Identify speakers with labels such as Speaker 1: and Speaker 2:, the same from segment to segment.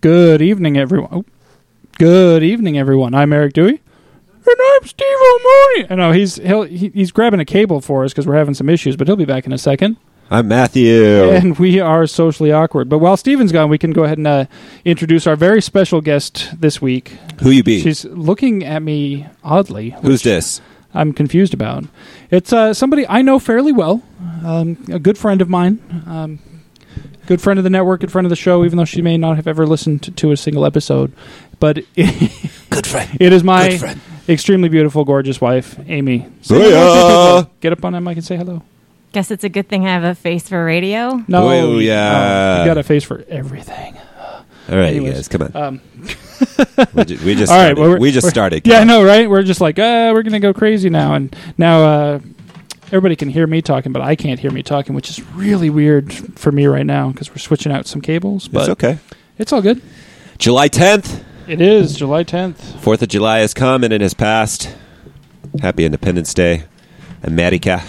Speaker 1: Good evening, everyone. Oh, good evening, everyone. I'm Eric Dewey, and I'm Steve O'Malley. I know he's he'll, he, he's grabbing a cable for us because we're having some issues, but he'll be back in a second.
Speaker 2: I'm Matthew.
Speaker 1: And we are socially awkward. But while Steven's gone, we can go ahead and uh, introduce our very special guest this week.
Speaker 2: Who you be?
Speaker 1: She's looking at me oddly.
Speaker 2: Who's this?
Speaker 1: I'm confused about. It's uh, somebody I know fairly well, um, a good friend of mine, um, good friend of the network, good friend of the show, even though she may not have ever listened to, to a single episode. But it,
Speaker 2: Good friend.
Speaker 1: it is my
Speaker 2: Good friend.
Speaker 1: extremely beautiful, gorgeous wife, Amy. Say
Speaker 2: Booyah!
Speaker 1: hello to people. Get up on that mic and say hello.
Speaker 3: Guess it's a good thing I have a face for radio.
Speaker 1: No,
Speaker 2: Booyah.
Speaker 1: no, you got a face for everything.
Speaker 2: All right, you
Speaker 1: Anyways,
Speaker 2: guys, come on.
Speaker 1: Um,
Speaker 2: we ju- we just
Speaker 1: all right,
Speaker 2: started.
Speaker 1: well, we're-
Speaker 2: we just
Speaker 1: we're-
Speaker 2: started.
Speaker 1: Yeah, I
Speaker 2: Come on.
Speaker 1: know, right? We're just like, uh, we're gonna go crazy now, and now uh, everybody can hear me talking, but I can't hear me talking, which is really weird for me right now because we're switching out some cables. But
Speaker 2: It's okay.
Speaker 1: it's all good.
Speaker 2: July 10th,
Speaker 1: It is July 10th.
Speaker 2: 4th of July has come and it has passed. Happy Independence Day, America.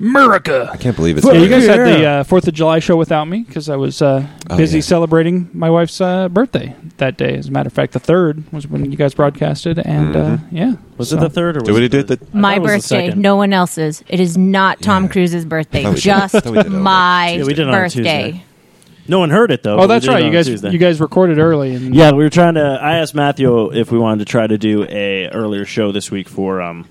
Speaker 1: America.
Speaker 2: Um, I can't believe it's
Speaker 1: Yeah, you
Speaker 2: already-
Speaker 1: guys had the uh, Fourth of July show without me because I was uh,
Speaker 2: Oh,
Speaker 1: busy
Speaker 2: yeah.
Speaker 1: celebrating my wife's uh, birthday that day. As a matter of fact, the third was when you guys broadcasted, and uh, yeah,
Speaker 4: Was
Speaker 1: So-
Speaker 4: it the third or was
Speaker 2: Mm-hmm. Did we
Speaker 4: it
Speaker 2: do
Speaker 4: I
Speaker 2: the-
Speaker 4: thought
Speaker 3: My
Speaker 4: it was the
Speaker 3: birthday,
Speaker 4: second.
Speaker 3: no one else's. It is not Tom Cruise's birthday,
Speaker 2: thought we did- I
Speaker 3: just
Speaker 2: thought we did it on
Speaker 3: my
Speaker 2: Tuesday. Yeah,
Speaker 4: we did it on
Speaker 3: birthday.
Speaker 4: Tuesday. No one heard it though.
Speaker 1: Oh,
Speaker 4: but we
Speaker 1: that's
Speaker 4: did it
Speaker 1: right.
Speaker 4: on
Speaker 1: You guys,
Speaker 4: Tuesday.
Speaker 1: you guys recorded early, and
Speaker 4: Yeah, we were trying to. I asked Matthew if we wanted to try to do a earlier show this week for um,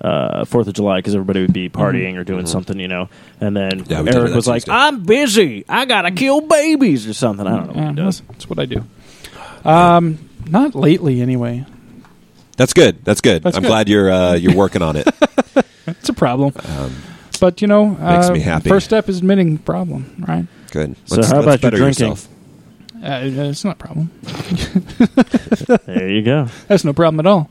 Speaker 4: uh, Fourth of July because everybody would
Speaker 1: Mm-hmm.
Speaker 4: be partying or doing something, you know. And then
Speaker 2: Yeah, we did it
Speaker 4: Eric
Speaker 2: on
Speaker 4: was like,
Speaker 2: Tuesday.
Speaker 4: "I'm busy. I gotta kill babies or something." I don't know what
Speaker 1: Yeah,
Speaker 4: he does.
Speaker 1: Mm-hmm. That's what I do. Um, not lately, anyway.
Speaker 2: That's good. That's good.
Speaker 1: That's
Speaker 2: I'm
Speaker 1: good.
Speaker 2: glad you're uh, you're working on it. Um,
Speaker 1: It's a problem. but you know,
Speaker 2: Makes
Speaker 1: uh,
Speaker 2: me happy.
Speaker 1: First step is admitting problem, right?
Speaker 2: Good.
Speaker 4: So how about your
Speaker 2: better
Speaker 4: drinking?
Speaker 2: yourself.
Speaker 1: Uh, it's not a problem.
Speaker 4: There you go.
Speaker 1: That's no problem at all.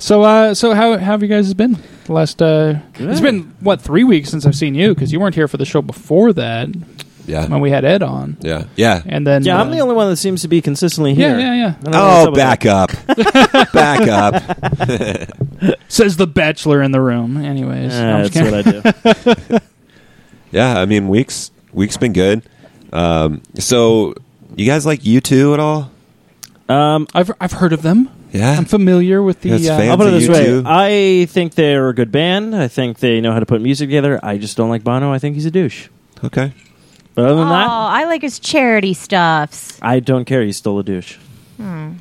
Speaker 1: So, uh, so how, how have you guys been? The last uh, it's
Speaker 4: Good.
Speaker 1: been what three weeks since I've seen you because you weren't here for the show before that when
Speaker 2: Yeah.
Speaker 1: we had Ed on,
Speaker 2: Yeah. Yeah.
Speaker 1: and then
Speaker 4: Yeah, I'm
Speaker 1: uh,
Speaker 4: the only one that seems to be consistently
Speaker 1: Yeah,
Speaker 4: here.
Speaker 1: yeah, yeah.
Speaker 4: I don't know what's
Speaker 2: Oh,
Speaker 4: up with
Speaker 2: back
Speaker 4: that.
Speaker 2: up. back up.
Speaker 1: says the bachelor in the room. Anyways,
Speaker 4: Eh,
Speaker 1: No, I'm just
Speaker 4: that's what
Speaker 1: kidding.
Speaker 4: I do.
Speaker 2: Yeah, I mean, weeks weeks been good. Um, so you guys like U2 at all?
Speaker 1: Um, I've I've heard of them.
Speaker 2: Yeah.
Speaker 1: I'm familiar with the.
Speaker 2: Yes, fans
Speaker 1: Uh,
Speaker 4: I'll put it
Speaker 2: to
Speaker 4: this
Speaker 2: you
Speaker 4: way:
Speaker 2: too.
Speaker 4: I think they're a good band. I think they know how to put music together. I just don't like Bono. I think he's a douche.
Speaker 2: Okay.
Speaker 4: But other
Speaker 3: Oh,
Speaker 4: than
Speaker 1: Ah.
Speaker 4: that,
Speaker 3: I like his charity stuffs. Hmm.
Speaker 4: I don't care. He's still a douche.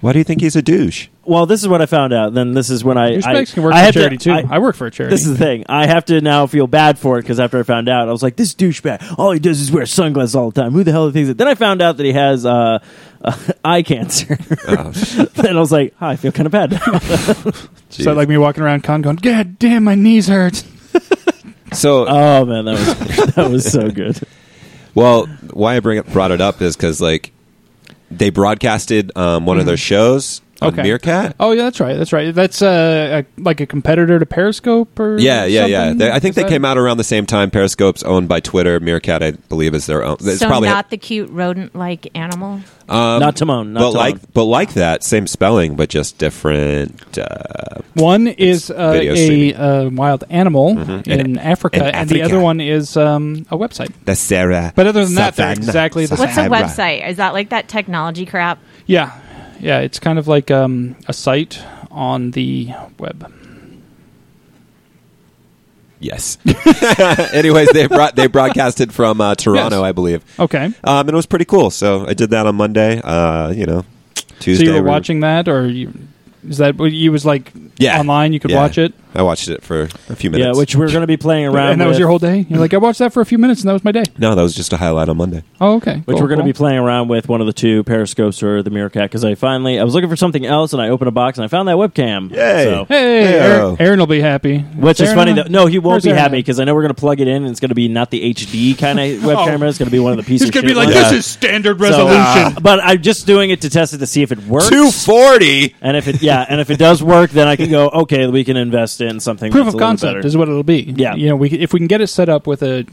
Speaker 2: Why do you think he's a douche?
Speaker 4: Well, this is what I found out. Then this is when I
Speaker 1: douchebags
Speaker 4: I,
Speaker 1: can work
Speaker 4: I
Speaker 1: for
Speaker 4: had to-
Speaker 1: charity too. I,
Speaker 4: I-
Speaker 1: work for a charity.
Speaker 4: this is the thing. I have to now feel bad for it because after I found out, I was like, "This douchebag! All he does is wear sunglasses all the time. Who the hell thinks it?" Then I found out that he has uh, uh, eye cancer.
Speaker 2: Oh.
Speaker 4: then I was like, oh, "I feel kind of bad." now."
Speaker 1: Is that like me walking around con going, God damn, my knees hurt.
Speaker 2: So,
Speaker 4: oh man, that was that was so good.
Speaker 2: well, why I bring it, brought it up is because like they broadcasted um, one of their shows on
Speaker 1: Mm-hmm. Okay.
Speaker 2: Meerkat.
Speaker 1: Oh yeah, that's right. That's right. That's uh, a, like a competitor to Periscope or
Speaker 2: Yeah, yeah, yeah.
Speaker 1: something?
Speaker 2: They, I think
Speaker 1: Is
Speaker 2: they
Speaker 1: that-
Speaker 2: came out around the same time. Periscope's owned by Twitter. Meerkat, I believe, is their own. It's
Speaker 3: so
Speaker 2: probably um,
Speaker 3: not the cute rodent-like animal.
Speaker 4: not Timon. Not
Speaker 2: but
Speaker 4: Timon.
Speaker 2: like, but like that, same spelling, but just different. Uh,
Speaker 1: One is uh,
Speaker 2: video
Speaker 1: a
Speaker 2: streaming. Mm-hmm.
Speaker 1: uh, wild animal in, Africa,
Speaker 2: in
Speaker 1: and the
Speaker 2: Africa.
Speaker 1: other one is um, a website.
Speaker 2: the Sarah.
Speaker 1: But other than that, they're
Speaker 2: Savannah.
Speaker 1: exactly the
Speaker 3: What's a
Speaker 2: Sahara.
Speaker 3: website? Is that like that technology crap?
Speaker 1: Yeah, yeah. It's kind of like um, a site on the web.
Speaker 2: Yes. Anyways, they brought they broadcasted from uh, Toronto,
Speaker 1: Yes.
Speaker 2: I believe.
Speaker 1: Okay.
Speaker 2: Um, and it was pretty cool. So I did that on Monday. Uh, you know, Tuesday.
Speaker 1: so you
Speaker 2: we
Speaker 1: were watching that, or you, is that what you was like
Speaker 2: Yeah.
Speaker 1: online? You could
Speaker 2: Yeah.
Speaker 1: watch it.
Speaker 2: I watched it for a few
Speaker 4: yeah,
Speaker 2: minutes.
Speaker 4: which we're going to be playing around.
Speaker 1: and that was
Speaker 4: with.
Speaker 1: your whole day. You're like, I watched that for a few minutes, and that was my day.
Speaker 2: no, that was just a highlight on Monday.
Speaker 1: Oh, okay.
Speaker 4: which
Speaker 1: Cool,
Speaker 4: we're going to be
Speaker 1: cool.
Speaker 4: playing around with one of the two periscopes or the meerkat because i finally i was looking for something else and i opened a box and i found that webcam
Speaker 2: Yay.
Speaker 4: So-
Speaker 1: Hey,
Speaker 2: Hey,
Speaker 1: Aaron,
Speaker 2: oh.
Speaker 1: Aaron will be happy.
Speaker 4: which is
Speaker 1: Aaron
Speaker 4: funny
Speaker 1: on?
Speaker 4: though no he
Speaker 1: Where's
Speaker 4: won't be
Speaker 1: Aaron
Speaker 4: happy
Speaker 1: at?
Speaker 4: because i know we're going to plug it in and it's going to be not the hd kind of webcam. camera it's going to be one of the pieces
Speaker 1: He's gonna be like,
Speaker 2: Yeah.
Speaker 1: this is standard
Speaker 4: So, uh,
Speaker 1: resolution.
Speaker 4: but i'm just doing it to test it to see if it works
Speaker 2: Two forty.
Speaker 4: and if it yeah and if it does work then i can go okay we can invest in something
Speaker 1: Proof
Speaker 4: that's
Speaker 1: of
Speaker 4: a little
Speaker 1: concept
Speaker 4: better.
Speaker 1: is what it'll be.
Speaker 4: Yeah.
Speaker 1: you know, we c- if we can get it set up with a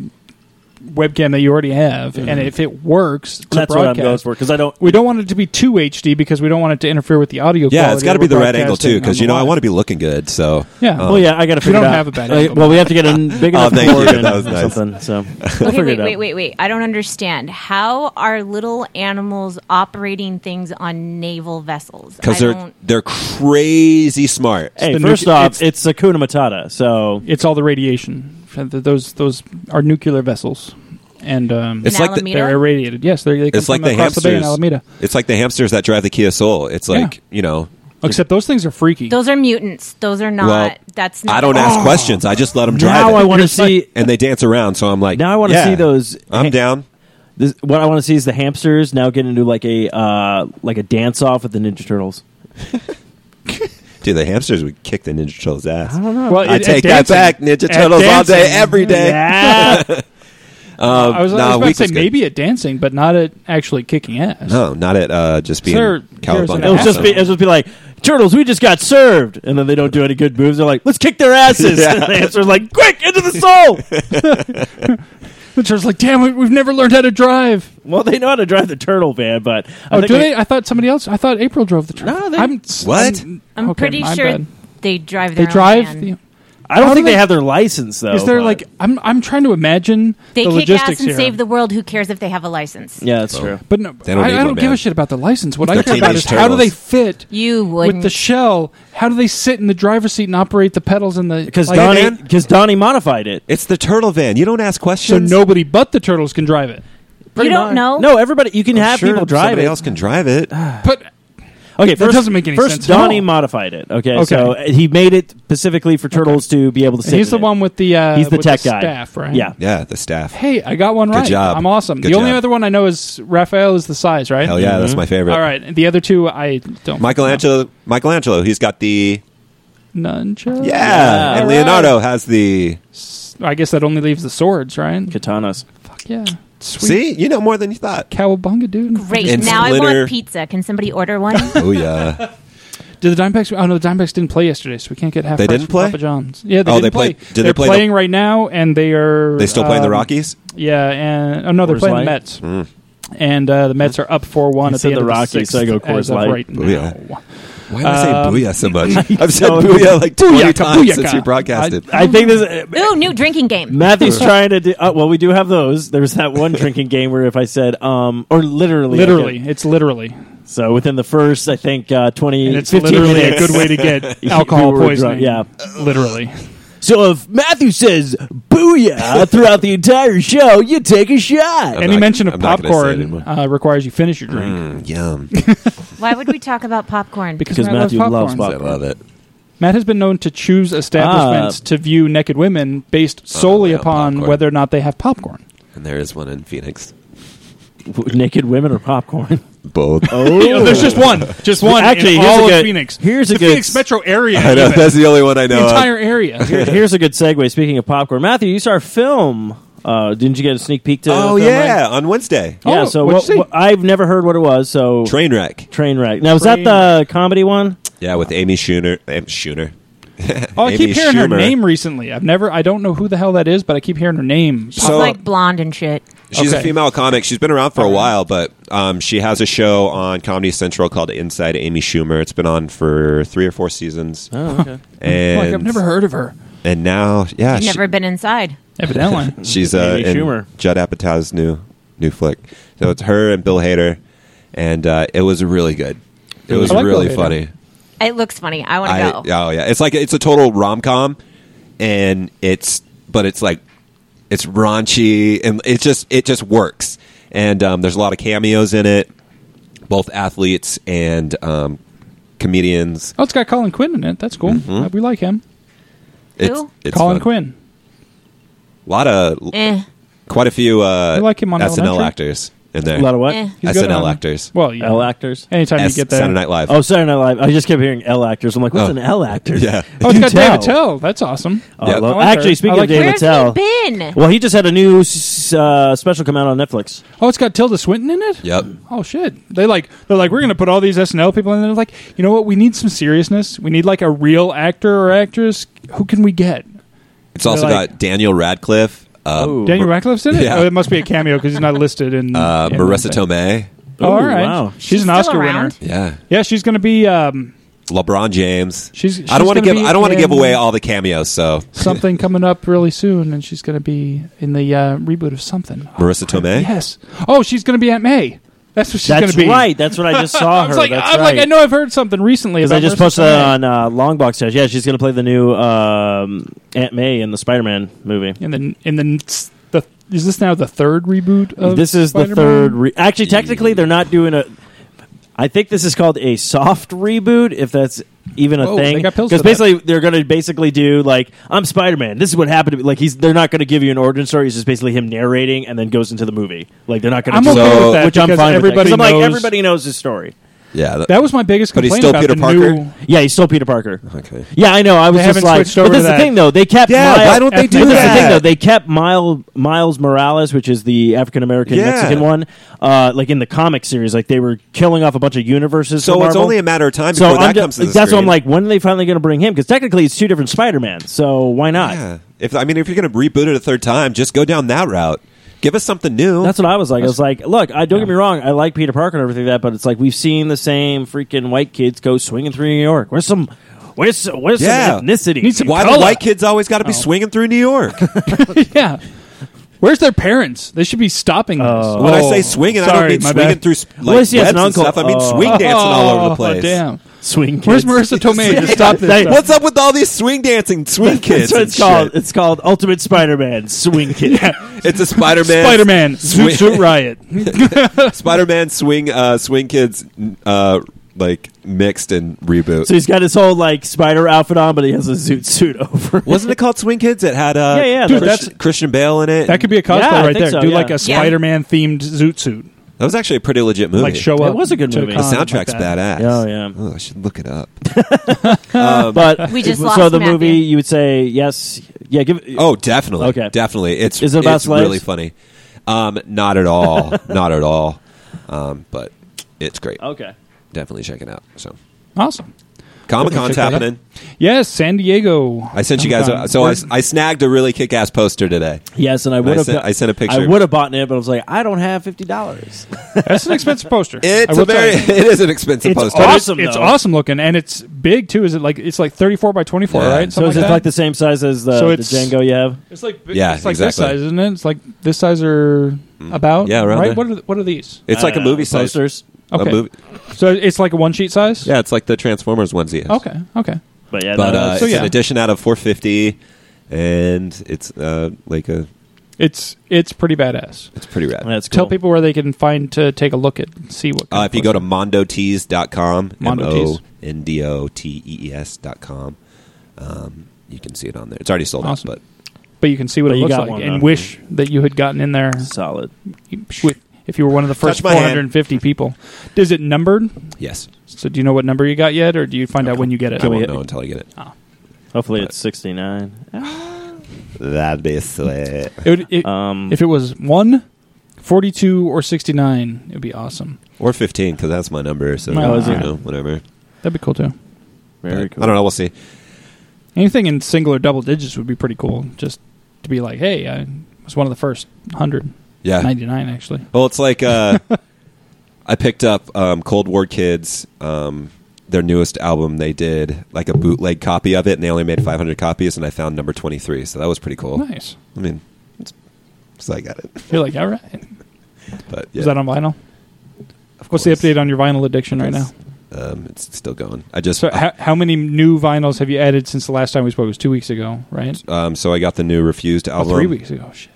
Speaker 1: webcam that you already have, and if it works, to
Speaker 4: That's what I'm going
Speaker 1: broadcast-
Speaker 4: for because I don't.
Speaker 1: We don't want it to be too HD because we don't want it to interfere with the audio.
Speaker 2: Yeah,
Speaker 1: quality
Speaker 2: it's got
Speaker 1: that
Speaker 2: to be the
Speaker 1: we're
Speaker 2: right angle too,
Speaker 1: broadcasting
Speaker 2: because
Speaker 1: on
Speaker 2: you know
Speaker 1: the
Speaker 2: I
Speaker 1: wire.
Speaker 2: want to be looking good. So um,
Speaker 1: Yeah.
Speaker 4: well, yeah, I got to figure
Speaker 1: don't
Speaker 4: it out.
Speaker 1: have a bad
Speaker 4: Like,
Speaker 1: angle.
Speaker 4: well, we have to get a n- big enough
Speaker 2: Oh, thank you.
Speaker 4: cord in
Speaker 2: That was
Speaker 4: or
Speaker 2: nice.
Speaker 4: something. So we'll
Speaker 3: Okay,
Speaker 4: figure
Speaker 3: wait,
Speaker 4: it out.
Speaker 3: wait, wait, wait. I don't understand. How are little animals operating things on naval vessels?
Speaker 2: because
Speaker 3: I
Speaker 2: they're
Speaker 3: don't-
Speaker 2: they're crazy smart.
Speaker 4: Hey,
Speaker 1: the
Speaker 4: first
Speaker 1: nuke-
Speaker 4: off, it's, Sakuna Matata. So
Speaker 1: It's all the radiation. Those those are nuclear vessels, and um,
Speaker 2: It's
Speaker 3: In
Speaker 2: like the-
Speaker 3: Alameda?
Speaker 1: they're irradiated. Yes, they're, they come
Speaker 2: It's like
Speaker 1: from
Speaker 2: the
Speaker 1: across the bay in
Speaker 2: hamsters.
Speaker 1: Alameda.
Speaker 2: it's like the hamsters that drive the Kia Soul. It's like you know.
Speaker 1: Except those things are freaky.
Speaker 3: those are mutants. Those are not.
Speaker 2: Well,
Speaker 3: that's not.
Speaker 2: I don't ask questions. I just let them drive.
Speaker 4: now
Speaker 2: it.
Speaker 4: I want to see.
Speaker 2: and they dance around. So I'm like,
Speaker 4: Now I want to
Speaker 2: yeah,
Speaker 4: see those.
Speaker 2: I'm
Speaker 4: ha-
Speaker 2: down.
Speaker 4: This, what I want to see is the hamsters now get into like a uh, like a dance off with the Ninja Turtles.
Speaker 2: Dude, the hamsters would kick the Ninja Turtles' ass.
Speaker 4: don't know.
Speaker 1: Well,
Speaker 2: I
Speaker 1: it- at
Speaker 2: take that
Speaker 1: dancing-
Speaker 2: back. Ninja
Speaker 1: at
Speaker 2: Turtles all day,
Speaker 1: dancing-
Speaker 2: every day. Um,
Speaker 1: I was, I
Speaker 2: Uh, nah,
Speaker 1: was about to
Speaker 2: Week
Speaker 1: say
Speaker 2: was good.
Speaker 1: maybe at dancing, but not at actually kicking ass.
Speaker 2: No, not at uh, just being
Speaker 1: Sir, here's an
Speaker 2: cowabunga.
Speaker 4: It was
Speaker 1: ass
Speaker 4: just be, it was just be like turtles. We just got served, and then they don't do any good moves. They're like, let's kick their asses.
Speaker 2: Yeah.
Speaker 4: And the hamster's like, quick into the soul.
Speaker 1: Which was like, damn, we, we've never learned how to drive.
Speaker 4: well, they know how to drive the turtle van, but I
Speaker 1: oh,
Speaker 4: think
Speaker 1: do they? I thought somebody else. I thought April drove the truck.
Speaker 4: No, they-
Speaker 1: I'm,
Speaker 2: What?
Speaker 1: I'm,
Speaker 3: I'm
Speaker 1: okay,
Speaker 3: pretty
Speaker 1: my
Speaker 3: sure
Speaker 1: bad.
Speaker 3: they drive.
Speaker 1: they
Speaker 3: Their
Speaker 1: drive.
Speaker 3: Own
Speaker 1: The,
Speaker 3: van.
Speaker 4: I don't
Speaker 1: How
Speaker 4: think they,
Speaker 1: do they-
Speaker 4: have their license though.
Speaker 1: is there
Speaker 4: but-
Speaker 1: like I'm? I'm trying to imagine
Speaker 3: They
Speaker 1: the
Speaker 3: kick
Speaker 1: logistics
Speaker 3: ass and
Speaker 1: here.
Speaker 3: save the world. Who cares if they have a license?
Speaker 4: Yeah, that's true.
Speaker 1: but no,
Speaker 2: They don't
Speaker 1: I,
Speaker 2: need
Speaker 1: I
Speaker 2: one,
Speaker 1: don't give
Speaker 2: man.
Speaker 1: a shit about the license. What I
Speaker 2: They're
Speaker 1: care about is
Speaker 2: teenage
Speaker 1: how do
Speaker 2: turtles.
Speaker 1: they fit
Speaker 3: You
Speaker 1: with
Speaker 3: wouldn't.
Speaker 1: the shell? How do they sit in the driver's seat and operate the pedals and the
Speaker 4: Because
Speaker 1: like-
Speaker 4: Donnie, because Donnie modified it.
Speaker 2: It's the turtle van. You don't ask
Speaker 1: So
Speaker 2: questions.
Speaker 1: nobody but the turtles can drive it.
Speaker 3: you don't know.
Speaker 4: No, everybody. You can
Speaker 2: I'm
Speaker 4: have
Speaker 2: sure
Speaker 4: people drive
Speaker 2: Somebody
Speaker 4: it.
Speaker 2: else can drive it. How
Speaker 1: But
Speaker 4: Okay,
Speaker 1: That doesn't make any
Speaker 4: first
Speaker 1: sense at
Speaker 4: Donnie
Speaker 1: all.
Speaker 4: modified it. Okay,
Speaker 1: Okay.
Speaker 4: so uh, he made it specifically for turtles to be able to. sit
Speaker 1: he's the
Speaker 4: in it.
Speaker 1: one with the uh,
Speaker 4: He's the
Speaker 1: with
Speaker 4: tech
Speaker 1: the
Speaker 4: guy.
Speaker 1: staff, right?
Speaker 4: Yeah.
Speaker 2: Yeah, the staff.
Speaker 1: Hey, I got one
Speaker 2: Good
Speaker 1: right.
Speaker 2: job.
Speaker 1: I'm awesome.
Speaker 2: Good
Speaker 1: the only
Speaker 2: job.
Speaker 1: other one I know is Raphael is the size, right?
Speaker 2: Hell yeah,
Speaker 4: Mm-hmm.
Speaker 2: that's my favorite.
Speaker 1: All right. The other two I don't.
Speaker 2: Michelangelo. Michelangelo. He's got the
Speaker 1: Nunchuck.
Speaker 2: yeah,
Speaker 4: Yeah.
Speaker 1: All
Speaker 2: and
Speaker 1: right.
Speaker 2: Leonardo has the.
Speaker 1: I guess that only leaves the swords, right?
Speaker 4: katanas.
Speaker 1: Fuck yeah. Sweet.
Speaker 2: See, you know more than you thought.
Speaker 1: Cowabunga, dude.
Speaker 3: Great.
Speaker 2: And
Speaker 3: now I
Speaker 2: Splinter.
Speaker 3: want pizza. Can somebody order one?
Speaker 2: Oh yeah,
Speaker 1: Did the Dimebacks? Oh no, the Dimebacks didn't play yesterday, so we can't get half.
Speaker 2: They
Speaker 1: price
Speaker 2: didn't
Speaker 1: from
Speaker 2: play?
Speaker 1: Papa John's. Yeah, they
Speaker 2: Oh,
Speaker 1: didn't
Speaker 2: they
Speaker 1: play.
Speaker 2: played- did they
Speaker 1: They're
Speaker 2: play the-
Speaker 1: playing right now, and they are.
Speaker 2: they still playing the
Speaker 1: um,
Speaker 2: Rockies.
Speaker 1: Yeah, and oh no, they're
Speaker 4: Coors
Speaker 1: playing
Speaker 4: Light?
Speaker 1: the Mets,
Speaker 2: Mm.
Speaker 1: and uh, the Mets are up four one
Speaker 4: You
Speaker 1: at
Speaker 4: said
Speaker 1: the end
Speaker 4: the
Speaker 1: of
Speaker 4: Rockies,
Speaker 1: the sixth
Speaker 4: so I go Coors
Speaker 1: as of
Speaker 4: Light.
Speaker 1: right now.
Speaker 2: Booyah. Why did I say
Speaker 1: Um,
Speaker 2: booyah so much? I've said
Speaker 4: No.
Speaker 2: booyah like twenty
Speaker 1: Booyaka,
Speaker 2: times since
Speaker 1: booyaka.
Speaker 2: you broadcasted.
Speaker 4: I think this.
Speaker 3: Ooh, new drinking game.
Speaker 4: Matthew's trying to do. Uh, well, we do have those. There was that one drinking game where if I said, um, or literally,
Speaker 1: Literally, it's literally,
Speaker 4: So within the first, I think uh, twenty,
Speaker 1: and it's
Speaker 4: 15
Speaker 1: literally
Speaker 4: minutes,
Speaker 1: a good way to get
Speaker 4: you
Speaker 1: alcohol
Speaker 4: were drunk,
Speaker 1: poisoning.
Speaker 4: yeah.
Speaker 1: literally.
Speaker 4: So if Matthew says "booyah" throughout the entire show, you take a shot.
Speaker 2: I'm
Speaker 1: Any
Speaker 2: not-
Speaker 1: mention of
Speaker 2: I'm not gonna say it
Speaker 1: popcorn
Speaker 2: anymore.
Speaker 1: uh, requires you finish your drink
Speaker 2: Mm, yum.
Speaker 3: Why would we talk about popcorn?
Speaker 1: because,
Speaker 4: Because
Speaker 1: Matt
Speaker 4: Matthew
Speaker 1: loves
Speaker 4: loves
Speaker 1: popcorn.
Speaker 2: I love it.
Speaker 1: Matt has been known to choose establishments
Speaker 4: Ah.
Speaker 1: to view naked women based solely
Speaker 2: Oh, yeah,
Speaker 1: upon
Speaker 2: popcorn.
Speaker 1: whether or not they have popcorn.
Speaker 2: And there is one in Phoenix.
Speaker 4: Naked women or popcorn?
Speaker 2: Both.
Speaker 1: You
Speaker 4: Oh,
Speaker 1: know, there's just one, just one.
Speaker 4: Actually,
Speaker 1: in
Speaker 4: here's
Speaker 1: all
Speaker 4: a
Speaker 1: of
Speaker 4: good-
Speaker 1: Phoenix.
Speaker 4: here's a
Speaker 1: the
Speaker 4: good
Speaker 1: Phoenix
Speaker 4: s-
Speaker 1: metro area.
Speaker 2: I know
Speaker 1: even.
Speaker 2: that's the only one I know.
Speaker 1: the
Speaker 2: of.
Speaker 1: entire area.
Speaker 4: Here- here's a good segue. Speaking of popcorn, Matthew, you saw our film. Uh, didn't you get a sneak peek to?
Speaker 2: Oh
Speaker 4: the film,
Speaker 2: yeah,
Speaker 4: right?
Speaker 2: on Wednesday.
Speaker 1: Oh,
Speaker 4: yeah. so
Speaker 1: what'd
Speaker 4: what,
Speaker 1: you see?
Speaker 4: what- I've never heard what it was. So
Speaker 2: Train wreck.
Speaker 4: train wreck. Now was
Speaker 1: Train
Speaker 4: that the comedy one?
Speaker 2: Yeah, with Amy Schooner. Am, Schooner.
Speaker 1: Oh, I
Speaker 2: Amy
Speaker 1: keep hearing her
Speaker 2: Schumer.
Speaker 1: name recently. I've never, I don't know who the hell that is, but I keep hearing her name.
Speaker 3: It's
Speaker 2: So-
Speaker 3: like blonde and shit.
Speaker 2: She's a
Speaker 1: Okay.
Speaker 2: female comic. She's been around for a while, but um, she has a show on Comedy Central called Inside Amy Schumer. It's been on for three or four seasons,
Speaker 4: Oh, okay.
Speaker 2: and
Speaker 1: like I've never heard of her.
Speaker 2: And now, yeah,
Speaker 3: I've
Speaker 2: she-
Speaker 3: never been inside.
Speaker 1: Evidently,
Speaker 2: she's uh,
Speaker 4: Amy
Speaker 2: in
Speaker 4: Schumer.
Speaker 2: Judd Apatow's new new flick. So it's her and Bill Hader, and uh, it was really good. It was
Speaker 1: I like Bill
Speaker 2: really
Speaker 1: Hader.
Speaker 2: funny.
Speaker 3: It looks funny. I
Speaker 2: I-
Speaker 3: want to go.
Speaker 2: oh yeah, it's like it's a total rom com, and it's but it's like it's raunchy and it just it just works. And um, there's a lot of cameos in it, both athletes and um, comedians. Mm-hmm.
Speaker 1: oh, it's got Colin Quinn in it. That's cool. Uh, we like him.
Speaker 2: It's,
Speaker 3: Who?
Speaker 2: it's
Speaker 1: Colin
Speaker 2: fun.
Speaker 1: Quinn.
Speaker 2: A lot of
Speaker 3: Eh.
Speaker 2: quite a few uh,
Speaker 1: We like him on
Speaker 2: SNL
Speaker 1: Elementary.
Speaker 2: actors in there.
Speaker 4: A lot of what?
Speaker 3: Eh.
Speaker 1: He's good
Speaker 2: SNL
Speaker 1: on-
Speaker 2: actors.
Speaker 1: Well, yeah.
Speaker 4: L actors.
Speaker 1: Anytime
Speaker 2: S-
Speaker 1: you get that.
Speaker 2: Saturday Night Live.
Speaker 4: Oh, Saturday Night Live. I just kept hearing L actors. I'm like, what's
Speaker 2: Oh.
Speaker 4: an L actor?
Speaker 2: yeah.
Speaker 1: Oh, it's
Speaker 4: You
Speaker 1: got
Speaker 4: tell.
Speaker 1: David Tell. That's awesome.
Speaker 4: Oh,
Speaker 2: Yeah.
Speaker 4: I love-
Speaker 1: I like
Speaker 4: actually,
Speaker 1: her.
Speaker 4: speaking
Speaker 1: I
Speaker 4: of
Speaker 1: like her.
Speaker 4: David
Speaker 3: Where's
Speaker 4: Tell,
Speaker 3: he been?
Speaker 4: well, he just had a new s- uh, special come out on Netflix.
Speaker 1: Oh, it's got Tilda Swinton in it.
Speaker 2: Yep.
Speaker 1: Oh shit! They like they're like we're gonna put all these SNL people in. And they're like, you know what? We need some seriousness. We need like a real actor or actress. Who can we get?
Speaker 2: It's also
Speaker 1: They're like-
Speaker 2: got Daniel Radcliffe. uh,
Speaker 4: oh,
Speaker 1: Daniel Radcliffe's in it.
Speaker 2: Yeah.
Speaker 1: Oh, it must be a cameo because he's not listed in.
Speaker 2: Uh,
Speaker 1: in-
Speaker 2: Marissa Tomei.
Speaker 1: Oh, all
Speaker 4: Ooh,
Speaker 1: right.
Speaker 4: wow.
Speaker 1: She's,
Speaker 3: She's
Speaker 1: an
Speaker 3: still
Speaker 1: Oscar winner.
Speaker 3: around?
Speaker 2: Yeah.
Speaker 1: Yeah, she's going to be um,
Speaker 2: LeBron James.
Speaker 1: She's- she's
Speaker 2: I don't want to
Speaker 1: gonna
Speaker 2: give.
Speaker 1: be
Speaker 2: I don't want to give
Speaker 1: in-
Speaker 2: away all the cameos. So
Speaker 1: something coming up really soon, and she's going to be in the uh, reboot of something. Oh,
Speaker 2: Marissa
Speaker 1: crap.
Speaker 2: Tomei?
Speaker 1: Yes. Oh, she's going to be Aunt May. That's what she's going
Speaker 4: That's
Speaker 1: to be.
Speaker 4: right. That's what I just saw
Speaker 1: I
Speaker 4: her.
Speaker 1: was like,
Speaker 4: That's
Speaker 1: I'm
Speaker 4: right.
Speaker 1: like, I know I've heard something recently.
Speaker 4: Because I
Speaker 1: about
Speaker 4: just
Speaker 1: Marissa
Speaker 4: posted
Speaker 1: Tomei.
Speaker 4: that on uh, Longbox Test. Yeah, she's going to play the new um, Aunt May in the Spider-Man movie.
Speaker 1: in the in the the is this now the third reboot of
Speaker 4: this is the
Speaker 1: Spider-Man?
Speaker 4: third. Re- Actually, technically, they're not doing a. I think this is called a soft reboot, if that's even a
Speaker 1: Whoa,
Speaker 4: thing.
Speaker 1: they got pills for that.
Speaker 4: basically, they're going to basically do like I'm Spider Man. This is what happened to me. Like he's they're not going to give you an origin story. It's just basically him narrating and then goes into the movie. Like they're not going
Speaker 1: I'm
Speaker 4: to.
Speaker 1: okay
Speaker 2: with that
Speaker 4: which I'm
Speaker 1: because
Speaker 4: fine with. that, 'cause
Speaker 1: everybody
Speaker 4: I'm like
Speaker 1: knows-
Speaker 4: everybody knows his story.
Speaker 2: yeah. th-
Speaker 1: that was my biggest
Speaker 2: But he's
Speaker 1: complaint
Speaker 2: still
Speaker 1: about
Speaker 2: Peter
Speaker 1: the
Speaker 2: Parker?
Speaker 1: new
Speaker 4: Yeah, he's still Peter Parker.
Speaker 2: okay.
Speaker 4: Yeah, I know. I was
Speaker 1: They
Speaker 4: just
Speaker 1: haven't
Speaker 4: like,
Speaker 1: switched
Speaker 4: but
Speaker 1: over
Speaker 4: that's
Speaker 1: to
Speaker 4: the
Speaker 1: that.
Speaker 4: thing, though. They kept.
Speaker 2: Yeah,
Speaker 4: Miles,
Speaker 2: why don't they
Speaker 4: but
Speaker 2: do
Speaker 4: That's the thing,
Speaker 2: that?
Speaker 4: though. They kept Miles Miles Morales, which is the African American
Speaker 2: Yeah.
Speaker 4: Mexican one, uh, like in the comic series. Like they were killing off a bunch of universes.
Speaker 2: So
Speaker 4: for
Speaker 2: it's
Speaker 4: Marvel.
Speaker 2: only a matter of time
Speaker 4: So
Speaker 2: before that
Speaker 4: I'm ju-
Speaker 2: comes to the
Speaker 4: that's
Speaker 2: screen.
Speaker 4: what I'm like. When are they finally going to bring him? Because technically, it's two different Spider Mans. So why not?
Speaker 2: Yeah. If I mean, if you're going to reboot it a third time, just go down that route. Give us something new.
Speaker 4: That's what I was like. I was like, look, I don't get me wrong. I like Peter Parker and everything like that, but it's like we've seen the same freaking white kids go swinging through New York. Where's some? Where's where's
Speaker 2: Yeah.
Speaker 4: some ethnicity?
Speaker 1: Need some
Speaker 2: why
Speaker 1: color.
Speaker 2: the white kids
Speaker 4: Oh.
Speaker 2: always got to be swinging through New York.
Speaker 1: yeah. Where's their parents? They should be stopping this.
Speaker 2: when I
Speaker 1: Oh,
Speaker 2: say swinging, I don't
Speaker 1: sorry,
Speaker 2: mean
Speaker 1: my
Speaker 2: swinging
Speaker 1: bad.
Speaker 2: through sp- like
Speaker 4: Well, she has an
Speaker 2: webs and
Speaker 4: uncle.
Speaker 2: stuff. I mean
Speaker 4: Oh.
Speaker 2: swing dancing all over the place.
Speaker 1: Oh, damn.
Speaker 4: swing. Kids.
Speaker 1: Where's Marissa Tomei to stop this?
Speaker 4: They-
Speaker 1: stuff?
Speaker 2: What's up with all these swing dancing swing kids?
Speaker 4: That's what it's
Speaker 2: and
Speaker 4: called.
Speaker 2: shit?
Speaker 4: It's called Ultimate Spider-Man Swing Kid.
Speaker 2: It's a Spider Man.
Speaker 1: Spider Man, Zoot
Speaker 2: Swing,
Speaker 1: Suit Riot.
Speaker 2: Spider Man swing uh, swing kids uh, like mixed and reboot.
Speaker 4: So he's got his whole like spider outfit on, but he has a zoot suit over. it.
Speaker 2: Wasn't it called Swing Kids? It had uh,
Speaker 4: Yeah, yeah,
Speaker 2: Christian,
Speaker 4: Dude,
Speaker 1: that's-
Speaker 2: Christian Bale in it.
Speaker 1: That could be a cosplay
Speaker 4: Yeah, I
Speaker 1: right
Speaker 4: think
Speaker 1: there.
Speaker 4: so,
Speaker 1: Do
Speaker 4: yeah.
Speaker 1: like a Spider Man themed Zoot Suit.
Speaker 2: That was actually a pretty legit movie.
Speaker 1: Like show
Speaker 4: It
Speaker 1: up.
Speaker 4: was a good
Speaker 1: to
Speaker 4: movie.
Speaker 2: the
Speaker 1: con,
Speaker 2: soundtrack's
Speaker 1: like that.
Speaker 2: badass.
Speaker 4: Oh, yeah.
Speaker 2: Oh, I should look it up. Um,
Speaker 4: But
Speaker 3: We just
Speaker 4: so
Speaker 3: lost
Speaker 4: the
Speaker 3: Matthew.
Speaker 4: movie. You would say yes, yeah. Give
Speaker 2: Oh, definitely.
Speaker 4: Okay.
Speaker 2: definitely. It's
Speaker 4: Is it about
Speaker 2: it's
Speaker 4: slaves?
Speaker 2: really funny. Um, not at all. not at all. Um, but it's great.
Speaker 4: okay.
Speaker 2: Definitely check it out. So
Speaker 1: Awesome.
Speaker 2: Comic
Speaker 1: Definitely check
Speaker 2: Con's
Speaker 1: that
Speaker 2: happening.
Speaker 1: Yes, San Diego.
Speaker 2: I sent you guys. A,
Speaker 1: Comic-Con.
Speaker 2: so I,
Speaker 1: Where-
Speaker 2: s- I snagged a really kick-ass poster today.
Speaker 4: Yes, and I would have.
Speaker 2: sent- I sent a picture.
Speaker 4: I would have bought it, but I was like, I don't have fifty dollars.
Speaker 1: that's an expensive poster. I
Speaker 2: It's
Speaker 1: will
Speaker 2: a very.
Speaker 1: tell you.
Speaker 2: It is an expensive
Speaker 4: It's
Speaker 2: poster.
Speaker 4: aw-
Speaker 1: But it's-
Speaker 4: Awesome,
Speaker 1: It's
Speaker 4: though.
Speaker 1: awesome looking, and it's big too. Is it like it's like thirty four by twenty four,
Speaker 2: Yeah.
Speaker 1: right?
Speaker 4: So
Speaker 1: Something
Speaker 4: is it
Speaker 1: that?
Speaker 4: like the same size as the,
Speaker 1: So
Speaker 4: the
Speaker 1: it's-
Speaker 4: Django you have?
Speaker 1: It's like
Speaker 2: Yeah,
Speaker 1: it's like this
Speaker 2: exactly. Mm.
Speaker 1: size, isn't it? It's like this size or about
Speaker 2: Yeah, around
Speaker 1: right.
Speaker 2: there.
Speaker 1: What are the, what are these?
Speaker 2: It's like
Speaker 4: I
Speaker 2: a
Speaker 4: don't know,
Speaker 2: movie
Speaker 4: Uh,
Speaker 2: size.
Speaker 4: posters.
Speaker 2: A
Speaker 1: Okay,
Speaker 2: movie-
Speaker 1: so it's like a one sheet size.
Speaker 2: Yeah, it's like the Transformers onesie.
Speaker 1: Okay. Okay.
Speaker 4: But yeah,
Speaker 2: But
Speaker 4: no,
Speaker 2: uh,
Speaker 4: that's-
Speaker 1: so
Speaker 2: it's
Speaker 1: yeah.
Speaker 2: an edition out of 450, and it's uh, like a.
Speaker 1: It's it's pretty badass.
Speaker 2: It's pretty rad.
Speaker 4: that's cool.
Speaker 1: Tell people where they can find to take a look at see what.
Speaker 2: Uh, if you go to mondotees.com, M
Speaker 1: Mondotees.
Speaker 2: O N D O T E E S.com, um, you can see it on there. It's already sold
Speaker 1: Awesome.
Speaker 2: out,
Speaker 1: but you can see what
Speaker 4: But
Speaker 1: it
Speaker 4: you
Speaker 1: looks
Speaker 4: got
Speaker 1: like
Speaker 4: one,
Speaker 1: and
Speaker 4: though.
Speaker 1: wish that you had gotten in there
Speaker 4: solid.
Speaker 1: with, if you were one of the first
Speaker 2: my
Speaker 1: four
Speaker 2: hand.
Speaker 1: hundred and fifty people. Is it numbered?
Speaker 2: but yes.
Speaker 1: So do you know what number you got yet, or do you find out when you get it?
Speaker 2: I won't know until I get it.
Speaker 4: Oh. Hopefully, it's sixty nine.
Speaker 2: That'd be sweet.
Speaker 1: It would, it,
Speaker 4: Um,
Speaker 1: if it was one. 42 or 69 it would be awesome
Speaker 2: Or 15, because that's my number. So,
Speaker 1: Oh, is
Speaker 2: you
Speaker 1: it?
Speaker 2: know, whatever.
Speaker 1: that'd be cool too
Speaker 4: very
Speaker 2: But
Speaker 4: cool.
Speaker 2: I don't know. We'll see.
Speaker 1: anything in single or double digits would be pretty cool just to be like hey i was one of the first 100
Speaker 2: Yeah.
Speaker 1: 99 actually
Speaker 2: Well, it's like uh, I picked up um, Cold War Kids, um, their newest album. They did like a bootleg copy of it, and they only made 500 copies, and I found number 23. So that was pretty cool.
Speaker 1: nice
Speaker 2: I mean, it's, so I got it.
Speaker 1: you're like all right
Speaker 2: But yeah,
Speaker 1: is that on vinyl
Speaker 2: of
Speaker 1: what's the
Speaker 2: course.
Speaker 1: update on your vinyl addiction right now
Speaker 2: Um, it's still going. I just
Speaker 1: so how, how many new vinyls have you added since the last time we spoke it was two weeks ago right
Speaker 2: um, so I got the new Refused
Speaker 1: Oh,
Speaker 2: album.
Speaker 1: three weeks ago shit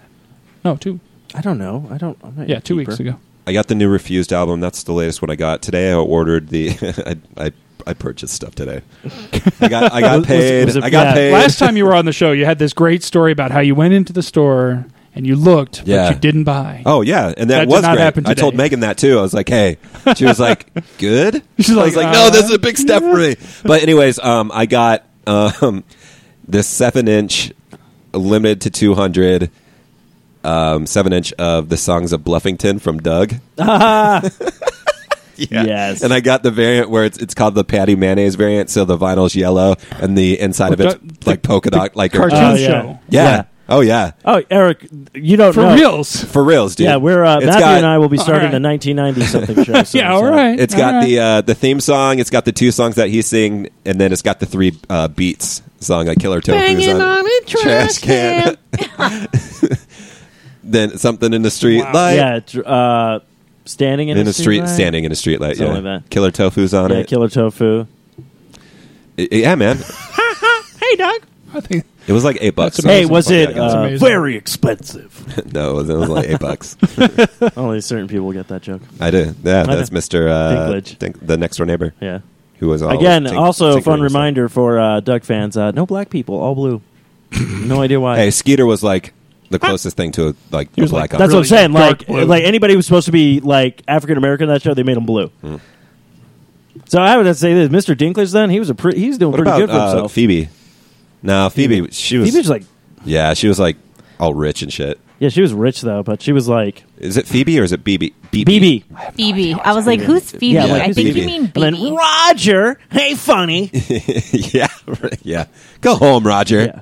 Speaker 1: no two
Speaker 4: I don't know. I don't. I'm not
Speaker 1: yeah two
Speaker 4: a
Speaker 1: weeks
Speaker 4: keeper.
Speaker 1: ago
Speaker 2: I got the new Refused album. That's the latest one I got today. I ordered the. I, I I purchased stuff today. I got I got
Speaker 4: Was- was-
Speaker 2: paid.
Speaker 4: was it-
Speaker 2: I got
Speaker 4: yeah.
Speaker 2: paid.
Speaker 1: last time you were on the show you had this great story about how you went into the store and you looked
Speaker 2: Yeah.
Speaker 1: but you didn't buy
Speaker 2: Oh yeah, and that,
Speaker 1: That did
Speaker 2: was
Speaker 1: not
Speaker 2: great.
Speaker 1: happen
Speaker 2: I told
Speaker 1: today.
Speaker 2: Megan that too. I was like, "Hey," she was like, "Good."
Speaker 1: She's
Speaker 2: I was
Speaker 1: like,
Speaker 2: like, "No,
Speaker 1: uh,
Speaker 2: this is a big step for me." But anyways, um, I got um, this seven-inch limited to two hundred um, seven-inch of the songs of Bluffington from Doug. Yeah.
Speaker 4: Ah. Yes.
Speaker 2: and I got the variant where it's it's called the patty mayonnaise variant. So the vinyl's yellow, and the inside of
Speaker 1: Well,
Speaker 2: it's
Speaker 1: Doug-
Speaker 2: like polka dot, like a-
Speaker 1: cartoon
Speaker 4: Oh, yeah.
Speaker 1: show
Speaker 2: yeah.
Speaker 4: Yeah.
Speaker 2: Oh yeah,
Speaker 4: Oh, Eric, you don't
Speaker 1: For
Speaker 4: know.
Speaker 1: reals.
Speaker 2: for reals, dude.
Speaker 4: Yeah, we're uh,
Speaker 2: It's
Speaker 4: Matthew
Speaker 2: got-
Speaker 4: and I will be starting
Speaker 1: right.
Speaker 4: a 1990 something show. soon,
Speaker 1: Yeah, all
Speaker 4: so.
Speaker 1: right.
Speaker 2: It's
Speaker 1: all
Speaker 2: got
Speaker 1: right.
Speaker 2: the uh, the theme song. It's got the two songs that he sing, and then it's got the three uh, beats song like Killer Tofu's
Speaker 3: Banging on a trash
Speaker 2: then something in the street
Speaker 1: Wow.
Speaker 2: light.
Speaker 4: Yeah, dr- uh, standing in,
Speaker 2: In
Speaker 4: a
Speaker 2: the street,
Speaker 4: light?
Speaker 2: standing in a street light.
Speaker 4: Something
Speaker 2: yeah,
Speaker 4: like that.
Speaker 2: Killer Tofu's on
Speaker 4: Yeah,
Speaker 2: it.
Speaker 4: killer tofu.
Speaker 2: I- yeah, man.
Speaker 4: Hey, Doug.
Speaker 1: I think
Speaker 2: It was like eight bucks.
Speaker 1: That's
Speaker 4: Hey,
Speaker 1: amazing.
Speaker 4: was it
Speaker 1: That's
Speaker 4: uh,
Speaker 1: amazing.
Speaker 4: very expensive?
Speaker 2: no, it was, it was like eight bucks.
Speaker 4: Only certain people get that joke.
Speaker 2: I do. Yeah,
Speaker 4: know.
Speaker 2: that's Mister uh,
Speaker 4: Dinklage.
Speaker 2: Dink- the next door neighbor
Speaker 4: Yeah.
Speaker 2: who was all
Speaker 4: Again,
Speaker 2: tink-
Speaker 4: also a fun
Speaker 2: tinkering and stuff.
Speaker 4: reminder for uh, Duck fans: uh, no black people, all blue. no idea why.
Speaker 2: Hey, Skeeter was like the closest thing to like a
Speaker 1: was like-
Speaker 2: black. Like,
Speaker 4: That's what I'm
Speaker 1: really
Speaker 4: saying.
Speaker 1: dark
Speaker 4: Like,
Speaker 1: blue.
Speaker 4: like anybody who's supposed to be like African American in that show, they made him blue.
Speaker 2: Hmm.
Speaker 4: So I would have to say this: Mr. Dinklage, then he was a pre- he's doing
Speaker 2: what
Speaker 4: pretty
Speaker 2: about
Speaker 4: good for
Speaker 2: uh,
Speaker 4: himself.
Speaker 2: Phoebe? No, Phoebe. She was.
Speaker 4: Phoebe's like,
Speaker 2: yeah, she was like all rich and shit.
Speaker 4: yeah, she was rich though, but she was like
Speaker 2: Is it Phoebe or is it BB? BB.
Speaker 4: BB.
Speaker 3: Phoebe. I was like, who's Phoebe?
Speaker 4: Yeah, like,
Speaker 3: I
Speaker 4: who's
Speaker 3: think
Speaker 2: Phoebe?
Speaker 3: you mean
Speaker 4: And
Speaker 3: Baby.
Speaker 4: then Roger, hey, funny.
Speaker 2: yeah, right, yeah. Go home, Roger.
Speaker 4: yeah,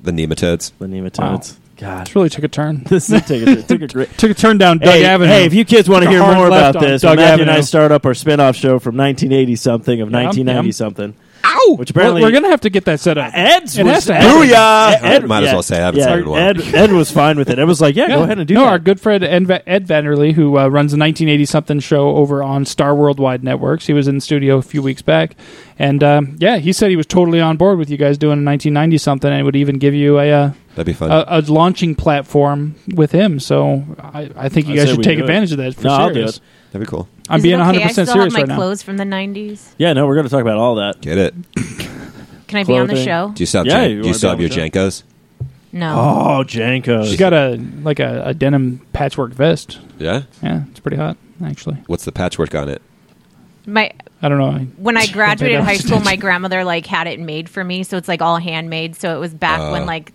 Speaker 2: The nematodes.
Speaker 4: the nematodes. God,
Speaker 1: It really took a turn.
Speaker 4: this took a, took a great.
Speaker 1: took a turn down Doug
Speaker 4: hey,
Speaker 1: Avenue.
Speaker 4: hey, if you kids want to
Speaker 1: Took
Speaker 4: hear
Speaker 1: a hard
Speaker 4: more
Speaker 1: left
Speaker 4: about
Speaker 1: on
Speaker 4: this,
Speaker 1: Doug
Speaker 4: when Matthew and I
Speaker 1: Avenue.
Speaker 4: start up our spin-off show from 1980 something of
Speaker 1: Yeah,
Speaker 4: 1990
Speaker 1: yeah.
Speaker 4: something.
Speaker 1: Ow!
Speaker 4: which apparently-
Speaker 1: we're, we're gonna have to get that set up.
Speaker 4: Ed's
Speaker 1: It
Speaker 4: was,
Speaker 1: has to
Speaker 4: Ed-
Speaker 1: happen.
Speaker 2: Booyah! Might as well say I haven't
Speaker 4: yeah,
Speaker 2: said it in a while.
Speaker 4: Ed, Ed was fine with it. Ed was like, yeah,
Speaker 1: Yeah.
Speaker 4: go ahead and do
Speaker 1: no,
Speaker 4: that.
Speaker 1: our good friend Ed, Va- Ed Vanderly, who uh, runs the 1980 something show over on Star Worldwide Networks. He was in the studio a few weeks back, and um, yeah, he said he was totally on board with you guys doing a 1990 something, and would even give you a, uh,
Speaker 2: That'd be fun.
Speaker 1: a a launching platform with him. So I, I think you
Speaker 4: I
Speaker 1: guys
Speaker 4: say
Speaker 1: should
Speaker 4: we
Speaker 1: take
Speaker 4: do it.
Speaker 1: advantage of that. For
Speaker 4: No, I'll do
Speaker 1: serious.
Speaker 4: it.
Speaker 2: That'd be cool.
Speaker 1: I'm
Speaker 3: Is it
Speaker 1: being
Speaker 3: okay? I
Speaker 1: 100 percent
Speaker 3: still have
Speaker 1: serious
Speaker 3: my
Speaker 1: right now.
Speaker 3: clothes from the 90s.
Speaker 4: Yeah, no, we're going to talk about all that.
Speaker 2: Get it.
Speaker 3: Can I be on the
Speaker 4: Clothing.
Speaker 3: show?
Speaker 2: Do you still have,
Speaker 4: Yeah,
Speaker 2: Jan-
Speaker 4: you
Speaker 2: do you
Speaker 4: wanna
Speaker 2: still
Speaker 4: be
Speaker 2: have
Speaker 4: on
Speaker 2: your
Speaker 4: the show.
Speaker 2: Jankos?
Speaker 3: No.
Speaker 2: Um,
Speaker 4: Oh, Janko.
Speaker 1: She's got a like a, a denim patchwork vest.
Speaker 2: Yeah.
Speaker 1: Yeah, it's pretty hot actually.
Speaker 2: What's the patchwork on it?
Speaker 3: My
Speaker 1: I don't know. I-
Speaker 3: when I graduated
Speaker 1: don't
Speaker 3: high school,
Speaker 1: understand.
Speaker 3: my grandmother like had it made for me, so it's like all handmade. So it was back
Speaker 2: Oh.
Speaker 3: when like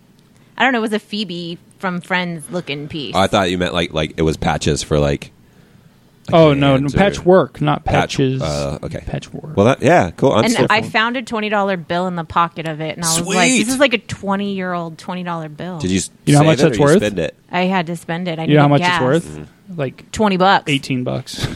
Speaker 3: I don't know, it was a Phoebe from Friends looking piece.
Speaker 2: I thought you meant like like it was patches for like. like
Speaker 1: Oh no, no
Speaker 2: hands or-
Speaker 1: patchwork, not
Speaker 2: Patch-
Speaker 1: patches.
Speaker 2: uh, okay.
Speaker 1: patchwork.
Speaker 2: Well, that yeah, cool. I'm
Speaker 3: and
Speaker 2: still-
Speaker 3: I found a twenty dollar bill in the pocket of it, and I was like,
Speaker 2: Sweet.
Speaker 3: "This is like a twenty year old twenty dollar bill."
Speaker 2: Did you?
Speaker 1: You know how much
Speaker 2: save it or
Speaker 1: that's
Speaker 2: you
Speaker 1: worth?
Speaker 2: Spend it. Mm. Mm-hmm.
Speaker 3: I had to spend it. I
Speaker 1: you know how
Speaker 3: needed
Speaker 1: much
Speaker 3: gas.
Speaker 1: it's worth? Like
Speaker 3: Twenty bucks.
Speaker 1: 18 bucks.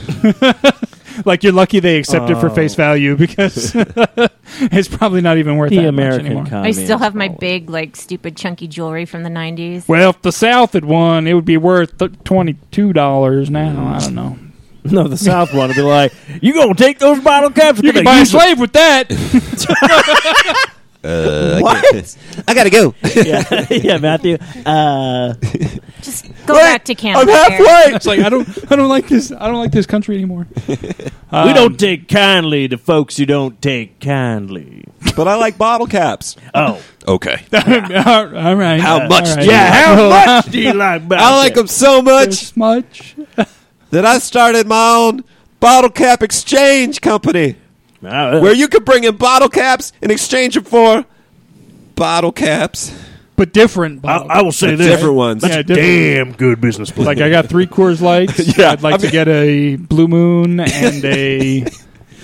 Speaker 1: like you're lucky they accept it for
Speaker 2: Oh.
Speaker 1: face value because it's probably not even worth
Speaker 4: the
Speaker 1: that much
Speaker 4: American
Speaker 1: anymore.
Speaker 4: comedy.
Speaker 3: I still have my big like stupid chunky jewelry from the nineties.
Speaker 1: Well, if the South had won, it would be worth th- $22 now. I don't know.
Speaker 4: No, the South one would be like, you going to take those bottle caps?
Speaker 1: You could buy a slave with that.
Speaker 2: Uh, what? I, gotta go.
Speaker 4: yeah, yeah, Matthew. Uh,
Speaker 3: Just go back to Canada.
Speaker 1: it's like I don't I don't like this I don't like this country anymore.
Speaker 4: we don't take kindly to folks who don't take kindly.
Speaker 2: but I like bottle caps.
Speaker 4: Oh.
Speaker 2: Okay.
Speaker 1: all right.
Speaker 2: How much
Speaker 1: All
Speaker 2: do you-
Speaker 4: how much do you like
Speaker 2: I like them so much
Speaker 1: This much.
Speaker 2: that I started my own bottle cap exchange company.
Speaker 4: Ah, uh.
Speaker 2: where you could bring in bottle caps and exchange them for bottle caps.
Speaker 1: But different.
Speaker 5: I,
Speaker 1: bottle.
Speaker 5: I will say
Speaker 2: But
Speaker 5: this.
Speaker 2: different ones.
Speaker 5: That's
Speaker 1: Yeah,
Speaker 5: a
Speaker 1: different-
Speaker 5: damn good business plan.
Speaker 1: Like I got three Coors Lights.
Speaker 2: Yeah,
Speaker 1: I'd like
Speaker 2: I mean-
Speaker 1: to get a Blue Moon and a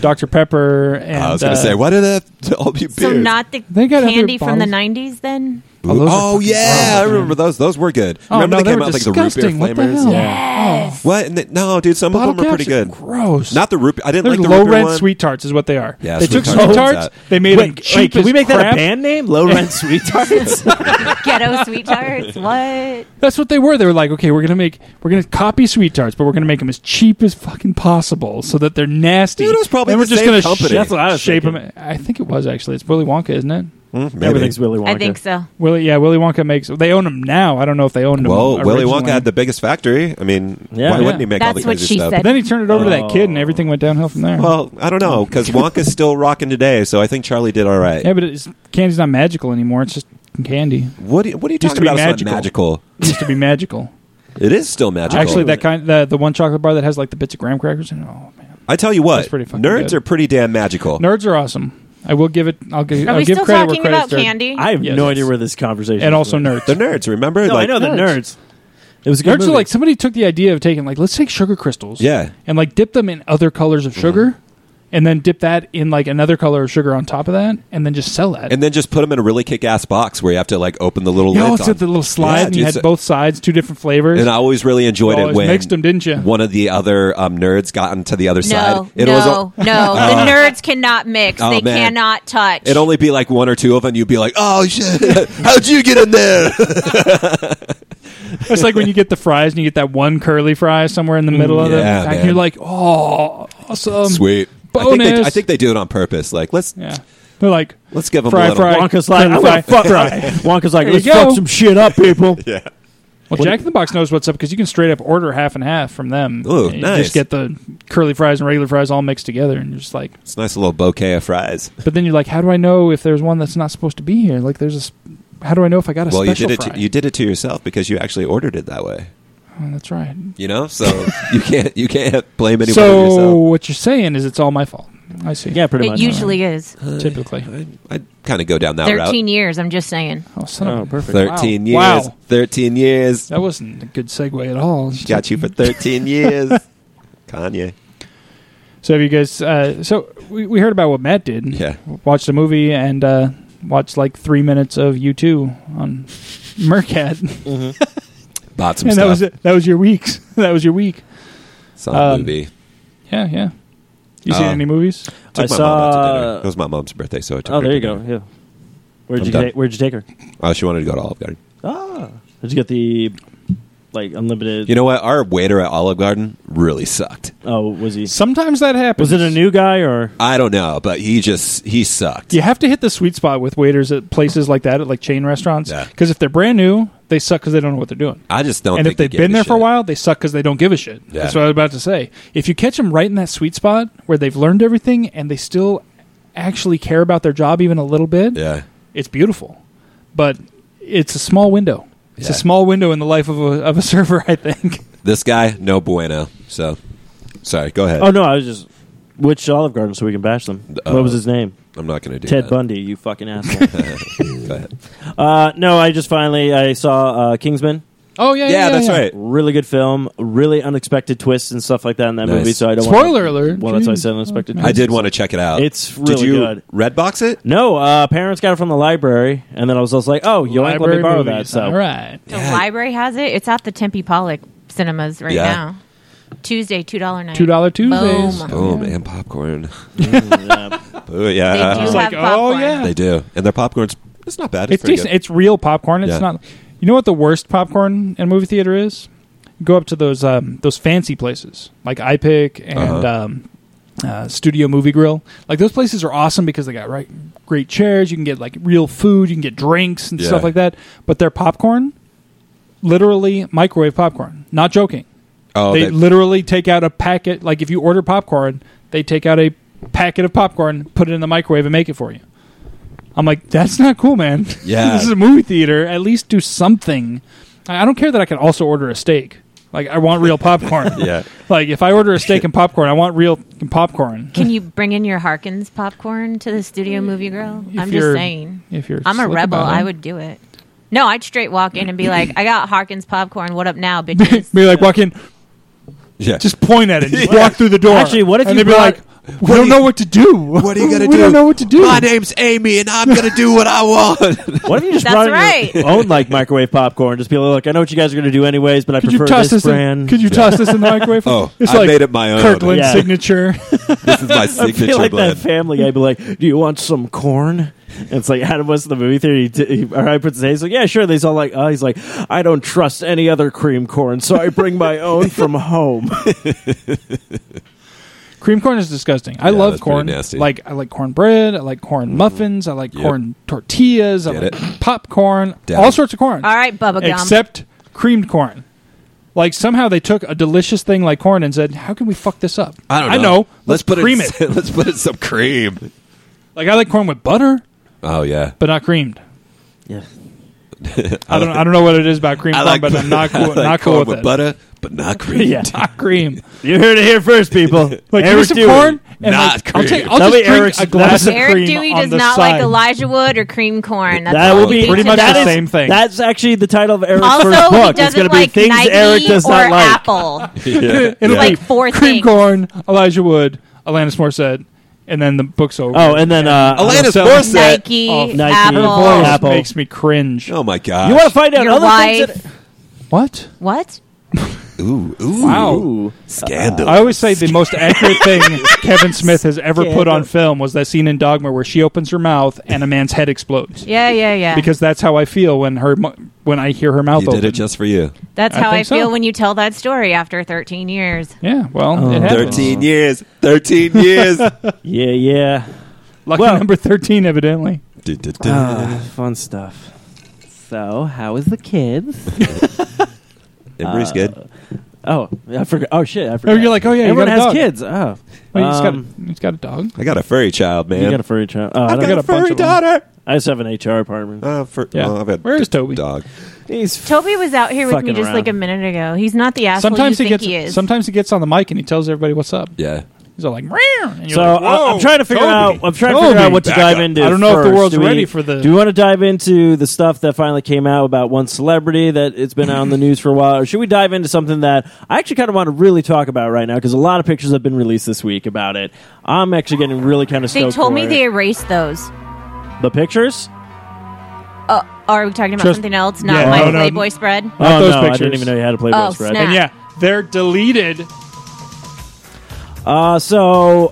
Speaker 1: Dr Pepper. And
Speaker 2: I was going
Speaker 1: uh,
Speaker 2: to say, why did that all be beers?
Speaker 3: So not the
Speaker 1: They got other
Speaker 3: candy from the
Speaker 1: bottles.
Speaker 3: nineties then?
Speaker 1: Oh, those are
Speaker 2: oh
Speaker 1: fucking
Speaker 2: yeah, I
Speaker 1: gross,
Speaker 2: remember those. Those were good.
Speaker 1: Oh, no,
Speaker 2: remember they
Speaker 1: they
Speaker 2: came
Speaker 1: were
Speaker 2: out like the root beer
Speaker 1: disgusting. What the
Speaker 2: flavors.
Speaker 1: hell?
Speaker 3: Yes.
Speaker 2: What? And they- no, dude, some
Speaker 1: Bottle
Speaker 2: of them are
Speaker 1: caps
Speaker 2: pretty good.
Speaker 1: are gross.
Speaker 2: Not the root. beer- I didn't like the
Speaker 1: low
Speaker 2: root beer
Speaker 1: rent
Speaker 2: one.
Speaker 1: sweet tarts is what they are.
Speaker 2: Yeah,
Speaker 1: they took
Speaker 2: sweet tarts.
Speaker 1: sweet
Speaker 2: Oh.
Speaker 1: tarts. They made them
Speaker 4: Wait,
Speaker 1: cheap
Speaker 4: wait, can
Speaker 1: as
Speaker 4: we make that
Speaker 1: crap.
Speaker 4: a band name? Low Rent Sweet Tarts?
Speaker 3: Ghetto sweet tarts. What?
Speaker 1: That's what they were. They were like, okay, we're gonna make we're gonna copy sweet tarts, but we're gonna make them as cheap as fucking possible so that they're nasty.
Speaker 2: Dude, it was probably
Speaker 1: and we're
Speaker 2: the
Speaker 1: just
Speaker 2: same
Speaker 1: gonna
Speaker 2: company.
Speaker 1: sh-
Speaker 2: That's
Speaker 4: what I was
Speaker 1: shape
Speaker 4: thinking.
Speaker 1: them. I think it was actually. It's Willy Wonka, isn't it?
Speaker 2: Mm, maybe.
Speaker 4: Everything's Willy Wonka.
Speaker 3: I think so.
Speaker 1: Willy, yeah, Willy Wonka makes. They own them now. I don't know if they owned them.
Speaker 2: Well, Willy
Speaker 1: originally.
Speaker 2: Wonka had the biggest factory. I mean,
Speaker 4: Yeah.
Speaker 2: why
Speaker 4: Yeah.
Speaker 2: wouldn't he make all the
Speaker 3: That's what she
Speaker 2: crazy stuff?
Speaker 1: But
Speaker 3: said.
Speaker 1: then he turned it over to that kid, and
Speaker 4: Oh.
Speaker 1: everything went downhill from there.
Speaker 2: Well, I don't know because Wonka's still rocking today, so I think Charlie did all right.
Speaker 1: yeah, but it's, candy's not magical anymore. It's just candy.
Speaker 2: What? Are you, what are you
Speaker 1: Used
Speaker 2: talking
Speaker 1: to be
Speaker 2: about? It's not magical.
Speaker 1: It used to be magical.
Speaker 2: It is still magical.
Speaker 1: Actually, that kind, the the one chocolate bar that has like the bits of graham crackers in it. Oh man,
Speaker 2: I tell you what,
Speaker 1: That's pretty fucking
Speaker 2: nerds
Speaker 1: good.
Speaker 2: are pretty damn magical.
Speaker 1: nerds are awesome. I will give it. I'll give.
Speaker 3: Are
Speaker 1: I'll
Speaker 3: we
Speaker 1: give
Speaker 3: still
Speaker 1: credit where
Speaker 3: talking
Speaker 1: credit's
Speaker 3: about
Speaker 1: due.
Speaker 3: candy?
Speaker 4: I have
Speaker 1: Yes.
Speaker 4: no idea where this conversation
Speaker 1: And
Speaker 4: is
Speaker 1: also
Speaker 4: going.
Speaker 1: nerds.
Speaker 2: They're nerds, remember?
Speaker 4: No,
Speaker 2: like,
Speaker 4: I know the
Speaker 1: Nerds.
Speaker 4: nerds. It was a good
Speaker 1: Nerds are
Speaker 4: movie.
Speaker 1: like somebody took the idea of taking like let's take sugar crystals,
Speaker 2: Yeah. Mm-hmm.
Speaker 1: and like dip them in other colors of sugar, and then dip that in like another color of sugar on top of that, and then just sell that.
Speaker 2: And then just put them in a really kick-ass box where you have to like open the little.
Speaker 1: you
Speaker 2: lids
Speaker 1: always
Speaker 2: on.
Speaker 1: did the little slide,
Speaker 2: Yeah,
Speaker 1: and you
Speaker 2: dude,
Speaker 1: had
Speaker 2: so-
Speaker 1: both sides, two different flavors.
Speaker 2: And I always really enjoyed
Speaker 1: You
Speaker 2: it
Speaker 1: always
Speaker 2: when
Speaker 1: mixed 'em, didn't you?
Speaker 2: One of the other um, nerds got onto the other
Speaker 3: No,
Speaker 2: side. It
Speaker 3: no,
Speaker 2: was
Speaker 3: no. the nerds cannot mix.
Speaker 2: Oh,
Speaker 3: they
Speaker 2: man.
Speaker 3: cannot touch.
Speaker 2: It'd only be like one or two of them. You'd be like, "Oh shit, how'd you get in there?"
Speaker 1: It's like when you get the fries and you get that one curly fry somewhere in the middle of
Speaker 2: Mm, yeah,
Speaker 1: them, and
Speaker 2: man.
Speaker 1: you're like, "Oh, awesome,
Speaker 2: Sweet. I think, they,
Speaker 1: Bonus.
Speaker 2: I think they do it on purpose. Like let's
Speaker 1: Yeah, they're like,
Speaker 2: let's give them
Speaker 1: Fry,
Speaker 2: a little.
Speaker 1: fry.
Speaker 4: Wonka's like,
Speaker 1: Fry,
Speaker 4: I'm gonna
Speaker 1: fry,
Speaker 4: fuck right. Wonka's like,
Speaker 1: There you
Speaker 4: let's
Speaker 1: go.
Speaker 4: fuck some shit up, people.
Speaker 2: Yeah,
Speaker 1: "Well, Jack in the Box knows what's up because you can straight up order half and half from them.
Speaker 2: Ooh,
Speaker 1: And you
Speaker 2: nice.
Speaker 1: Just get the curly fries and regular fries all mixed together, and you're just like,
Speaker 2: it's a nice little bouquet of fries.
Speaker 1: but then you're like, how do I know if there's one that's not supposed to be here? Like, there's a, sp- how do I know if I got a
Speaker 2: Well, you
Speaker 1: special
Speaker 2: did it.
Speaker 1: fry?
Speaker 2: To, you did it to yourself because you actually ordered it that way.
Speaker 1: Oh, that's right.
Speaker 2: You know, so you can't you can't blame anyone. but
Speaker 1: So
Speaker 2: yourself.
Speaker 1: what you're saying is it's all my fault. I see.
Speaker 4: Yeah, pretty
Speaker 3: it
Speaker 4: much.
Speaker 3: usually is.
Speaker 1: typically.
Speaker 2: I, I'd kind of go down that
Speaker 3: Thirteen
Speaker 2: route.
Speaker 3: years. I'm just saying.
Speaker 1: Oh, son
Speaker 4: Oh,
Speaker 1: of a-
Speaker 4: perfect.
Speaker 2: Thirteen
Speaker 1: Wow.
Speaker 2: years.
Speaker 1: Wow.
Speaker 2: Thirteen years.
Speaker 1: that wasn't a good segue at all.
Speaker 2: Got you for thirteen years. Kanye.
Speaker 1: So have you guys? Uh, so we, we heard about what Matt did.
Speaker 2: Yeah.
Speaker 1: watched a movie and uh, watched like three minutes of U two on Mercat, and
Speaker 2: Mm-hmm. Bought some
Speaker 1: that
Speaker 2: stuff.
Speaker 1: was it. That was your weeks. that was your week.
Speaker 2: Saw the
Speaker 1: Um,
Speaker 2: movie.
Speaker 1: Yeah, yeah. You seen
Speaker 2: Uh,
Speaker 1: any movies?
Speaker 2: Took
Speaker 4: I
Speaker 2: my mom out to dinner.
Speaker 4: saw- uh,
Speaker 2: It was my mom's birthday, so I took
Speaker 4: Oh,
Speaker 2: her
Speaker 4: there
Speaker 2: to
Speaker 4: you go.
Speaker 2: dinner.
Speaker 4: Yeah. Where'd
Speaker 2: I'm
Speaker 4: you
Speaker 2: done.
Speaker 4: take, Where'd you take her?
Speaker 2: Oh, she wanted to go to Olive Garden.
Speaker 4: Ah, did you get the like unlimited?
Speaker 2: You know what? Our waiter at Olive Garden really sucked.
Speaker 4: oh, was he?
Speaker 1: Sometimes that happens.
Speaker 4: Was it a new guy or?
Speaker 2: I don't know, but he just he sucked.
Speaker 1: You have to hit the sweet spot with waiters at places like that, at like chain restaurants.
Speaker 2: Yeah.
Speaker 1: Because if they're brand new, they suck because they don't know what they're doing.
Speaker 2: I just don't.
Speaker 1: and
Speaker 2: think
Speaker 1: if they've
Speaker 2: he gave
Speaker 1: been
Speaker 2: a
Speaker 1: there for a
Speaker 2: shit.
Speaker 1: while, they suck because they don't give a shit.
Speaker 2: Yeah.
Speaker 1: That's what I was about to say. If you catch them right in that sweet spot where they've learned everything and they still actually care about their job even a little bit,
Speaker 2: yeah,
Speaker 1: it's beautiful. But it's a small window. It's a
Speaker 2: Yeah.
Speaker 1: small window in the life of a, of a server, I think.
Speaker 2: this guy no bueno. So sorry. Go ahead.
Speaker 4: Oh no, I was just which Olive Garden so we can bash them.
Speaker 2: Uh,
Speaker 4: what was his name?
Speaker 2: I'm not going to do
Speaker 4: Ted
Speaker 2: that.
Speaker 4: Bundy. You fucking asshole.
Speaker 2: go ahead.
Speaker 4: uh, no, I just finally I saw uh, Kingsman.
Speaker 1: Oh, yeah, yeah,
Speaker 2: Yeah, that's right.
Speaker 4: Really good film. Really unexpected twists and stuff like that in that
Speaker 2: Nice.
Speaker 4: movie. So I don't.
Speaker 1: Spoiler
Speaker 4: wanna,
Speaker 1: alert.
Speaker 4: Well, that's why I said
Speaker 1: Jeez.
Speaker 4: unexpected.
Speaker 2: I
Speaker 4: twists.
Speaker 2: did want to check it out.
Speaker 4: It's
Speaker 2: did
Speaker 4: really
Speaker 2: you
Speaker 4: good.
Speaker 2: Red box it?
Speaker 4: No, uh, parents got it from the library, and then I was just like, "Oh, yo, let me
Speaker 1: Library
Speaker 4: borrow that."
Speaker 1: movies.
Speaker 4: So
Speaker 1: All right.
Speaker 3: The library has it. It's at the Tempe Pollock cinemas right
Speaker 2: Yeah.
Speaker 3: now. Tuesday, two dollar night.
Speaker 1: $2 Tuesdays.
Speaker 3: Boom.
Speaker 2: Boom and Oh, popcorn.
Speaker 3: They
Speaker 4: yeah.
Speaker 2: Boo,
Speaker 3: do
Speaker 1: It's
Speaker 2: yeah,
Speaker 1: like,
Speaker 3: have
Speaker 1: oh,
Speaker 3: popcorn.
Speaker 1: yeah.
Speaker 2: they do, and their popcorn's it's not bad. It's,
Speaker 1: It's
Speaker 2: pretty
Speaker 1: decent.
Speaker 2: good.
Speaker 1: It's real popcorn. It's
Speaker 2: Yeah.
Speaker 1: not. You know what the worst popcorn in a movie theater is? Go up to those um, those fancy places like iPick and
Speaker 2: Uh-huh.
Speaker 1: um, uh, Studio Movie Grill. Like those places are awesome because they got right great chairs. You can get like real food. You can get drinks and stuff
Speaker 2: Yeah.
Speaker 1: like that. But their popcorn, literally microwave popcorn. Not joking.
Speaker 2: oh,
Speaker 1: they
Speaker 2: they-
Speaker 1: literally take out a packet. Like if you order popcorn, they take out a packet of popcorn, put it in the microwave, and make it for you. I'm like, that's not cool, man.
Speaker 2: Yeah.
Speaker 1: this is a movie theater. At least do something. I I don't care that I can also order a steak. Like I want real popcorn.
Speaker 2: Yeah.
Speaker 1: Like if I order a steak and popcorn, I want real popcorn.
Speaker 3: Can you bring in your Harkins popcorn to the studio movie grill?
Speaker 1: Mm, If
Speaker 3: I'm
Speaker 1: you're-
Speaker 3: just saying.
Speaker 1: If you're,
Speaker 3: I'm a
Speaker 1: slick
Speaker 3: rebel.
Speaker 1: about it.
Speaker 3: I would do it. No, I'd straight walk in and be like, "I got Harkins popcorn. What up now, bitches?"
Speaker 1: be like walk in,
Speaker 2: yeah.
Speaker 1: just point at it, just
Speaker 2: Yeah.
Speaker 1: walk through the door.
Speaker 4: Actually, what if
Speaker 1: and
Speaker 4: you
Speaker 1: they'd
Speaker 4: brought-
Speaker 1: be like, we don't
Speaker 2: do
Speaker 1: know
Speaker 2: you-
Speaker 1: what to do. What
Speaker 2: are you gonna
Speaker 1: We
Speaker 2: do?
Speaker 1: don't know what to do.
Speaker 2: My name's Amy, and I'm going to do what I want.
Speaker 4: What if you just
Speaker 3: That's
Speaker 4: brought in
Speaker 3: right.
Speaker 4: your own like microwave popcorn? Just be like, look, I know what you guys are going to do anyways, but I
Speaker 1: Could you
Speaker 4: prefer
Speaker 1: toss
Speaker 4: this
Speaker 1: this? In,
Speaker 4: brand.
Speaker 1: could you toss this in the microwave?
Speaker 2: Oh, I made it my own.
Speaker 1: Kirkland
Speaker 4: Yeah.
Speaker 1: signature.
Speaker 2: this is my
Speaker 4: I
Speaker 2: signature
Speaker 4: feel like
Speaker 2: blend.
Speaker 4: that Family Guy be like, "Do you want some corn?" And it's like Adam West in the movie theater. He, t- he, or I put his hand, he's like, "Yeah, sure." They all like, "Oh," he's like, "I don't trust any other cream corn, so I bring my own from home."
Speaker 1: Cream corn is disgusting. I
Speaker 2: Yeah,
Speaker 1: love
Speaker 2: that's pretty
Speaker 1: corn.
Speaker 2: nasty. Mm-hmm.
Speaker 1: Like I like corn bread. I like corn muffins. I like
Speaker 2: Yep.
Speaker 1: corn tortillas. I
Speaker 2: Get
Speaker 1: like
Speaker 2: it.
Speaker 1: popcorn.
Speaker 2: Down.
Speaker 1: All sorts of corn.
Speaker 3: All right, Bubba Gum.
Speaker 1: except creamed corn. Like somehow they took a delicious thing like corn and said, "How can we fuck this up?"
Speaker 2: I don't know.
Speaker 1: I know.
Speaker 2: Let's, put
Speaker 1: cream
Speaker 2: in,
Speaker 1: it.
Speaker 2: Let's put in some cream.
Speaker 1: Like I like corn with butter,
Speaker 2: Oh yeah.
Speaker 1: but not creamed.
Speaker 4: yeah.
Speaker 1: I don't. I don't know what it is about cream corn, but I'm not cool.
Speaker 2: I like
Speaker 1: not cool with,
Speaker 2: corn with
Speaker 1: it.
Speaker 2: butter, but not cream.
Speaker 4: Yeah.
Speaker 1: Not cream.
Speaker 4: You heard it here first, people.
Speaker 1: Like give me
Speaker 4: Eric
Speaker 1: some
Speaker 4: Dewey.
Speaker 1: corn and
Speaker 2: Not
Speaker 1: like, I'll, take,
Speaker 2: cream.
Speaker 1: I'll
Speaker 4: That'll
Speaker 1: just
Speaker 4: be
Speaker 1: drink
Speaker 4: Eric's-
Speaker 1: a glass of
Speaker 3: Eric
Speaker 1: cream
Speaker 3: Dewey
Speaker 1: on
Speaker 3: does
Speaker 1: the
Speaker 3: not like
Speaker 1: side.
Speaker 3: Elijah Wood or cream corn. That's
Speaker 4: That
Speaker 3: all
Speaker 4: will
Speaker 3: we
Speaker 4: be
Speaker 3: need
Speaker 1: Pretty
Speaker 3: to
Speaker 1: much the
Speaker 3: know.
Speaker 1: same thing.
Speaker 4: That's actually the title of Eric's
Speaker 3: Also,
Speaker 4: first
Speaker 3: he
Speaker 4: book. It's
Speaker 3: doesn't
Speaker 4: going to be
Speaker 3: like
Speaker 4: things
Speaker 3: Nike
Speaker 4: Eric does
Speaker 3: or
Speaker 4: not like.
Speaker 3: Apple.
Speaker 2: Yeah.
Speaker 1: It'll
Speaker 2: Yeah.
Speaker 1: be
Speaker 3: Like four
Speaker 1: cream
Speaker 3: things.
Speaker 1: corn, Elijah Wood, Alanis Morissette, and then the book's over.
Speaker 4: Oh, and then uh,
Speaker 2: Alanis
Speaker 4: so-
Speaker 2: Morissette. Set.
Speaker 3: Nike,
Speaker 1: Oh,
Speaker 4: Nike.
Speaker 1: her
Speaker 3: Apple.
Speaker 1: voice
Speaker 4: Apple.
Speaker 1: makes me cringe.
Speaker 2: Oh my god!
Speaker 4: You want to find out
Speaker 3: Your
Speaker 4: other
Speaker 3: wife.
Speaker 4: things?
Speaker 1: What?
Speaker 3: What?
Speaker 2: Ooh, ooh,
Speaker 4: That-
Speaker 1: Wow.
Speaker 4: Ooh.
Speaker 2: scandal.
Speaker 1: I always say the most accurate thing Kevin Smith has ever
Speaker 4: Yeah,
Speaker 1: put on
Speaker 4: but-
Speaker 1: film was that scene in Dogma where she opens her mouth and a man's head explodes.
Speaker 3: Yeah, yeah, yeah.
Speaker 1: Because that's how I feel when her mo- when I hear her mouth
Speaker 2: you
Speaker 1: open.
Speaker 2: did it just for you.
Speaker 3: That's
Speaker 1: I
Speaker 3: how I
Speaker 1: think so.
Speaker 3: feel when you tell that story after 13 years.
Speaker 1: yeah, well, it happens.
Speaker 2: Oh. Thirteen years. Thirteen years.
Speaker 4: Yeah, yeah.
Speaker 1: Lucky
Speaker 4: Well-
Speaker 1: number 13 evidently.
Speaker 2: Du- du- du.
Speaker 3: Uh.
Speaker 4: Ah, fun stuff. So, how is the kids?
Speaker 2: Memory's good.
Speaker 4: Oh, I forgot. Oh shit, I forgot.
Speaker 1: Oh, you're like, "Oh, yeah, you
Speaker 4: everyone
Speaker 1: got a
Speaker 4: has
Speaker 1: dog."
Speaker 4: kids. Oh,
Speaker 1: Wait, he's got
Speaker 4: Um,
Speaker 1: a, he's got a dog.
Speaker 2: I got a furry child, man.
Speaker 4: you got a furry child. Oh, I,
Speaker 2: I've
Speaker 4: don't-
Speaker 2: got,
Speaker 1: got
Speaker 2: a
Speaker 1: a bunch
Speaker 2: furry
Speaker 1: of them.
Speaker 2: daughter.
Speaker 4: I just have an HR department.
Speaker 2: Uh, fur-
Speaker 1: Yeah.
Speaker 2: well, I've had
Speaker 1: Where is
Speaker 2: d-
Speaker 1: Toby?
Speaker 2: Dog.
Speaker 4: He's
Speaker 3: Toby was out here with me
Speaker 4: Fucking
Speaker 3: just like a
Speaker 4: around.
Speaker 3: minute ago. He's not the asshole
Speaker 1: Sometimes
Speaker 3: you
Speaker 1: he
Speaker 3: think
Speaker 1: gets
Speaker 3: he is.
Speaker 1: sometimes he gets on the mic and he tells everybody what's up.
Speaker 2: Yeah.
Speaker 1: He's all like, "Meow," and you're
Speaker 4: so
Speaker 1: like,
Speaker 4: I,
Speaker 2: "Whoa,
Speaker 4: am trying to figure
Speaker 2: Toby,
Speaker 4: out. I'm trying to figure
Speaker 1: Toby,
Speaker 4: out what to
Speaker 2: back
Speaker 4: dive
Speaker 2: up."
Speaker 4: into.
Speaker 1: I don't know if the
Speaker 4: first.
Speaker 1: world's
Speaker 4: Do we-
Speaker 1: ready for the-
Speaker 4: Do we want to dive into the stuff that finally came out about one celebrity that it's been out in the news for a while, or should we dive into something that I actually kind of want to really talk about right now because a lot of pictures have been released this week about it. I'm actually getting really kind of.
Speaker 3: they
Speaker 4: stoked
Speaker 3: told
Speaker 4: for
Speaker 3: me
Speaker 4: it.
Speaker 3: they erased those.
Speaker 4: the pictures.
Speaker 3: Uh, are we talking about
Speaker 1: Just-
Speaker 3: something else? Not
Speaker 1: yeah, Oh,
Speaker 3: my
Speaker 1: no, no.
Speaker 3: Playboy spread?
Speaker 1: Not
Speaker 4: oh
Speaker 1: those
Speaker 4: no, I didn't
Speaker 1: pictures.
Speaker 4: even know you had to play
Speaker 3: Oh,
Speaker 4: Boy Spread.
Speaker 3: snap.
Speaker 1: and yeah, they're deleted.
Speaker 4: Uh, so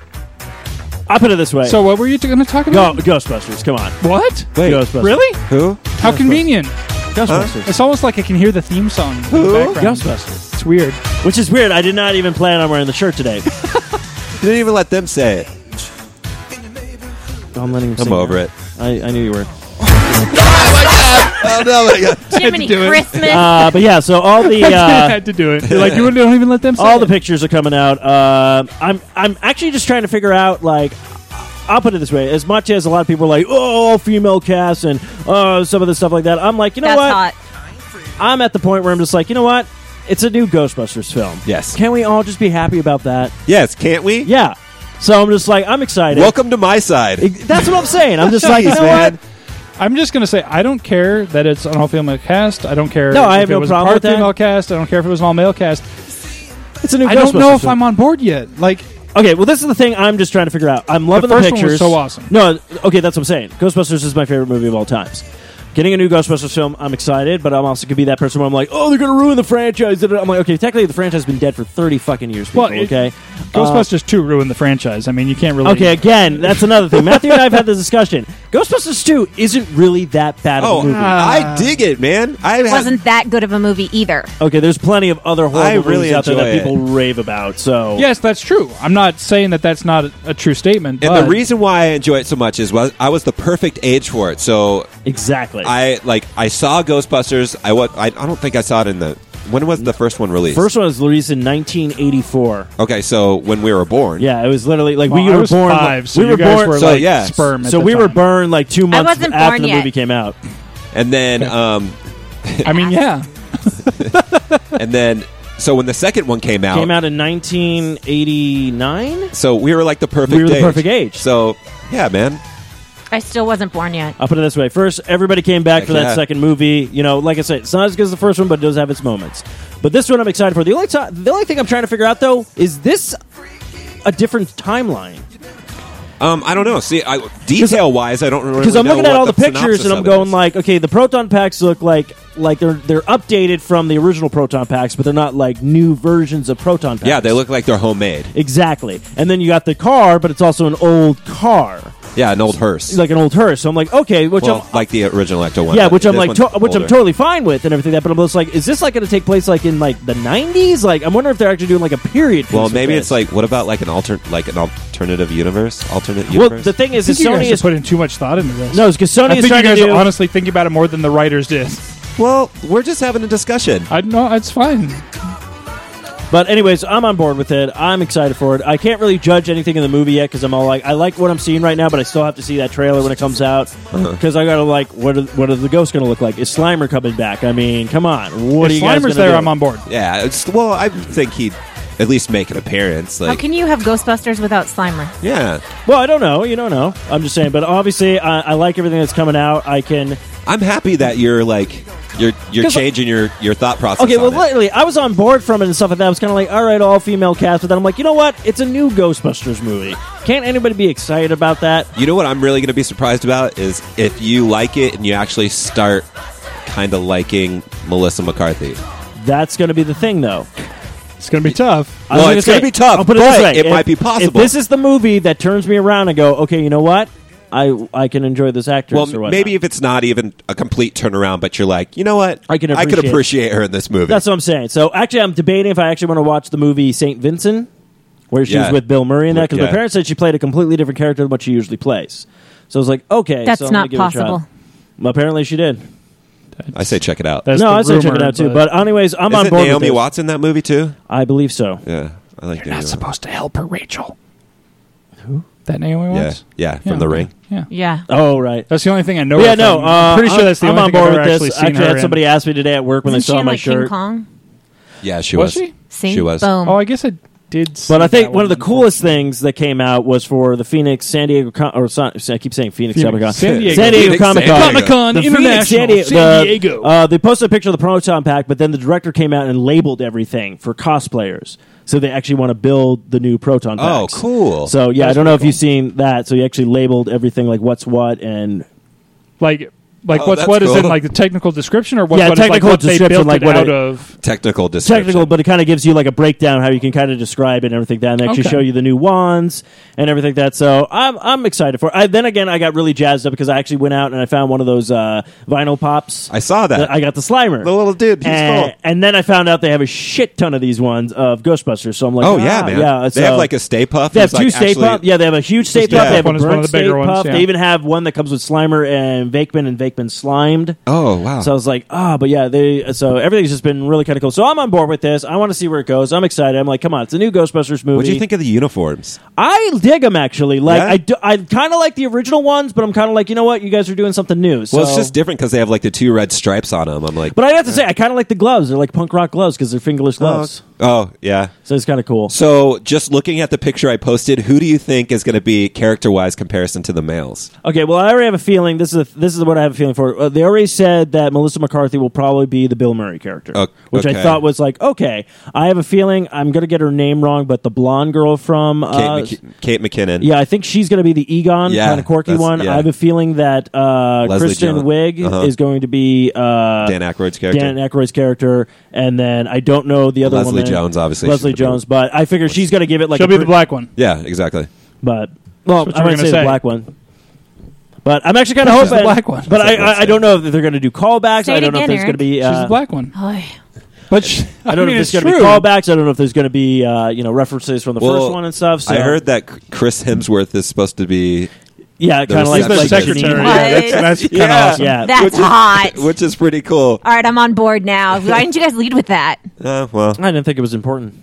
Speaker 4: I put it this way.
Speaker 1: So what were you going to talk
Speaker 4: Go,
Speaker 1: about?
Speaker 4: Ghostbusters, come on.
Speaker 1: What?
Speaker 2: Wait.
Speaker 4: Ghostbusters.
Speaker 1: Really?
Speaker 2: Who?
Speaker 1: How convenient.
Speaker 4: Ghostbusters.
Speaker 1: It's almost like I can hear the theme song in the background.
Speaker 4: Ghostbusters.
Speaker 1: It's weird.
Speaker 4: Which is weird. I did not even plan on wearing the shirt today.
Speaker 2: You didn't even let them say it.
Speaker 4: I'm letting him
Speaker 2: I'm
Speaker 4: sing
Speaker 2: over
Speaker 4: now.
Speaker 2: it.
Speaker 4: I, I knew you were.
Speaker 2: Oh no! My God.
Speaker 3: Jiminy
Speaker 1: do it.
Speaker 3: Christmas.
Speaker 4: Uh, but yeah, so all the
Speaker 1: I
Speaker 4: uh,
Speaker 1: had to do it. You're like, you don't even let them say
Speaker 4: all the
Speaker 1: it.
Speaker 4: pictures are coming out. Uh, I'm I'm actually just trying to figure out like. I'll put it this way: as much as a lot of people are like, "Oh, all female cast" and uh, some of the stuff like that, I'm like, you know
Speaker 3: That's
Speaker 4: what?
Speaker 3: hot.
Speaker 4: I'm at the point where I'm just like, you know what? It's a new Ghostbusters film.
Speaker 2: Yes.
Speaker 4: Can we all just be happy about that?
Speaker 2: Yes, can't we?
Speaker 4: Yeah. So I'm just like, I'm excited.
Speaker 2: Welcome to my side.
Speaker 4: Ex- That's what I'm saying. I'm just like, you
Speaker 2: Jeez,
Speaker 4: know
Speaker 2: man.
Speaker 4: what?
Speaker 1: I'm just gonna say I don't care that it's an all female cast. I don't care.
Speaker 4: No, I
Speaker 1: if
Speaker 4: have
Speaker 1: it
Speaker 4: no
Speaker 1: was
Speaker 4: problem
Speaker 1: a
Speaker 4: with
Speaker 1: part
Speaker 4: that. Uh,
Speaker 1: female cast. I don't care if it was an all male cast.
Speaker 4: It's a new.
Speaker 1: I don't
Speaker 4: Ghostbusters
Speaker 1: know if
Speaker 4: film.
Speaker 1: I'm on board yet. Like,
Speaker 4: Okay, well, this is the thing I'm just trying to figure out. I'm loving the,
Speaker 1: first one was
Speaker 4: pictures.
Speaker 1: so awesome.
Speaker 4: No, okay, that's what I'm saying. Ghostbusters is my favorite movie of all times. Getting a new Ghostbusters film, I'm excited, but I'm also gonna be that person where I'm like, oh, they're gonna ruin the franchise. I'm like, okay, technically the franchise has been dead for 30 fucking years. People,
Speaker 1: Well, it-
Speaker 4: okay, Uh,
Speaker 1: Ghostbusters Two ruined the franchise. I mean, you can't really.
Speaker 4: Okay, again, that's another thing. Matthew and I have had this discussion. Ghostbusters 2 isn't really that bad of
Speaker 2: Oh,
Speaker 4: a movie.
Speaker 2: I dig it, man. I had-
Speaker 3: Wasn't that good of a movie either.
Speaker 4: Okay, there's plenty of other horrible
Speaker 2: I really
Speaker 4: movies out there that
Speaker 2: enjoy
Speaker 4: people rave about. So
Speaker 1: Yes, that's true. I'm not saying that that's not a, a true statement.
Speaker 2: And
Speaker 1: but
Speaker 2: the reason why I enjoy it so much is well, I was the perfect age for it. So
Speaker 4: exactly.
Speaker 2: I like I saw Ghostbusters. I was I, I don't think I saw it in the when was the first one released?
Speaker 4: First one was released in 1984.
Speaker 2: Okay, so when we were born.
Speaker 4: Yeah, it was literally like
Speaker 1: Well,
Speaker 4: we
Speaker 1: I
Speaker 4: were
Speaker 1: was
Speaker 4: born.
Speaker 1: five,
Speaker 4: like,
Speaker 1: so
Speaker 4: we
Speaker 1: you
Speaker 4: were
Speaker 1: guys
Speaker 4: born.
Speaker 1: were
Speaker 2: so,
Speaker 1: like
Speaker 2: yeah.
Speaker 1: sperm. at
Speaker 4: so
Speaker 1: the
Speaker 4: we were
Speaker 1: time.
Speaker 4: burned like two months
Speaker 3: wasn't
Speaker 4: after
Speaker 3: born
Speaker 4: the
Speaker 3: yet.
Speaker 4: movie came out.
Speaker 2: And then um
Speaker 1: I mean, yeah.
Speaker 2: and then so when the second one came out,
Speaker 4: Came out in 1989.
Speaker 2: so we were like the perfect
Speaker 4: We were the
Speaker 2: age.
Speaker 4: perfect age.
Speaker 2: So yeah, man.
Speaker 3: I still wasn't born yet.
Speaker 4: I'll put it this way: first, everybody came back
Speaker 2: Heck
Speaker 4: for that
Speaker 2: yeah.
Speaker 4: second movie. You know, like I said, it's not as good as the first one, but it does have its moments. But this one, I'm excited for. The only ti- the only thing I'm trying to figure out though is this a different timeline?
Speaker 2: Um I don't know. See I detail wise I don't remember.
Speaker 4: Because I'm looking at all the, pictures and I'm going like, okay, the proton packs look like like they're they're updated from the original proton packs, but they're not like new versions of proton packs.
Speaker 2: Yeah, they look like they're homemade.
Speaker 4: exactly. And then you got the car, but it's also an old car,
Speaker 2: Yeah, an old hearse.
Speaker 4: like an old hearse. So I'm like, okay, which
Speaker 2: well,
Speaker 4: I'm
Speaker 2: like the original Ecto one.
Speaker 4: Yeah,
Speaker 2: but
Speaker 4: which I'm
Speaker 2: this
Speaker 4: like,
Speaker 2: one's
Speaker 4: to- which I'm
Speaker 2: older.
Speaker 4: totally fine with and everything that. But I'm just like, is this like going to take place like in like the 90s? Like, I'm wondering if they're actually doing like a period. piece
Speaker 2: Well,
Speaker 4: with
Speaker 2: maybe
Speaker 4: this.
Speaker 2: it's like what about like an alter like an alternative universe? Alternate
Speaker 4: Well,
Speaker 2: universe.
Speaker 4: the thing
Speaker 1: I
Speaker 4: is,
Speaker 1: think
Speaker 4: is
Speaker 1: you guys
Speaker 4: Sony
Speaker 1: are
Speaker 4: is
Speaker 1: putting too much thought into this.
Speaker 4: no, because
Speaker 1: I
Speaker 4: Sony is
Speaker 1: think you
Speaker 4: trying to
Speaker 1: guys are
Speaker 4: do.
Speaker 1: honestly thinking about it more than the writers did.
Speaker 2: well, we're just having a discussion.
Speaker 1: I know it's fine.
Speaker 4: But anyways, I'm on board with it. I'm excited for it. I can't really judge anything in the movie yet because I'm all like, I like what I'm seeing right now, but I still have to see that trailer when it comes out
Speaker 2: Uh-huh.
Speaker 4: because I gotta like, what are, what are the ghosts going to look like? Is Slimer coming back? I mean, come on, what
Speaker 1: If
Speaker 4: are you guys
Speaker 1: Slimer's
Speaker 4: gonna
Speaker 1: there,
Speaker 4: do?
Speaker 1: I'm on board.
Speaker 2: Yeah, it's well, I think he'd at least make an appearance.
Speaker 3: How
Speaker 2: Like,
Speaker 3: can you have Ghostbusters without Slimer?
Speaker 2: yeah,
Speaker 4: Well, I don't know. You don't know. I'm just saying. But obviously, I, I like everything that's coming out. I can.
Speaker 2: I'm happy that you're like You're you're
Speaker 4: 'Cause-
Speaker 2: changing your your thought process.
Speaker 4: Okay, well,
Speaker 2: on it.
Speaker 4: literally, I was on board from it and stuff like that. I was kind of like, all right, all female cast. But then I'm like, you know what? It's a new Ghostbusters movie. Can't anybody be excited about that?
Speaker 2: you know what I'm really going to be surprised about is if you like it and you actually start kind of liking Melissa McCarthy.
Speaker 4: That's going to be the thing, though.
Speaker 1: It's going to be tough.
Speaker 4: I was
Speaker 2: Well,
Speaker 4: gonna
Speaker 2: it's gonna
Speaker 4: say,
Speaker 2: be tough,
Speaker 4: I'll put it, this
Speaker 2: but
Speaker 4: way.
Speaker 2: it
Speaker 4: If-
Speaker 2: might be
Speaker 4: If
Speaker 2: possible.
Speaker 4: this is the movie that turns me around and go, okay, you know what? I I can enjoy this actress.
Speaker 2: Well,
Speaker 4: or whatnot.
Speaker 2: maybe if it's not even a complete turnaround, but you're like, you know what?
Speaker 4: I can
Speaker 2: I could
Speaker 4: appreciate-
Speaker 2: appreciate her in this movie.
Speaker 4: That's what I'm saying. So actually, I'm debating if I actually want to watch the movie Saint Vincent, where she
Speaker 2: Yeah.
Speaker 4: was with Bill Murray and that. Because
Speaker 2: Yeah.
Speaker 4: my parents said she played a completely different character than what she usually plays. So I was like, okay,
Speaker 3: That's
Speaker 4: so I'm gonna
Speaker 3: not
Speaker 4: give it a try.
Speaker 3: possible.
Speaker 4: Well, apparently, she did.
Speaker 2: I say check it out.
Speaker 1: That's
Speaker 4: no,
Speaker 1: the
Speaker 4: I said check
Speaker 1: rumor,
Speaker 4: it out too. But anyways, I'm
Speaker 2: Isn't
Speaker 4: on board. with
Speaker 2: Naomi
Speaker 4: this.
Speaker 2: Watts in that movie too?
Speaker 4: I believe so.
Speaker 2: Yeah, I like
Speaker 1: You're not
Speaker 2: Naomi.
Speaker 1: supposed to help her, Rachel. Who? That Naomi
Speaker 2: Yeah,
Speaker 1: Watts?
Speaker 2: yeah, from The
Speaker 1: okay.
Speaker 2: Ring.
Speaker 1: Yeah.
Speaker 3: Yeah.
Speaker 4: Oh right.
Speaker 1: That's the only thing I know.
Speaker 4: yeah,
Speaker 1: her
Speaker 4: no.
Speaker 1: from.
Speaker 4: Uh,
Speaker 1: pretty sure
Speaker 4: I'm-
Speaker 1: that's the
Speaker 4: I'm
Speaker 1: only
Speaker 4: on
Speaker 1: thing
Speaker 4: board
Speaker 1: I've
Speaker 4: with
Speaker 1: actually
Speaker 4: this.
Speaker 1: seen
Speaker 4: Actually, I
Speaker 1: her
Speaker 4: had somebody
Speaker 1: in.
Speaker 4: ask me today at work when
Speaker 3: Isn't
Speaker 4: they saw
Speaker 3: she in,
Speaker 4: my
Speaker 3: like King
Speaker 4: shirt.
Speaker 3: Kong?
Speaker 2: Yeah, she
Speaker 1: Was
Speaker 2: was.
Speaker 1: she?
Speaker 3: See?
Speaker 2: She was.
Speaker 3: Boom.
Speaker 1: Oh, I guess I did. See
Speaker 4: But I think
Speaker 1: that
Speaker 4: one of the coolest
Speaker 1: unfortunately.
Speaker 4: things that came out was for the Phoenix San Diego Con- or Son- I keep saying Phoenix,
Speaker 1: Phoenix.
Speaker 4: Comic Con
Speaker 1: San Diego.
Speaker 2: Phoenix,
Speaker 4: Comic Con
Speaker 2: San Diego.
Speaker 1: Comic-Con
Speaker 4: The Phoenix,
Speaker 1: International, San Diego.
Speaker 4: the, uh, they posted a picture of the proton pack, but then the director came out and labeled everything for cosplayers. So they actually want to build the new proton
Speaker 2: Oh,
Speaker 4: packs.
Speaker 2: cool.
Speaker 4: So yeah, I don't know if you've seen that. So he actually labeled everything like what's what and
Speaker 1: like, like
Speaker 2: Oh,
Speaker 1: what's
Speaker 2: that's
Speaker 1: what is in
Speaker 2: cool.
Speaker 1: like the technical description or what?
Speaker 4: Yeah,
Speaker 1: what is, like,
Speaker 4: technical
Speaker 1: what they
Speaker 4: description,
Speaker 1: built
Speaker 4: like
Speaker 1: it
Speaker 4: what
Speaker 1: out
Speaker 4: it-
Speaker 1: of.
Speaker 2: Technical description.
Speaker 4: technical, but it kind of gives you like a breakdown how you can kind of describe it and everything that, and they actually
Speaker 1: Okay.
Speaker 4: show you the new wands and everything that. So I'm I'm excited for. It. I then again I got really jazzed up because I actually went out and I found one of those uh, vinyl pops.
Speaker 2: I saw that.
Speaker 4: I got the Slimer,
Speaker 2: The little dude, he's
Speaker 4: and,
Speaker 2: cool.
Speaker 4: and then I found out they have a shit ton of these ones of Ghostbusters. So I'm like,
Speaker 2: oh yeah,
Speaker 4: ah,
Speaker 2: man.
Speaker 4: yeah.
Speaker 2: they have
Speaker 4: so-
Speaker 2: like a Stay Puff.
Speaker 4: they have
Speaker 2: It's, like,
Speaker 4: two Stay
Speaker 2: actually-
Speaker 4: Puff. Yeah, they have a huge Stay Puff.
Speaker 2: Puff
Speaker 4: They have
Speaker 1: one
Speaker 4: a
Speaker 1: is one of
Speaker 4: burnt
Speaker 1: the bigger
Speaker 4: Stay
Speaker 1: ones,
Speaker 4: Puff.
Speaker 1: yeah.
Speaker 4: They even have one that comes with Slimer and Vakeman and Vakeman Slimed.
Speaker 2: Oh wow.
Speaker 4: So I was like, ah, but yeah, they. So everything's just been really kind of cool. So I'm on board with this. I want to see where it goes. I'm excited. I'm like, come on, it's a new Ghostbusters movie.
Speaker 2: what do you think of the uniforms?
Speaker 4: I dig them actually. Like
Speaker 2: Yeah?
Speaker 4: I, do, I kind of like the original ones, but I'm kind of like, you know what? You guys are doing something new. So.
Speaker 2: Well, it's just different because they have like the two red stripes on them. I'm like,
Speaker 4: But I have to say, I kind of like the gloves. They're like punk rock gloves because they're fingerless gloves.
Speaker 2: oh yeah.
Speaker 4: So it's kind of cool.
Speaker 2: So just looking at the picture I posted, who do you think is going to be character wise comparison to the males?
Speaker 4: Okay, well, I already have a feeling. This is a, this is what I have a feeling for. Uh, they already said that Melissa McCarthy will probably be the Bill Murray character,
Speaker 2: O-
Speaker 4: which
Speaker 2: okay.
Speaker 4: I thought was like, okay, I have a feeling I'm going to get her name wrong, but the blonde girl from
Speaker 2: Kate,
Speaker 4: uh,
Speaker 2: McK- Kate McKinnon.
Speaker 4: Yeah, I think she's going to be the Egon
Speaker 2: Yeah,
Speaker 4: kind of quirky
Speaker 2: that's-
Speaker 4: one.
Speaker 2: yeah.
Speaker 4: I have a feeling that uh,
Speaker 2: Leslie
Speaker 4: Kristen
Speaker 2: Jones.
Speaker 4: Wiig
Speaker 2: Uh-huh.
Speaker 4: is going to be uh,
Speaker 2: Dan Aykroyd's character.
Speaker 4: Dan Aykroyd's character, and then I don't know the other
Speaker 2: Leslie
Speaker 4: woman.
Speaker 2: Jones, obviously,
Speaker 4: Leslie
Speaker 2: she's gonna be-
Speaker 4: Jones, but I figure she's going to give it like
Speaker 1: She'll
Speaker 4: a
Speaker 1: be the
Speaker 4: pretty-
Speaker 1: black one.
Speaker 2: yeah, exactly.
Speaker 4: but well,
Speaker 1: what
Speaker 4: I
Speaker 1: you were
Speaker 4: might
Speaker 1: gonna
Speaker 4: say,
Speaker 1: say.
Speaker 4: the black one. But I'm actually kind of
Speaker 1: Which is
Speaker 4: hoping
Speaker 1: the black one.
Speaker 4: But I,
Speaker 2: That's what
Speaker 4: I, I
Speaker 2: I'm
Speaker 4: don't know if they're going to do callbacks.
Speaker 3: Say it
Speaker 4: I don't know
Speaker 3: again,
Speaker 4: if
Speaker 3: Eric.
Speaker 4: there's going to be.
Speaker 1: She's
Speaker 4: Uh,
Speaker 1: the black one.
Speaker 3: Oy.
Speaker 1: But she, I,
Speaker 4: I don't
Speaker 1: mean,
Speaker 4: know if
Speaker 1: it's
Speaker 4: there's going to
Speaker 1: true.
Speaker 4: be callbacks. I don't know if there's going to be uh, you know references from the
Speaker 2: Well,
Speaker 4: first one and stuff. So
Speaker 2: I heard that C- Chris Hemsworth is supposed to be,
Speaker 4: yeah, kind
Speaker 2: was
Speaker 4: of like
Speaker 1: She's the
Speaker 4: like
Speaker 1: secretary.
Speaker 4: Janine.
Speaker 3: What?
Speaker 1: Yeah, that's, that's kind of
Speaker 2: Yeah.
Speaker 1: awesome.
Speaker 4: Yeah,
Speaker 3: That's
Speaker 2: Which is-
Speaker 3: hot.
Speaker 2: which is pretty cool.
Speaker 3: All right, I'm on board now. Why didn't you guys lead with that?
Speaker 2: Uh, well,
Speaker 4: I didn't think it was important.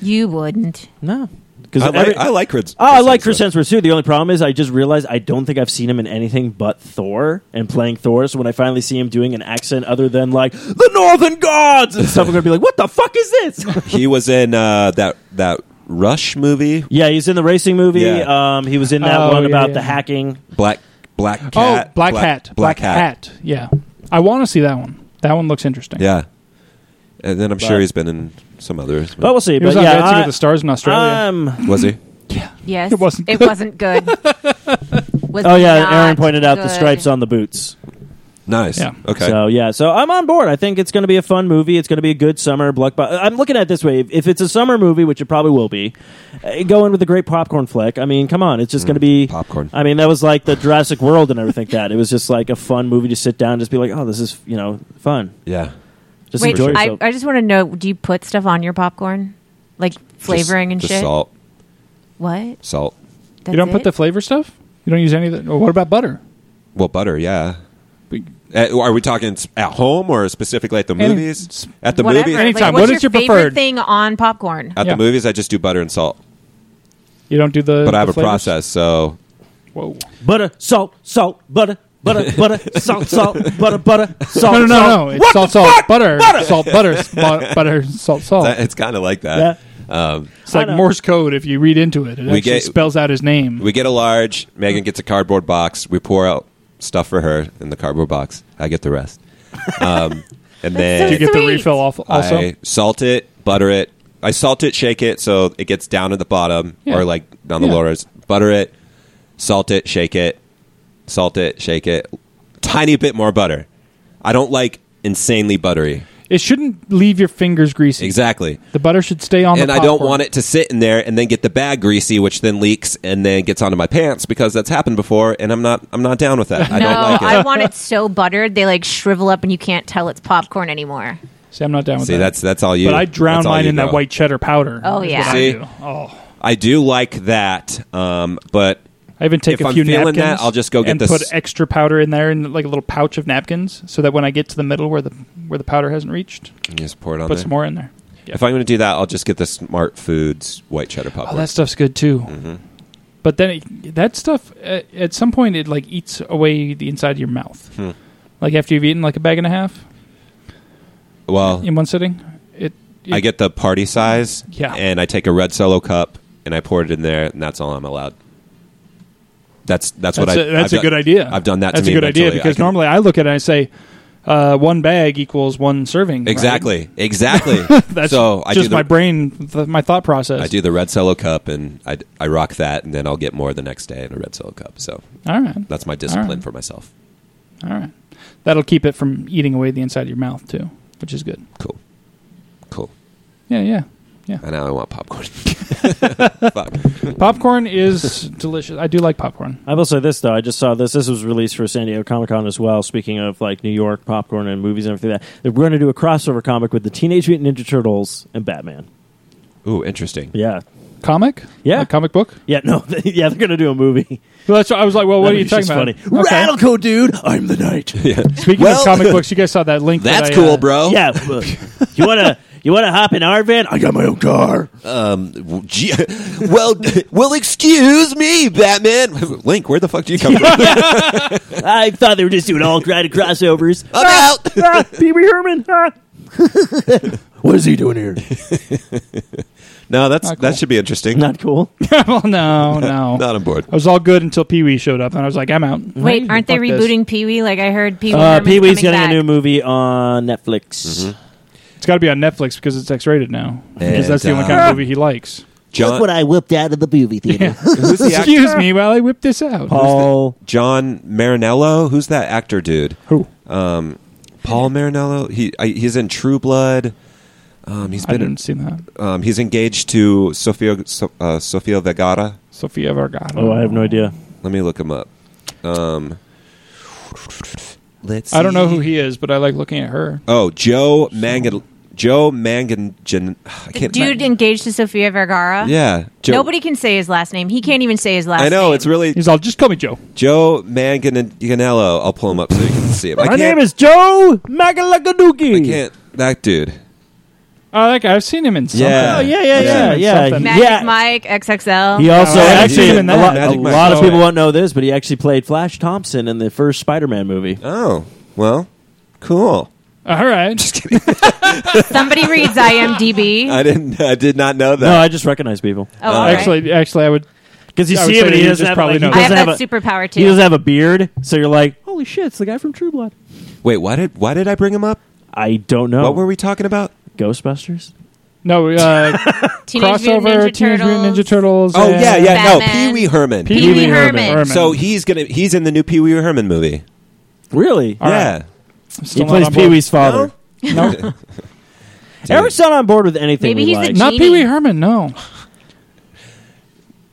Speaker 3: You wouldn't.
Speaker 4: No, because
Speaker 2: I like, I like Chris.
Speaker 4: Oh, I like Chris Hemsworth too. The only problem is I just realized I don't think I've seen him in anything but Thor and playing Thor. So when I finally see him doing an accent other than like the Northern Gods and stuff, I'm gonna be like, "What the fuck is this?"
Speaker 2: He was in uh, that that Rush movie,
Speaker 4: yeah, he's in the racing movie.
Speaker 2: Yeah.
Speaker 4: Um, he was in that
Speaker 1: Oh,
Speaker 4: one
Speaker 1: yeah,
Speaker 4: about
Speaker 1: yeah.
Speaker 4: the hacking.
Speaker 2: Black Black Cat.
Speaker 1: Oh, black, hat.
Speaker 2: Black, hat.
Speaker 1: Yeah, I want to see that one. That one looks interesting.
Speaker 2: Yeah. And then I'm
Speaker 4: But-
Speaker 2: sure he's been in some others.
Speaker 4: But we'll see.
Speaker 1: He was
Speaker 4: but
Speaker 1: on
Speaker 4: yeah,
Speaker 1: Dancing
Speaker 4: I,
Speaker 1: with the Stars in Australia.
Speaker 4: um,
Speaker 2: was he?
Speaker 3: Yes.
Speaker 1: It wasn't
Speaker 3: It
Speaker 1: good.
Speaker 3: wasn't good. Was
Speaker 4: oh
Speaker 3: not
Speaker 4: yeah, Aaron pointed out the
Speaker 3: good.
Speaker 4: stripes on the boots.
Speaker 2: Nice.
Speaker 1: Yeah.
Speaker 2: Okay.
Speaker 4: So yeah, so I'm on board. I think it's going to be a fun movie. It's going to be a good summer blockbuster. I'm looking at it this way: if, if it's a summer movie, which it probably will be, uh, go in with a great popcorn flick. I mean, come on, it's just going to be
Speaker 2: popcorn.
Speaker 4: I mean, that was like the Jurassic World and everything. That it was just like a fun movie to sit down, and just be like, oh, this is you know fun.
Speaker 2: yeah.
Speaker 4: Just
Speaker 3: Wait,
Speaker 4: enjoy
Speaker 3: I,
Speaker 4: yourself.
Speaker 3: I just want to know: Do you put stuff on your popcorn, like flavoring
Speaker 2: Just-
Speaker 3: and
Speaker 2: just
Speaker 3: shit?
Speaker 2: Salt.
Speaker 3: What?
Speaker 2: Salt.
Speaker 1: you don't put the flavor stuff. You don't use any of the. Or what about butter?
Speaker 2: Well, butter. Yeah. Uh, are we talking s- at home or specifically at the
Speaker 1: Any-
Speaker 2: movies? At the
Speaker 3: Whatever.
Speaker 2: movies.
Speaker 3: Like,
Speaker 1: Anytime.
Speaker 3: what's
Speaker 1: What is
Speaker 3: your,
Speaker 1: your
Speaker 3: favorite
Speaker 1: preferred?
Speaker 3: thing on popcorn?
Speaker 2: At
Speaker 1: Yeah.
Speaker 2: the movies, I just do butter and salt.
Speaker 1: You don't do the.
Speaker 2: But
Speaker 1: the
Speaker 2: I have a
Speaker 1: flavors?
Speaker 2: process, so
Speaker 1: Whoa.
Speaker 4: butter, salt, salt, butter. Butter, butter, salt, salt, butter, butter, salt.
Speaker 1: No, no, no,
Speaker 4: salt.
Speaker 1: no. It's
Speaker 4: What the
Speaker 1: salt, salt,
Speaker 4: fuck?
Speaker 1: butter, salt, butter, s- bu- butter, salt, salt.
Speaker 2: that, it's kind of like
Speaker 4: Yeah.
Speaker 2: that. Um,
Speaker 1: it's like
Speaker 4: I know.
Speaker 1: Morse code if you read into it. It actually
Speaker 2: get-
Speaker 1: spells out his name.
Speaker 2: we get a large. Megan gets a cardboard box. We pour out stuff for her in the cardboard box. I get the rest. Um, and then
Speaker 1: Do you get the
Speaker 3: Sweet.
Speaker 1: refill off also?
Speaker 2: I salt it, butter it. I salt it, shake it, so it gets down to the bottom
Speaker 1: Yeah.
Speaker 2: or like down the
Speaker 1: Yeah.
Speaker 2: lower lowers. Butter it, salt it, shake it, salt it, shake it. Tiny bit more butter. I don't like insanely buttery.
Speaker 1: it shouldn't leave your fingers greasy.
Speaker 2: Exactly.
Speaker 1: The butter should stay on.
Speaker 2: and
Speaker 1: the
Speaker 2: I don't
Speaker 1: popcorn.
Speaker 2: want it to sit in there and then get the bag greasy, which then leaks and then gets onto my pants because that's happened before, and I'm not I'm not down with that. I
Speaker 3: no,
Speaker 2: don't like it.
Speaker 3: I want it so buttered they like shrivel up and you can't tell it's popcorn anymore.
Speaker 1: See, I'm not down with
Speaker 2: See,
Speaker 1: that.
Speaker 2: that's that's all you.
Speaker 1: but I drown
Speaker 2: that's all
Speaker 1: mine
Speaker 2: you
Speaker 1: in that
Speaker 2: go.
Speaker 1: white cheddar powder.
Speaker 3: Oh,
Speaker 1: is
Speaker 3: yeah.
Speaker 1: what I
Speaker 2: See?
Speaker 1: do. Oh,
Speaker 2: I do like that, um, but
Speaker 1: I even take
Speaker 2: If
Speaker 1: a
Speaker 2: I'm
Speaker 1: few
Speaker 2: feeling
Speaker 1: napkins.
Speaker 2: that, I'll just go get
Speaker 1: and
Speaker 2: this-
Speaker 1: put e- extra powder in there and like a little pouch of napkins, so that when I get to the middle where the where the powder hasn't reached,
Speaker 2: you just pour it on
Speaker 1: put
Speaker 2: there.
Speaker 1: some more in there. Yeah.
Speaker 2: If I'm going to do that, I'll just get the Smart Foods white cheddar
Speaker 1: Oh,
Speaker 2: popcorn. Mm-hmm.
Speaker 1: that stuff's good too. But then it, that stuff uh, at some point it like eats away the inside of your mouth.
Speaker 2: Hmm.
Speaker 1: Like after you've eaten like a bag and a half
Speaker 2: well,
Speaker 1: in one sitting, it. it
Speaker 2: I get the party size,
Speaker 1: Yeah.
Speaker 2: and I take a red Solo cup and I pour it in there, and that's all I'm allowed. That's that's, what
Speaker 1: That's
Speaker 2: I.
Speaker 1: a, that's
Speaker 2: I've
Speaker 1: a
Speaker 2: done-
Speaker 1: good idea.
Speaker 2: I've done that.
Speaker 1: That's
Speaker 2: to
Speaker 1: a
Speaker 2: me
Speaker 1: good idea
Speaker 2: mentally. I
Speaker 1: because
Speaker 2: can-
Speaker 1: normally I look at it and I say, uh, one bag equals one serving. right?
Speaker 2: exactly exactly.
Speaker 1: That's
Speaker 2: so I
Speaker 1: just
Speaker 2: do the,
Speaker 1: my brain, th- my thought process.
Speaker 2: I do the red Solo cup, and I, I rock that, and then I'll get more the next day in a red Solo cup. So
Speaker 1: All right,
Speaker 2: that's my discipline
Speaker 1: All right.
Speaker 2: for myself.
Speaker 1: all right. That'll keep it from eating away the inside of your mouth too, which is good.
Speaker 2: Cool, cool.
Speaker 1: Yeah, yeah, yeah.
Speaker 2: And now I want popcorn. Fuck.
Speaker 1: Popcorn is delicious. I do like popcorn.
Speaker 4: I will say this though. I just saw this. This was released for San Diego Comic Con as well. Speaking of like New York popcorn and movies and everything like that, they're going to do a crossover comic with the Teenage Mutant Ninja Turtles and Batman.
Speaker 2: Ooh, interesting.
Speaker 4: Yeah,
Speaker 1: Comic?
Speaker 4: Yeah.
Speaker 1: Like comic book.
Speaker 4: yeah, no, yeah, they're going to do a movie.
Speaker 1: Well, that's what I was like. Well, what
Speaker 4: That
Speaker 1: are you
Speaker 4: movie's
Speaker 1: talking
Speaker 4: just
Speaker 1: about?
Speaker 4: Funny.
Speaker 1: Okay.
Speaker 4: Radical dude, I'm the knight.
Speaker 1: Speaking
Speaker 2: Well-
Speaker 1: of comic books, you guys saw that link.
Speaker 2: That's
Speaker 1: that I,
Speaker 2: cool,
Speaker 1: uh,
Speaker 2: bro.
Speaker 4: Yeah, uh, you wanna you wanna hop in our van? I got my own car.
Speaker 2: Um, gee- well, well, excuse me, Batman. Link, where the fuck do you come from?
Speaker 4: I thought they were just doing all kind of crossovers.
Speaker 2: I'm out.
Speaker 4: ah, Pee Wee Herman. Ah. what is he doing here?
Speaker 2: No, that's
Speaker 1: Not Ah, cool.
Speaker 2: that should be interesting. Not,
Speaker 4: Not cool.
Speaker 1: well, no, no.
Speaker 2: on board.
Speaker 1: I was all good until Pee Wee showed up, and I was like, I'm out. Uh,
Speaker 3: Wait, aren't they
Speaker 1: Fuck this.
Speaker 3: rebooting Pee Wee? Like I heard Pee Wee.
Speaker 4: Uh,
Speaker 3: Herman's
Speaker 4: Pee Wee's
Speaker 3: coming
Speaker 4: getting
Speaker 3: back.
Speaker 4: a new movie on Netflix.
Speaker 2: Mm-hmm.
Speaker 1: It's got to be on Netflix because it's X-rated now. Because that's the
Speaker 2: And,
Speaker 1: only kind
Speaker 2: uh,
Speaker 1: of movie he likes.
Speaker 2: John,
Speaker 5: I whipped out of the movie theater.
Speaker 2: who's the actor?
Speaker 1: Excuse me while I whip this out.
Speaker 4: Paul.
Speaker 2: John Marinello. Who's that actor, dude?
Speaker 1: Who?
Speaker 2: Um, Paul Marinello. He I, he's in True Blood. Um, he's
Speaker 1: I
Speaker 2: been in,
Speaker 1: didn't see that.
Speaker 2: um, he's engaged to Sofia so, uh, Sofia Vergara.
Speaker 1: Sofia Vergara.
Speaker 4: Oh, I have no idea.
Speaker 2: Let me look him up. Um, let's.
Speaker 1: I don't know
Speaker 2: see.
Speaker 1: who he is, but I like looking at her.
Speaker 2: Oh, Joe Mangan. Joe Mangan. I can't.
Speaker 3: dude engaged to Sofia Vergara.
Speaker 2: Yeah. Joe,
Speaker 3: Nobody can say his last name. He can't even say his last.
Speaker 2: I know
Speaker 3: name.
Speaker 2: it's really
Speaker 1: He's all, just call me Joe.
Speaker 2: Joe Manganiello. I'll pull him up so you can see him. I
Speaker 4: My
Speaker 2: can't,
Speaker 4: name is Joe
Speaker 2: I
Speaker 4: Magalagaduki.
Speaker 2: can't. That dude.
Speaker 1: Oh, that guy. I've seen him in something.
Speaker 2: Yeah.
Speaker 4: Oh, yeah, yeah,
Speaker 2: Yeah.
Speaker 4: yeah, yeah.
Speaker 1: Something.
Speaker 3: Magic
Speaker 4: yeah.
Speaker 3: Mike XXL.
Speaker 4: He also
Speaker 1: Oh, I haven't
Speaker 4: actually
Speaker 1: seen him
Speaker 4: a
Speaker 1: in that.
Speaker 4: lot, a
Speaker 2: Magic Mike.
Speaker 4: lot
Speaker 1: Oh,
Speaker 4: of people
Speaker 1: yeah.
Speaker 4: won't know this, but he actually played Flash Thompson in the first Spider-Man movie.
Speaker 2: Oh well, cool.
Speaker 1: All right.
Speaker 2: Just kidding.
Speaker 3: Somebody reads IMDb.
Speaker 2: I didn't. I did not know that.
Speaker 4: No, I just recognize people
Speaker 3: oh, all right.
Speaker 1: Actually, actually, I would.
Speaker 4: because you
Speaker 1: I would
Speaker 4: see him
Speaker 1: say
Speaker 4: and he
Speaker 1: you
Speaker 4: doesn't
Speaker 1: just
Speaker 4: have
Speaker 1: probably
Speaker 4: like, he
Speaker 1: know.
Speaker 3: I have
Speaker 4: doesn't
Speaker 3: that
Speaker 4: have a,
Speaker 3: superpower too.
Speaker 4: he doesn't have a beard, so you're like, holy shit, it's the guy from True Blood.
Speaker 2: Wait, why did why did I bring him up?
Speaker 4: I don't know.
Speaker 2: What were we talking about?
Speaker 4: Ghostbusters?
Speaker 1: No, uh,
Speaker 3: Teenage Mutant
Speaker 1: crossover,
Speaker 3: Ninja
Speaker 1: Teenage Mutant
Speaker 3: Turtles.
Speaker 1: Ninja Turtles.
Speaker 2: Oh
Speaker 1: and-
Speaker 2: yeah, yeah.
Speaker 3: Batman.
Speaker 2: No, Pee Wee Herman.
Speaker 1: Pee-
Speaker 3: Pee Wee
Speaker 1: Wee
Speaker 3: Herman.
Speaker 1: Herman. Herman.
Speaker 2: so he's gonna he's in the new Pee Wee Herman movie.
Speaker 4: Really?
Speaker 1: All
Speaker 2: yeah.
Speaker 1: right. I'm still
Speaker 4: He
Speaker 1: not
Speaker 4: plays
Speaker 1: on board.
Speaker 4: Pee Wee's father.
Speaker 1: No,
Speaker 4: Eric's not on board with anything.
Speaker 3: Maybe
Speaker 4: we
Speaker 3: he's the
Speaker 4: like.
Speaker 3: G-
Speaker 1: not Pee Wee Herman. No,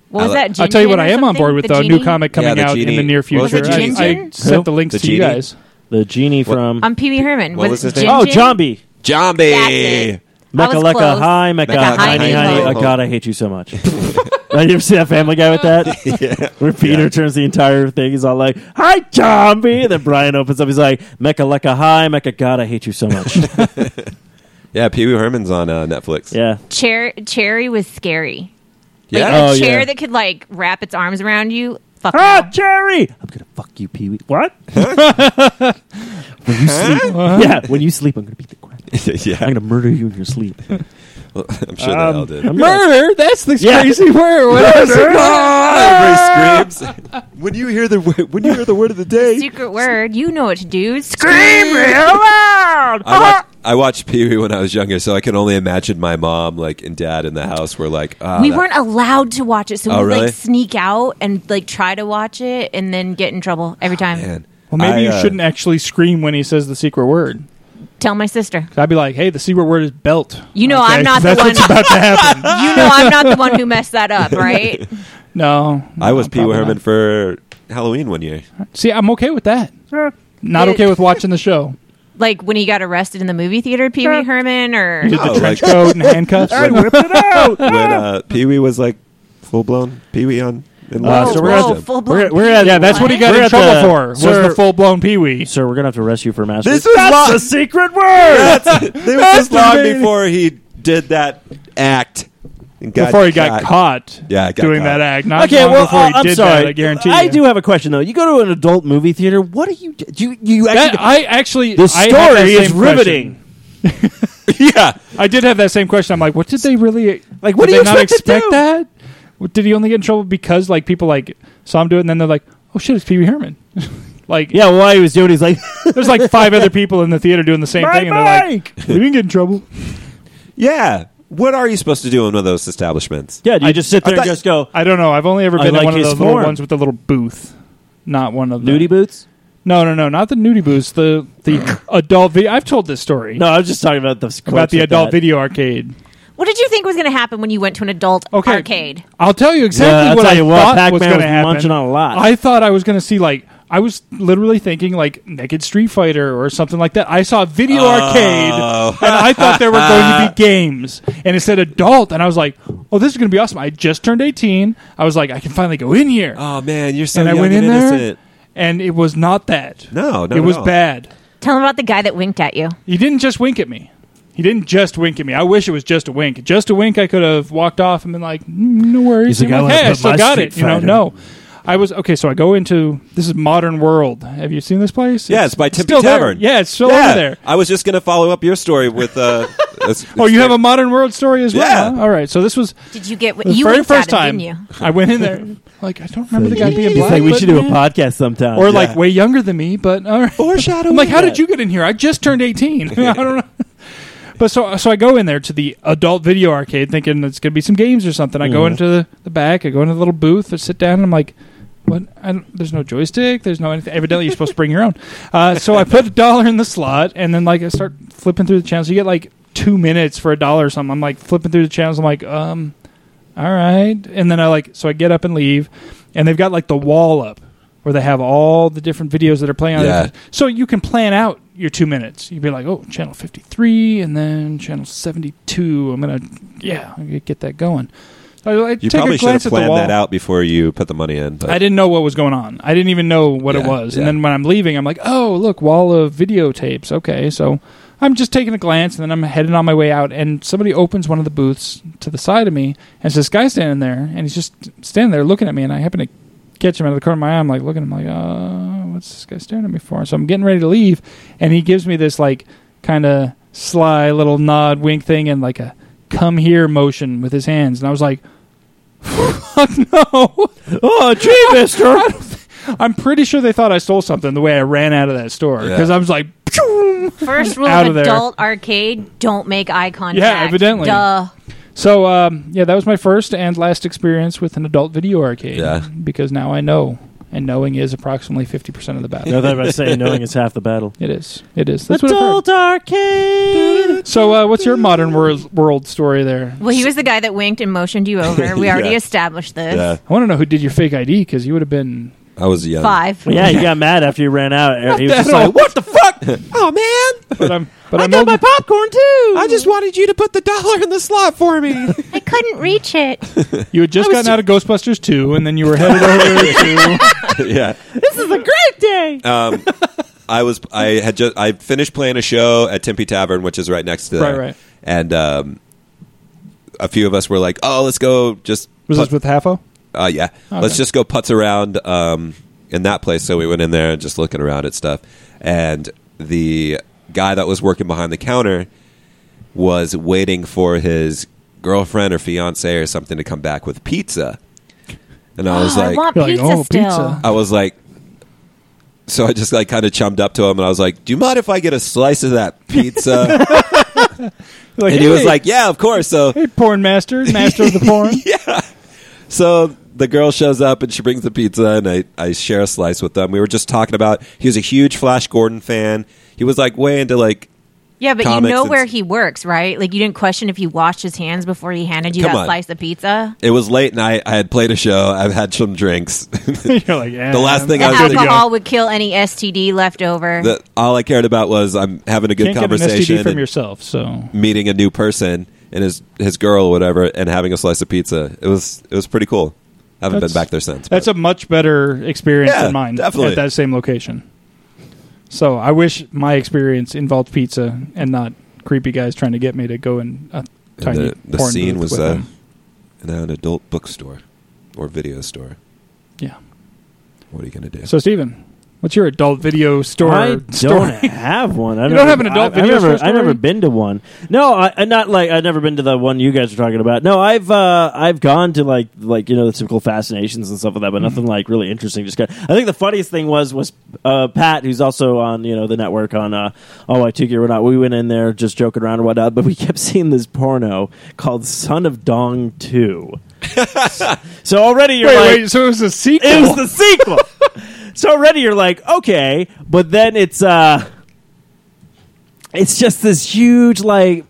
Speaker 3: What was
Speaker 2: I-
Speaker 3: that?
Speaker 1: I'll tell you what.
Speaker 3: Gingin
Speaker 1: I
Speaker 3: or
Speaker 1: am on
Speaker 3: something?
Speaker 1: board with
Speaker 3: the
Speaker 1: though.
Speaker 3: genie?
Speaker 1: New comic
Speaker 2: Yeah,
Speaker 1: coming
Speaker 2: the
Speaker 1: out
Speaker 2: genie.
Speaker 1: in the near
Speaker 2: What was
Speaker 1: future.
Speaker 3: it,
Speaker 1: I,
Speaker 3: Gingin?
Speaker 1: I
Speaker 3: Who?
Speaker 1: sent the links
Speaker 2: The
Speaker 1: to you
Speaker 2: genie?
Speaker 1: guys.
Speaker 4: the genie from
Speaker 3: I'm Pee Wee Herman.
Speaker 2: What was
Speaker 3: it
Speaker 2: his name?
Speaker 4: Oh,
Speaker 3: Gingin?
Speaker 4: Jambi.
Speaker 2: Jambi.
Speaker 3: That's it. I
Speaker 4: Mecca
Speaker 3: was
Speaker 4: Lecca,
Speaker 3: close.
Speaker 4: hi Mecca,
Speaker 3: Mecca, hi,
Speaker 4: honey, honey.
Speaker 3: Nico.
Speaker 4: Oh, God, I hate you so much. I never see that Family Guy with that. Where Peter turns the entire thing, he's all like, "Hi, zombie," and then Brian opens up, he's like, "Mecca Lecca, hi Mecca, God, I hate you so much."
Speaker 2: Yeah, Pee Wee Herman's on uh, Netflix.
Speaker 4: yeah,
Speaker 3: Cher- Cherry was scary. Like
Speaker 2: Yeah.
Speaker 4: Oh,
Speaker 3: a chair
Speaker 4: yeah.
Speaker 3: that could like wrap its arms around you. Fuck.
Speaker 4: ah,
Speaker 3: no.
Speaker 4: Jerry, I'm gonna fuck you, Pee Wee. What? when you sleep, yeah, when you sleep, I'm gonna beat the crap.
Speaker 2: yeah.
Speaker 4: I'm gonna murder you in your sleep.
Speaker 2: I'm sure
Speaker 1: Um,
Speaker 2: they all did.
Speaker 1: Murder? That's the
Speaker 4: Yeah.
Speaker 1: crazy word. What is it?
Speaker 2: Ah! Everybody screams. when you hear the wo- when you hear the word of the day,
Speaker 3: Secret word. You know what to do. Scream real loud.
Speaker 2: I, wa- I watched Pee Wee when I was younger, so I can only imagine my mom like and dad in the house were like, ah,
Speaker 3: we
Speaker 2: that-
Speaker 3: weren't allowed to watch it, so
Speaker 2: Oh,
Speaker 3: we
Speaker 2: really?
Speaker 3: like sneak out and like try to watch it, and then get in trouble every time.
Speaker 2: Ah, Man.
Speaker 1: Well, maybe
Speaker 2: I,
Speaker 1: you
Speaker 2: uh,
Speaker 1: shouldn't actually scream when he says the secret word.
Speaker 3: Tell my sister.
Speaker 1: 'Cause I'd be like, hey, the secret word is belt.
Speaker 3: You know I'm not the
Speaker 1: That's
Speaker 3: one.
Speaker 1: what's about to happen.
Speaker 3: You know I'm not the one who messed that up, right?
Speaker 1: No.
Speaker 2: I was Pee Wee
Speaker 1: probably
Speaker 2: Herman for Halloween one year.
Speaker 1: not. See, I'm okay with that. Not
Speaker 3: It-
Speaker 1: okay with watching the show.
Speaker 3: like when he got arrested in the movie theater, Pee Wee Herman, or
Speaker 1: Did
Speaker 2: Oh,
Speaker 1: the trench
Speaker 2: like-
Speaker 1: coat and handcuffs.
Speaker 2: when uh, Pee Wee was like full blown Pee Wee on. In
Speaker 1: Uh,
Speaker 2: Lost
Speaker 1: so we're
Speaker 2: World.
Speaker 1: at
Speaker 3: Whoa, full blown.
Speaker 4: we're at- we're at-
Speaker 1: yeah, that's what he got
Speaker 4: We're
Speaker 1: in
Speaker 4: at the-
Speaker 1: trouble for. was
Speaker 4: sir-
Speaker 1: the full blown Pee Wee.
Speaker 4: Sir, we're gonna have to arrest you for masturbation.
Speaker 2: This was
Speaker 4: That's
Speaker 2: lo-
Speaker 4: the secret word.
Speaker 2: There was this long
Speaker 1: Masturbating.
Speaker 2: before he did that act. and
Speaker 1: Before he got caught
Speaker 2: Yeah, got
Speaker 1: doing
Speaker 2: caught.
Speaker 1: that act. Not
Speaker 4: okay,
Speaker 1: long
Speaker 4: well,
Speaker 1: before
Speaker 4: uh,
Speaker 1: he
Speaker 4: I'm
Speaker 1: did
Speaker 4: sorry.
Speaker 1: That, I guarantee you.
Speaker 4: do have a question though. You go to an adult movie theater. What do you do? You, you actually?
Speaker 1: That, I actually.
Speaker 4: the
Speaker 1: I had that
Speaker 4: story is
Speaker 1: same
Speaker 4: riveting.
Speaker 1: question.
Speaker 2: yeah,
Speaker 1: I did have that same question. I'm like, what did they really
Speaker 4: Like, what
Speaker 1: did
Speaker 4: do you
Speaker 1: they not
Speaker 4: expect to
Speaker 1: expect
Speaker 4: do?
Speaker 1: that? What- Did he only get in trouble because like people like saw him do it and then they're like, oh shit, it's Pee Wee Herman. like,
Speaker 4: Yeah, well, while he was doing, it, he's like,
Speaker 1: there's like five other people in the theater doing the same
Speaker 4: "My
Speaker 1: thing, and they're like,
Speaker 4: mic!"
Speaker 1: we didn't get in trouble.
Speaker 2: yeah. What are you supposed to do in one of those establishments?
Speaker 4: yeah, do you just sit there
Speaker 2: I
Speaker 4: and
Speaker 2: thought-
Speaker 4: just go
Speaker 1: I don't know. I've only ever
Speaker 4: I
Speaker 1: been
Speaker 4: like
Speaker 1: in one of
Speaker 4: his
Speaker 1: those little
Speaker 4: form.
Speaker 1: ones with the little booth. Not one of the
Speaker 4: nudie boots.
Speaker 1: No, no, no, not the nudie booths. The the adult video. I've told this story
Speaker 4: No, I was just talking about the
Speaker 1: about the adult video arcade.
Speaker 3: What did you think was going to happen when you went to an adult
Speaker 1: Okay.
Speaker 3: arcade?
Speaker 1: I'll tell you exactly
Speaker 4: I'll
Speaker 1: what
Speaker 4: tell
Speaker 1: I
Speaker 4: you what,
Speaker 1: thought
Speaker 4: Pac-Man
Speaker 1: was going
Speaker 4: was
Speaker 1: to happen.
Speaker 4: munching on a lot.
Speaker 1: I thought I was going to see like I was literally thinking like Naked Street Fighter or something like that. I saw a video
Speaker 2: Oh.
Speaker 1: arcade and I thought there were going to be games, and it said adult, and I was like, "Oh, this is going to be awesome!" I just turned eighteen. I was like, "I can finally go in here,"
Speaker 2: Oh man, you're so
Speaker 1: and I
Speaker 2: young
Speaker 1: went in
Speaker 2: and innocent.
Speaker 1: there, and it was not that.
Speaker 2: No, not
Speaker 1: it
Speaker 2: at
Speaker 1: was
Speaker 2: all.
Speaker 1: bad.
Speaker 3: Tell him about the guy that winked at you.
Speaker 1: He didn't just wink at me. He didn't just wink at me. I wish it was just a wink. Just a wink, I could have walked off and been like, "Mm, "No worries."
Speaker 4: He's like,
Speaker 1: I'm
Speaker 4: "I
Speaker 1: like,
Speaker 4: wanna
Speaker 1: hey, I
Speaker 4: put
Speaker 1: still
Speaker 4: my
Speaker 1: got
Speaker 4: Street
Speaker 1: it. You know,
Speaker 4: Fighter.
Speaker 1: no. I was okay. So I go into this is Modern World. Have you seen this place?
Speaker 2: Yeah, it's by Tempe
Speaker 1: still there.
Speaker 2: Tavern.
Speaker 1: Yeah, it's still
Speaker 2: yeah,
Speaker 1: over there.
Speaker 2: I was just gonna follow up your story with. Uh, it's-
Speaker 1: Oh, you have a Modern World story as well.
Speaker 2: Yeah.
Speaker 1: huh? All right. So this was
Speaker 3: Did you get
Speaker 1: the
Speaker 3: you
Speaker 1: very
Speaker 3: winked
Speaker 1: first
Speaker 3: at
Speaker 1: time
Speaker 3: him, didn't you?
Speaker 1: I went in there. Like I don't remember the guy being
Speaker 4: It's
Speaker 1: black.
Speaker 4: like we
Speaker 1: but
Speaker 4: should do a
Speaker 1: yeah.
Speaker 4: podcast sometime.
Speaker 1: Or
Speaker 4: Yeah.
Speaker 1: like way younger than me, but all right.
Speaker 2: foreshadow.
Speaker 1: I'm like, how did you get in here? I just turned 18. I don't know. But so so I go in there to the adult video arcade thinking it's going to be some games or something. I go
Speaker 4: Mhm.
Speaker 1: into the, the back, I go into the little booth, I sit down, and I'm like, what? I don't, there's no joystick. There's no anything. Evidently, you're supposed to bring your own. Uh, so I put a dollar in the slot, and then like I start flipping through the channels. You get like two minutes for a dollar or something. I'm like flipping through the channels. I'm like, um, all right. And then I like, so I get up and leave, and they've got like the wall up where they have all the different videos that are playing on
Speaker 2: Yeah.
Speaker 1: it. So you can plan out your two minutes. You'd be like, oh, channel 53 and then channel 72. I'm going to, yeah, I'm going to get that going. So I, I
Speaker 2: You
Speaker 1: take
Speaker 2: probably
Speaker 1: a
Speaker 2: should have
Speaker 1: glance at the
Speaker 2: planned
Speaker 1: wall.
Speaker 2: that out before you put the money in. But
Speaker 1: I didn't know what was going on. I didn't even know what it
Speaker 2: Yeah,
Speaker 1: was.
Speaker 2: yeah.
Speaker 1: And then when I'm leaving, I'm like, oh, look, wall of videotapes. Okay, so I'm just taking a glance, and then I'm heading on my way out, and somebody opens one of the booths to the side of me, and it's this guy standing there, and he's just standing there looking at me, and I happen to catch him out of the corner of my eye. I'm like looking, I'm like, uh, what's this guy staring at me for? So I'm getting ready to leave, and he gives me this like kind of sly little nod, wink thing, and like a come here motion with his hands, and I was like. Fuck no!
Speaker 4: oh, a tree, Mister.
Speaker 1: I'm pretty sure they thought I stole something the way I ran out of that store
Speaker 2: Yeah.
Speaker 1: because I was like, "Pshoo!"
Speaker 3: First rule
Speaker 1: Out of
Speaker 3: of
Speaker 1: there.
Speaker 3: adult arcade: don't make eye contact.
Speaker 1: evidently.
Speaker 3: Duh.
Speaker 1: so um, yeah, that was my first and last experience with an adult video arcade.
Speaker 2: Yeah.
Speaker 1: because now I know, and knowing is approximately fifty percent of the battle.
Speaker 4: Nothing about saying knowing is half the battle.
Speaker 1: It is. It is. That's what I've heard.
Speaker 4: adult arcade.
Speaker 1: So uh, what's your modern world, world story there?
Speaker 3: Well, he was the guy that winked and motioned you over. We already
Speaker 2: Yeah.
Speaker 3: established this.
Speaker 2: yeah,
Speaker 1: I want to know who did your fake ID because you would have been.
Speaker 2: I was young.
Speaker 3: Five.
Speaker 4: Yeah, he got mad after you ran out. He was just like,
Speaker 1: what the fuck?
Speaker 2: Oh man,
Speaker 1: But I'm. But I'm old-
Speaker 4: popcorn too. I just
Speaker 2: wanted you to put the dollar in the slot for me.
Speaker 3: I couldn't reach it.
Speaker 1: you had just
Speaker 4: was
Speaker 1: gotten out of Ghostbusters two, and then you were headed over to.
Speaker 2: yeah.
Speaker 4: this is a great day.
Speaker 2: Um, I was I had just I finished playing a show at Tempe Tavern, which is right next to
Speaker 1: Right,
Speaker 2: there.
Speaker 1: right.
Speaker 2: And um, a few of us were like, "Oh, let's go just
Speaker 1: Was
Speaker 2: put-
Speaker 1: this with Halfo?
Speaker 2: uh, yeah,
Speaker 1: Okay.
Speaker 2: let's just go putz around um, in that place." So we went in there and just looking around at stuff, and the guy that was working behind the counter was waiting for his girlfriend or fiance or something to come back with pizza. And I was
Speaker 3: Oh,
Speaker 2: like,
Speaker 3: I want
Speaker 1: You're like,
Speaker 3: pizza
Speaker 1: oh,
Speaker 3: still.
Speaker 6: Uh-huh.
Speaker 1: pizza.
Speaker 2: I was like, so I just like kind of chummed up to him and I was like, do you mind if I get a slice of that pizza?
Speaker 1: Like,
Speaker 2: and he was
Speaker 1: "Hey,
Speaker 2: like, yeah, of course. So,
Speaker 1: "Hey, porn master, master of the porn."
Speaker 2: yeah. So the girl shows up and she brings the pizza and I, I share a slice with them. We were just talking about, he was a huge Flash Gordon fan. He was like way into like,
Speaker 3: Yeah, but you
Speaker 2: Comics
Speaker 3: know
Speaker 2: and-
Speaker 3: where he works, right? Like you didn't question if he washed his hands before he handed you
Speaker 2: Come
Speaker 3: that
Speaker 2: on.
Speaker 3: slice of pizza.
Speaker 2: it was late and I, I had played a show. I've had some drinks.
Speaker 1: You're like, "Eh,
Speaker 2: last thing
Speaker 1: I'm
Speaker 2: I was
Speaker 1: good to go."
Speaker 3: Alcohol would kill any STD left over.
Speaker 2: the, all I cared about was I'm having a good
Speaker 1: Can't get an
Speaker 2: conversation.
Speaker 1: STD from
Speaker 2: and-
Speaker 1: yourself, so
Speaker 2: meeting a new person and his his girl or whatever and having a slice of pizza. It was it was pretty cool. I haven't
Speaker 1: That's-
Speaker 2: been back there since.
Speaker 1: That's
Speaker 2: but-
Speaker 1: a much better experience
Speaker 2: Yeah,
Speaker 1: than mine
Speaker 2: definitely.
Speaker 1: at that same location. So I wish my experience involved pizza and not creepy guys trying to get me to go in a
Speaker 2: and
Speaker 1: tiny
Speaker 2: the, the
Speaker 1: porn
Speaker 2: scene
Speaker 1: booth
Speaker 2: was
Speaker 1: with
Speaker 2: uh,
Speaker 1: them.
Speaker 2: in an adult bookstore or video store.
Speaker 1: Yeah.
Speaker 2: What are you gonna do?
Speaker 1: So Steven, what's your adult video store?
Speaker 4: I don't
Speaker 1: story?
Speaker 4: have one. I
Speaker 1: You
Speaker 4: never,
Speaker 1: don't have an adult
Speaker 4: I,
Speaker 1: video
Speaker 4: I've never,
Speaker 1: store
Speaker 4: I've never
Speaker 1: story?
Speaker 4: been to one. No, I, I not like I've never been to the one you guys are talking about. No, I've uh, I've gone to like like you know the typical fascinations and stuff like that,
Speaker 1: Mm-hmm.
Speaker 4: but nothing like really interesting. Just got, I think the funniest thing was was uh, Pat, who's also on you know the network on uh, oh I took you or not. We went in there just joking around and whatnot, but we kept seeing this porno called Son of Dong Two. so already you're
Speaker 1: wait,
Speaker 4: like,
Speaker 1: wait. So it was a sequel.
Speaker 4: it was the sequel. so already you're like, okay, but then it's uh it's just this huge like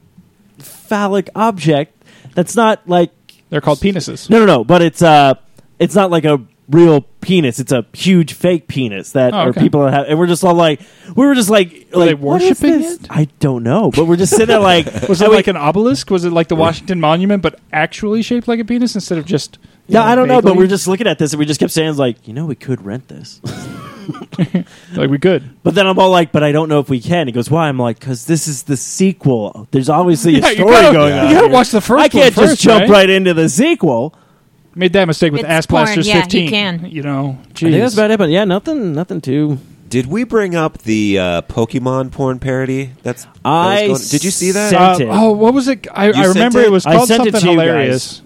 Speaker 4: phallic object that's not like
Speaker 1: They're called penises.
Speaker 4: no no no, but it's uh it's not like a real penis. It's a huge fake penis that
Speaker 1: Oh,
Speaker 4: are
Speaker 1: okay.
Speaker 4: people that have and we're just all like we were just like
Speaker 1: Were
Speaker 4: like
Speaker 1: they
Speaker 4: what is
Speaker 1: worshiping
Speaker 4: this?
Speaker 1: it?
Speaker 4: I don't know. But we're just sitting there like
Speaker 1: Was it like an obelisk? Was it like the Washington Monument, but actually shaped like a penis instead of just? you
Speaker 4: yeah, I don't know, but
Speaker 1: vaguely?
Speaker 4: we're just looking at this and we just kept saying like, you know, we could rent this.
Speaker 1: like we could.
Speaker 4: But then I'm all like, but I don't know if we can. He goes, why? I'm like, because this is the sequel. There's obviously a
Speaker 1: Yeah, you
Speaker 4: story
Speaker 1: gotta,
Speaker 4: going
Speaker 1: you
Speaker 4: on.
Speaker 1: gotta
Speaker 4: here.
Speaker 1: watch the first.
Speaker 4: I can't
Speaker 1: one
Speaker 4: just
Speaker 1: first,
Speaker 4: jump
Speaker 1: right?
Speaker 4: right? into the sequel.
Speaker 1: Made that mistake with
Speaker 3: It's
Speaker 1: Ass
Speaker 3: porn,
Speaker 1: Blasters
Speaker 3: yeah, you
Speaker 1: 15.
Speaker 3: can.
Speaker 1: You know,
Speaker 4: I think that's
Speaker 1: jeez.
Speaker 4: about it. But yeah, nothing, nothing too.
Speaker 2: Did we bring up the uh, Pokemon porn parody? That's that was
Speaker 4: I
Speaker 2: going- did you see that?
Speaker 4: said-
Speaker 1: Uh,
Speaker 4: Sent it.
Speaker 1: oh, what was it? I, I
Speaker 2: sent
Speaker 1: remember
Speaker 2: it?
Speaker 1: it was
Speaker 4: I
Speaker 1: called
Speaker 4: sent it
Speaker 1: something
Speaker 4: to you
Speaker 1: hilarious.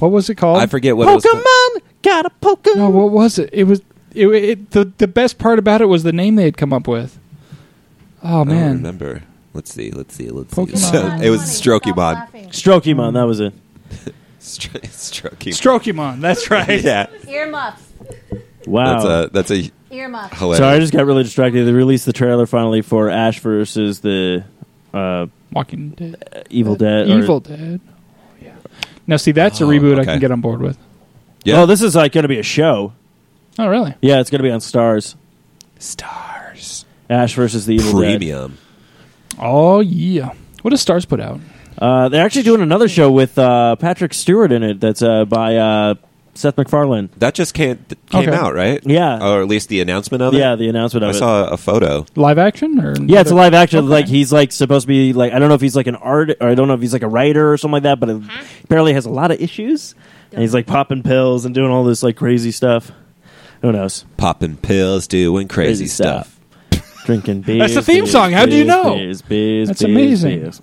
Speaker 1: What was it called?
Speaker 2: I forget what it was. called.
Speaker 4: Pokemon got a Pokemon.
Speaker 1: No, what was it? It was it, it, the the best part about it was the name they had come up with. Oh
Speaker 2: I don't
Speaker 1: man,
Speaker 2: remember. Let's see. Let's see. Let's
Speaker 1: Pokemon.
Speaker 2: see. So, it was Strokemon.
Speaker 4: Strokemon, that was it.
Speaker 2: Stro- Strokemon.
Speaker 1: Strokemon. That's right.
Speaker 2: yeah,
Speaker 3: Earmuffs.
Speaker 4: Wow.
Speaker 2: that's a that's a
Speaker 3: Earmuffs.
Speaker 2: hilarious.
Speaker 4: Sorry, I just got really distracted. They released the trailer finally for Ash versus the uh,
Speaker 1: Walking Dead, Uh,
Speaker 4: Evil Dead. or-
Speaker 1: Evil Dead. Oh, yeah. Now see, that's a
Speaker 2: Oh,
Speaker 1: reboot I
Speaker 2: okay.
Speaker 1: can get on board with.
Speaker 2: Yeah.
Speaker 4: Oh, this is like going to be a show.
Speaker 1: Oh really?
Speaker 4: Yeah, it's going to be on Stars.
Speaker 2: stars
Speaker 4: Ash versus the Evil Dead.
Speaker 2: premium.
Speaker 1: Oh yeah. What does Stars put out?
Speaker 4: Uh, they're actually doing another show with uh, Patrick Stewart in it. That's uh, by uh, Seth MacFarlane.
Speaker 2: That just came, th- came
Speaker 1: Okay.
Speaker 2: out, right?
Speaker 4: Yeah.
Speaker 2: Or at least the announcement of it?
Speaker 4: Yeah, the announcement
Speaker 2: I
Speaker 4: of it.
Speaker 2: saw a photo.
Speaker 1: Live action or
Speaker 4: Yeah, it's a live action.
Speaker 1: Okay.
Speaker 4: Like he's like supposed to be like I don't know if he's like an art or I don't know if he's like a writer or something like that, but it apparently has a lot of issues. And he's like popping pills and doing all this like crazy stuff. Who knows?
Speaker 2: Popping pills, doing crazy,
Speaker 4: Crazy
Speaker 2: stuff.
Speaker 4: stuff. Drinking beers.
Speaker 1: the theme
Speaker 4: beers,
Speaker 1: song. How do you
Speaker 4: beers,
Speaker 1: know?
Speaker 4: Beers, beers,
Speaker 1: That's
Speaker 4: beers,
Speaker 1: amazing.
Speaker 4: beers.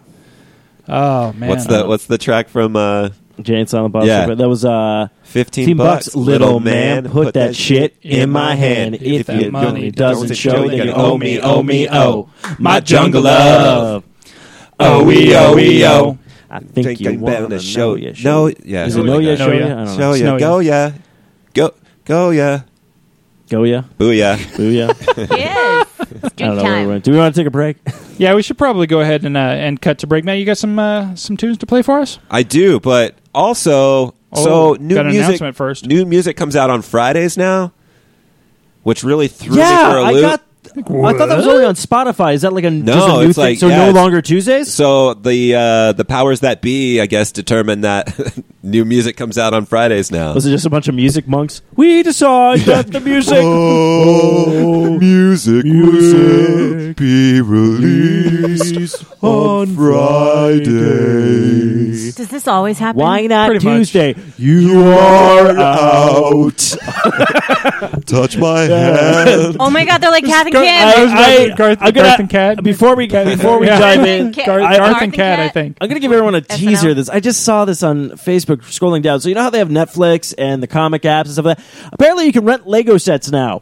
Speaker 1: Oh man.
Speaker 2: What's the What's the track from uh,
Speaker 4: Jane Silent Bob.
Speaker 2: Yeah.
Speaker 4: But that was uh,
Speaker 2: 15
Speaker 4: 15
Speaker 2: bucks,
Speaker 4: bucks, little man, put, that, shit in my hand. If
Speaker 1: that
Speaker 4: you
Speaker 1: money
Speaker 4: money doesn't
Speaker 2: doesn't
Speaker 4: show,
Speaker 2: show,
Speaker 4: then
Speaker 2: then
Speaker 4: you
Speaker 2: you
Speaker 4: owe me, owe me, oh, my jungle
Speaker 2: love.
Speaker 4: love.
Speaker 2: Oh, we, oh, we, oh.
Speaker 4: I think you
Speaker 2: Drinking
Speaker 4: want
Speaker 2: down the
Speaker 4: to show
Speaker 2: show-
Speaker 4: you.
Speaker 2: no, yeah,
Speaker 4: Is it
Speaker 2: something
Speaker 4: know
Speaker 2: like
Speaker 4: ya, show
Speaker 2: that.
Speaker 1: Know
Speaker 4: ya?
Speaker 1: ya.
Speaker 4: I don't know.
Speaker 2: Show ya,
Speaker 1: Snow
Speaker 2: go ya, go go ya,
Speaker 4: Go yeah,
Speaker 2: booyah.
Speaker 4: boo yeah. I
Speaker 3: Yes. It's
Speaker 4: don't
Speaker 3: good
Speaker 4: know. Where we're
Speaker 3: time.
Speaker 4: at. Do we want to take a break?
Speaker 1: Yeah, we should probably go ahead and uh, and cut to break. Now you got some uh, some tunes to play for us.
Speaker 2: I do, but also
Speaker 1: Oh,
Speaker 2: so new
Speaker 1: got an
Speaker 2: music.
Speaker 1: announcement first.
Speaker 2: New music comes out on Fridays now, which really threw me for a
Speaker 4: I
Speaker 2: loop.
Speaker 4: got. I thought that was only on Spotify. Is that like a
Speaker 2: No,
Speaker 4: Just a new
Speaker 2: it's
Speaker 4: thing?
Speaker 2: like-
Speaker 4: so
Speaker 2: yeah,
Speaker 4: no
Speaker 2: it's-
Speaker 4: longer Tuesdays.
Speaker 2: So the uh, the powers that be, I guess, determined that new music comes out on Fridays now.
Speaker 4: was it just a bunch of music monks? We decide that the music.
Speaker 2: Oh, music, will be released on Fridays.
Speaker 3: Does this always happen?
Speaker 4: Why not
Speaker 1: Pretty much.
Speaker 4: Tuesday?
Speaker 2: You are out. Touch my hand.
Speaker 3: Oh my God! They're like Kathy and
Speaker 1: Gar-
Speaker 3: Ken.
Speaker 1: I was about to-
Speaker 4: I,
Speaker 1: Garth-
Speaker 4: I'm gonna-
Speaker 1: Garth and Cat?
Speaker 4: Before we before we
Speaker 1: Yeah.
Speaker 4: dive in,
Speaker 3: Cat-
Speaker 4: I-
Speaker 1: Garth, Garth
Speaker 3: Garth
Speaker 1: and
Speaker 3: and
Speaker 1: Cat,
Speaker 3: Cat.
Speaker 1: I think.
Speaker 4: I'm gonna give everyone a
Speaker 3: SNL.
Speaker 4: teaser. of This I just saw this on Facebook scrolling down. So you know how they have Netflix and the comic apps and stuff like that. Apparently, you can rent Lego sets now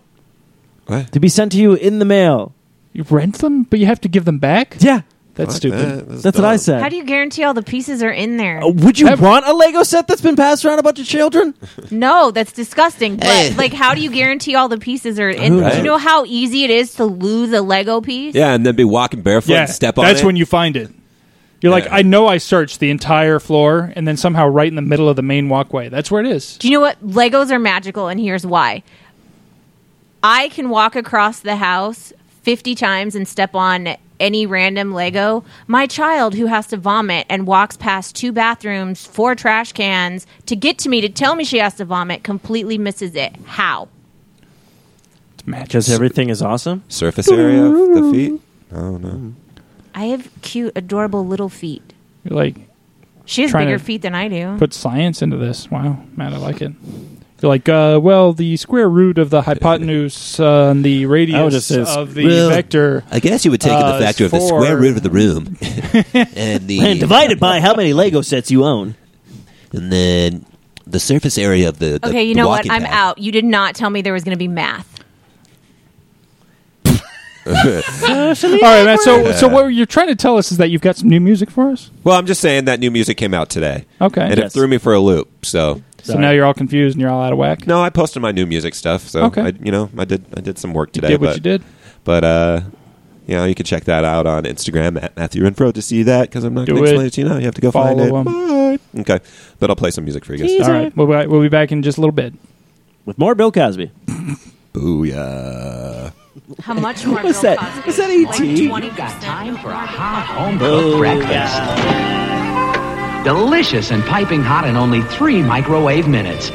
Speaker 2: What?
Speaker 4: to be sent to you in the mail.
Speaker 1: You rent them, but you have to give them back.
Speaker 4: Yeah,
Speaker 1: that's
Speaker 2: Fuck
Speaker 1: stupid.
Speaker 2: that. That's
Speaker 4: that's what I
Speaker 2: dumb.
Speaker 4: said.
Speaker 3: How do you guarantee all the pieces are in there?
Speaker 4: Uh, Would you
Speaker 1: Have-
Speaker 4: want a Lego set that's been passed around a bunch of children?
Speaker 3: No, that's disgusting. But
Speaker 4: Hey.
Speaker 3: like, how do you guarantee all the pieces are in?
Speaker 4: Right.
Speaker 3: Do you know how easy it is to lose a Lego piece?
Speaker 2: Yeah, and then be walking barefoot and step on
Speaker 1: that's
Speaker 2: it.
Speaker 1: when you find it. You're like,
Speaker 2: Yeah.
Speaker 1: I know I searched the entire floor, and then somehow right in the middle of the main walkway. That's where it is.
Speaker 3: Do you know what? Legos are magical, and here's why. I can walk across the house 50 times and step on any random Lego. My child, who has to vomit and walks past two bathrooms, four trash cans to get to me to tell me she has to vomit, completely misses it. How?
Speaker 1: It's magic.
Speaker 4: Because everything is awesome.
Speaker 2: Surface area of the feet. I don't know.
Speaker 3: I have cute, adorable little feet.
Speaker 1: You're like,
Speaker 3: She has
Speaker 1: Trying
Speaker 3: bigger
Speaker 1: to
Speaker 3: feet than I do.
Speaker 1: put science into this. Wow, man, I like it. You're like, uh, well, the square root of the hypotenuse uh, and the radius
Speaker 4: just say
Speaker 1: of the
Speaker 2: Well,
Speaker 1: vector.
Speaker 2: I guess you would take in
Speaker 1: Uh,
Speaker 2: the factor of the
Speaker 1: four.
Speaker 2: square root of the room, and the
Speaker 4: And divided by how many Lego sets you own.
Speaker 2: and then the surface area of the. the
Speaker 3: Okay, you
Speaker 2: the
Speaker 3: know what?
Speaker 2: walking
Speaker 3: I'm
Speaker 2: path.
Speaker 3: out. You did not tell me there was going to be math.
Speaker 1: All right, man. So, so what you're trying to tell us is that you've got some new music for us.
Speaker 2: Well, I'm just saying that new music came out today.
Speaker 1: Okay.
Speaker 2: and
Speaker 4: Yes.
Speaker 2: it threw me for a loop. So
Speaker 1: So
Speaker 4: Sorry.
Speaker 1: now you're all confused and you're all out of whack.
Speaker 2: no, I posted my new music stuff. So
Speaker 1: Okay.
Speaker 2: I, you know, I did I did some work
Speaker 1: you
Speaker 2: today.
Speaker 1: did what
Speaker 2: but,
Speaker 1: you did.
Speaker 2: But uh, you know, you can check that out on Instagram at Matthew Renfro to see that because I'm not
Speaker 1: Do
Speaker 2: going to explain
Speaker 1: it.
Speaker 2: it to you now. You have to go find
Speaker 1: Follow
Speaker 2: it. Bye. Okay, but I'll play some music for you guys.
Speaker 1: All right, we'll be, we'll be back in just a little bit.
Speaker 4: With more Bill Cosby.
Speaker 2: Booyah!
Speaker 3: How much more?
Speaker 4: What's
Speaker 3: Bill
Speaker 4: that?
Speaker 3: Cosby?
Speaker 4: What's that, E.T.?
Speaker 7: Like 20% You got time for a hot home cooked breakfast.
Speaker 4: Oh, yeah.
Speaker 7: Delicious and piping hot in only three microwave minutes.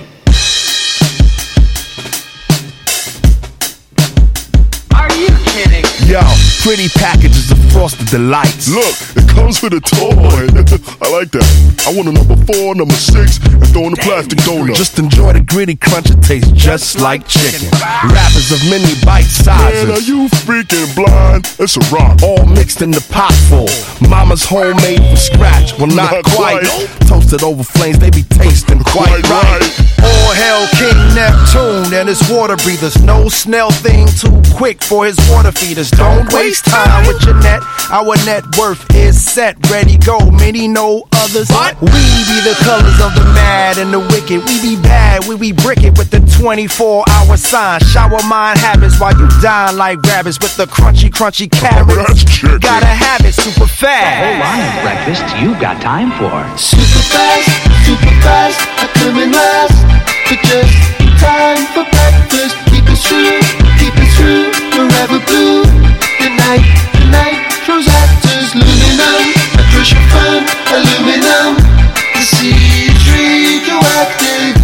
Speaker 7: Are you kidding?
Speaker 5: Yo, pretty packages of frosted delights.
Speaker 8: Look, it comes with a toy. I like that. I want a number four, number six, and throw in a plastic donut.
Speaker 5: Just enjoy the gritty crunch. It tastes just like chicken. Wrappers of mini bite
Speaker 8: man, are
Speaker 5: sizes.
Speaker 8: you freaking blind? It's a rock.
Speaker 5: All mixed in the pot full. Mama's homemade from scratch. Well, not,
Speaker 8: Not
Speaker 5: quite.
Speaker 8: quite.
Speaker 5: Toasted over flames, they be tasting quite,
Speaker 8: Quite
Speaker 5: right.
Speaker 8: right.
Speaker 5: All hail King Neptune and his water breathers. No snail thing too quick for his water feeders. Don't waste time with your net. Our net worth is set. Ready, go. Many know others. But we be the colors of the mad and the wicked. We be bad. We be brick it with the 24 hour sign. Shower mind habits while you dine like rabbits with the crunchy, crunchy
Speaker 8: That's
Speaker 5: carrots.
Speaker 8: chicken.
Speaker 5: Gotta have it super
Speaker 7: Whole
Speaker 5: fast.
Speaker 7: line of breakfasts you've got time for.
Speaker 9: Super fast, super fast, I come in last. But just in time for breakfast. Keep it true, keep it true, forever blue. Good night, good night, throws actors, luminum. I crush your fun, aluminum. The sea tree coactive,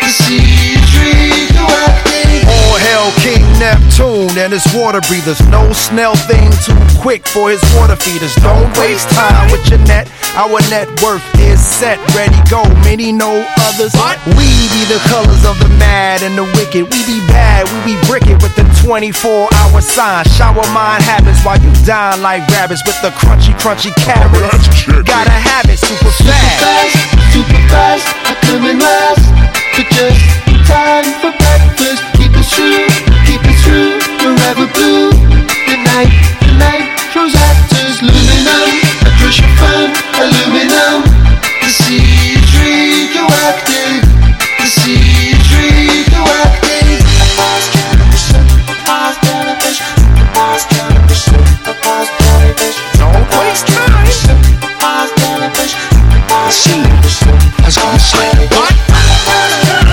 Speaker 9: the sea tree coactive.
Speaker 5: All hail King Neptune and his water breathers. No snail thing too quick for his water feeders. Don't waste time with your net. Our net worth is set. Ready, go. Many know others. We be the colors of the mad and the wicked. We be bad. We be brick it with the 24 hour sign. Shower mind habits while you dine like rabbits with the crunchy, crunchy carrots.
Speaker 8: That's chicken.
Speaker 5: Gotta have it super fast.
Speaker 9: fast, super fast, I come in last. But just in time for breakfast. Keep it true, keep it true, forever blue. Good night, good night, throws actors, luminum. I crush your fun, aluminum. The sea tree coactive, the sea tree coactive.
Speaker 5: Don't waste time.
Speaker 9: Sea has gone silent. What?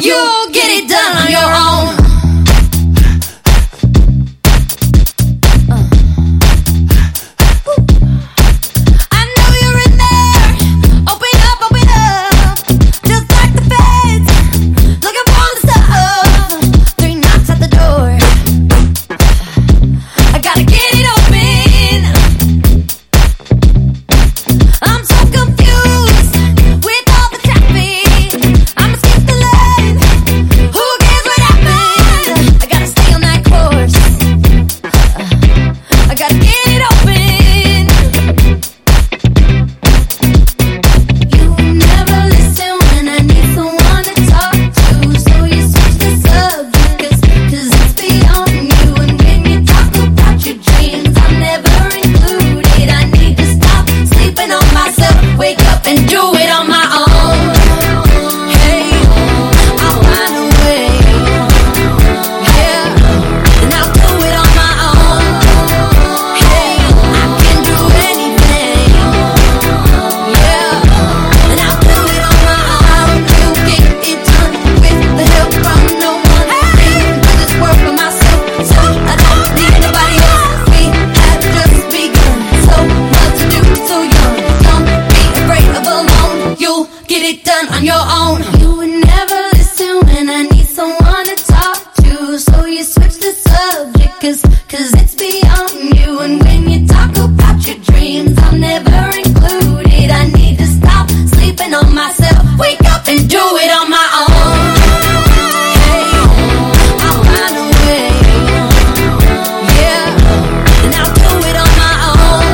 Speaker 10: you get it done on your own. I know you're in there. Open up, open up. Just like the feds. Looking for the stuff. Three knocks at the door. I gotta get it open. I'm so confused with all the traffic. I'ma skip the line. Who cares what happens? I gotta stay on that course. I gotta get it open. You never listen when I need someone to talk to, so you switch the subject 'cause it's beyond you. And when you talk about your dreams, I'm never included. I need to stop sleeping on myself, wake up and do it on my own. Hey, I'll find a way. Yeah, and I'll do it on my own. Hey, I can do anything. Yeah, and I'll do it on my own. You get it done with the help from no one. Hey, this work for myself, so I don't need nobody else. We have just begun. So much to do, so young. Don't be afraid of alone. You'll get it done on your own. You would never listen when I need someone to talk to, so you switch the subject, cause, cause it's beyond you. And when you talk about your dreams, I'm never included. I need to stop sleeping on myself, wake up and do it on my own. Hey, I'll find a way. Yeah, and I'll do it on my own.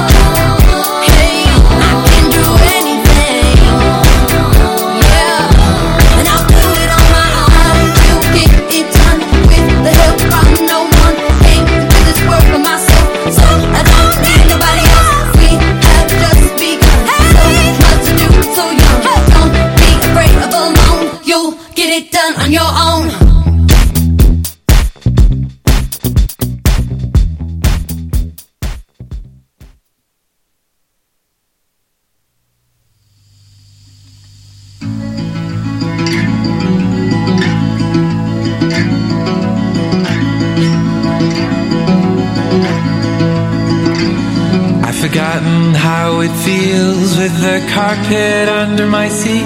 Speaker 10: Hey, I can do anything. Yeah, and I'll do it on my own. You get it done with the help from no one. Hey, do this work for myself, so I don't need nobody else. We have just begun. So much to do, so young. Don't be afraid of alone. You'll get it done on your own.
Speaker 6: I've forgotten how it feels with the carpet under my seat.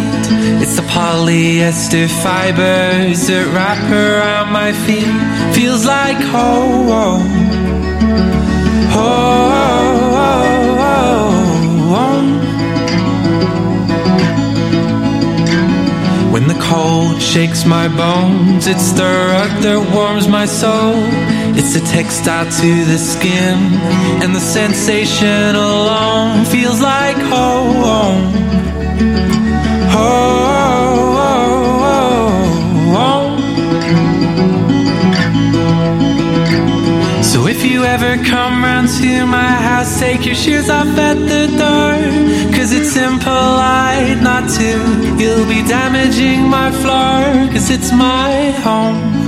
Speaker 6: It's the polyester fibers that wrap around my feet. Feels like home. Oh, oh, oh, oh, oh. When the cold shakes my bones, it's the rug that warms my soul. It's the textile to the skin, and the sensation alone feels like home. Oh, oh, oh, oh, home. So if you ever come round to my house, take your shoes off at the door. Cause it's impolite not to. You'll be damaging my floor, cause it's my home.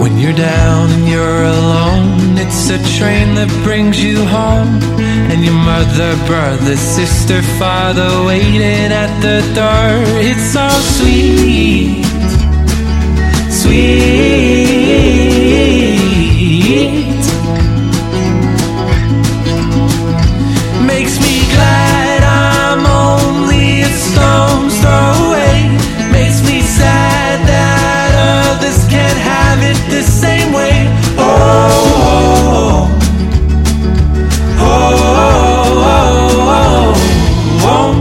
Speaker 6: When you're down and you're alone, it's a train that brings you home. And your mother, brother, sister, father waiting at the door. It's so sweet, sweet. Makes me glad I'm only a stone's throw away. Makes me sad that others can't have it the same way. Oh, oh, oh, oh, oh, oh, oh.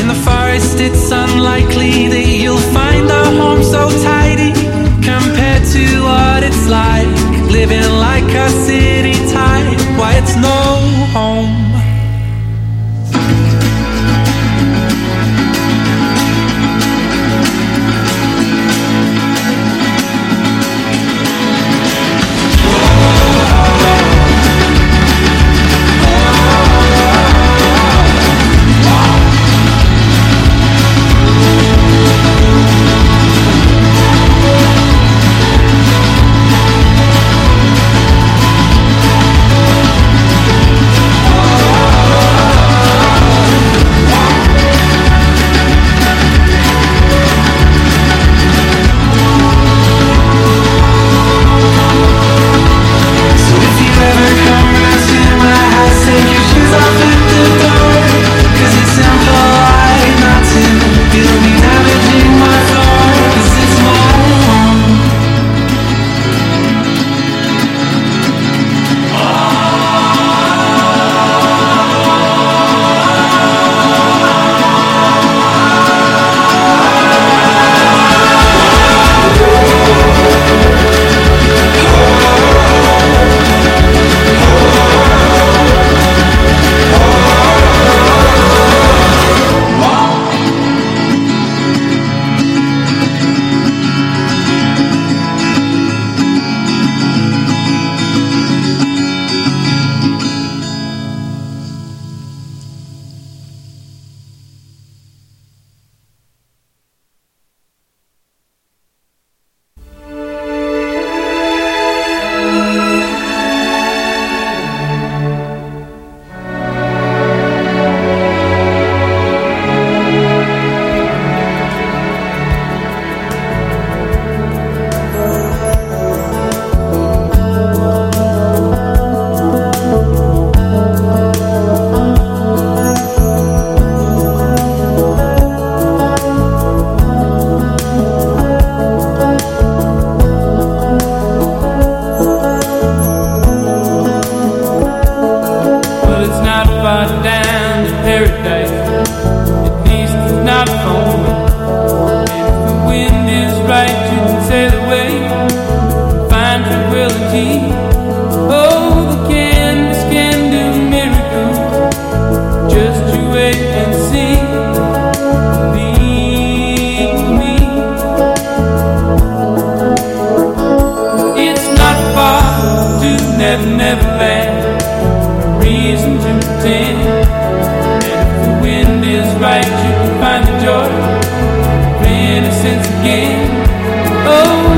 Speaker 6: In the forest, it's unlikely that you'll find a home so tidy compared to what it's like living like a city type. Why it's no home.
Speaker 11: Oh, Oh,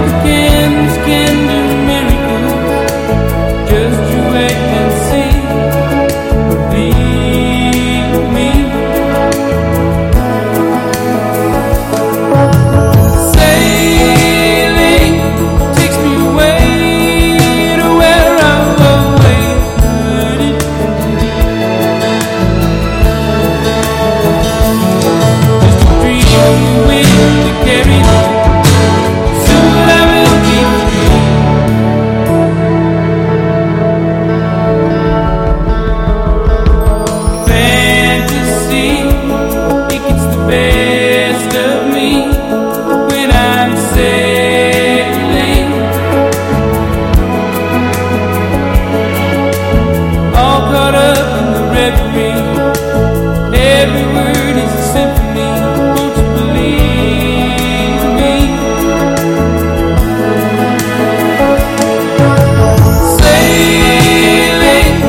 Speaker 11: Every word is a symphony. Won't you believe me? Sailing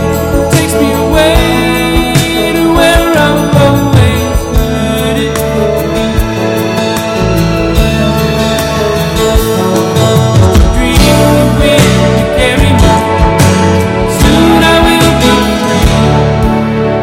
Speaker 11: takes me away to where I'm always headed. Dream the wind to carry me. Soon I will be free.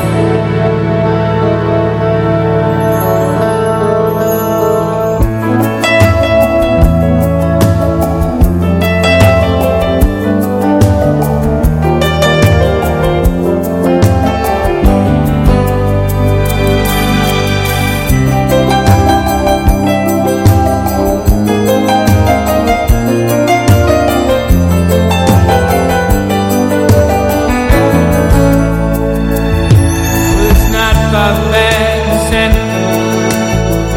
Speaker 11: It's not by bad descent.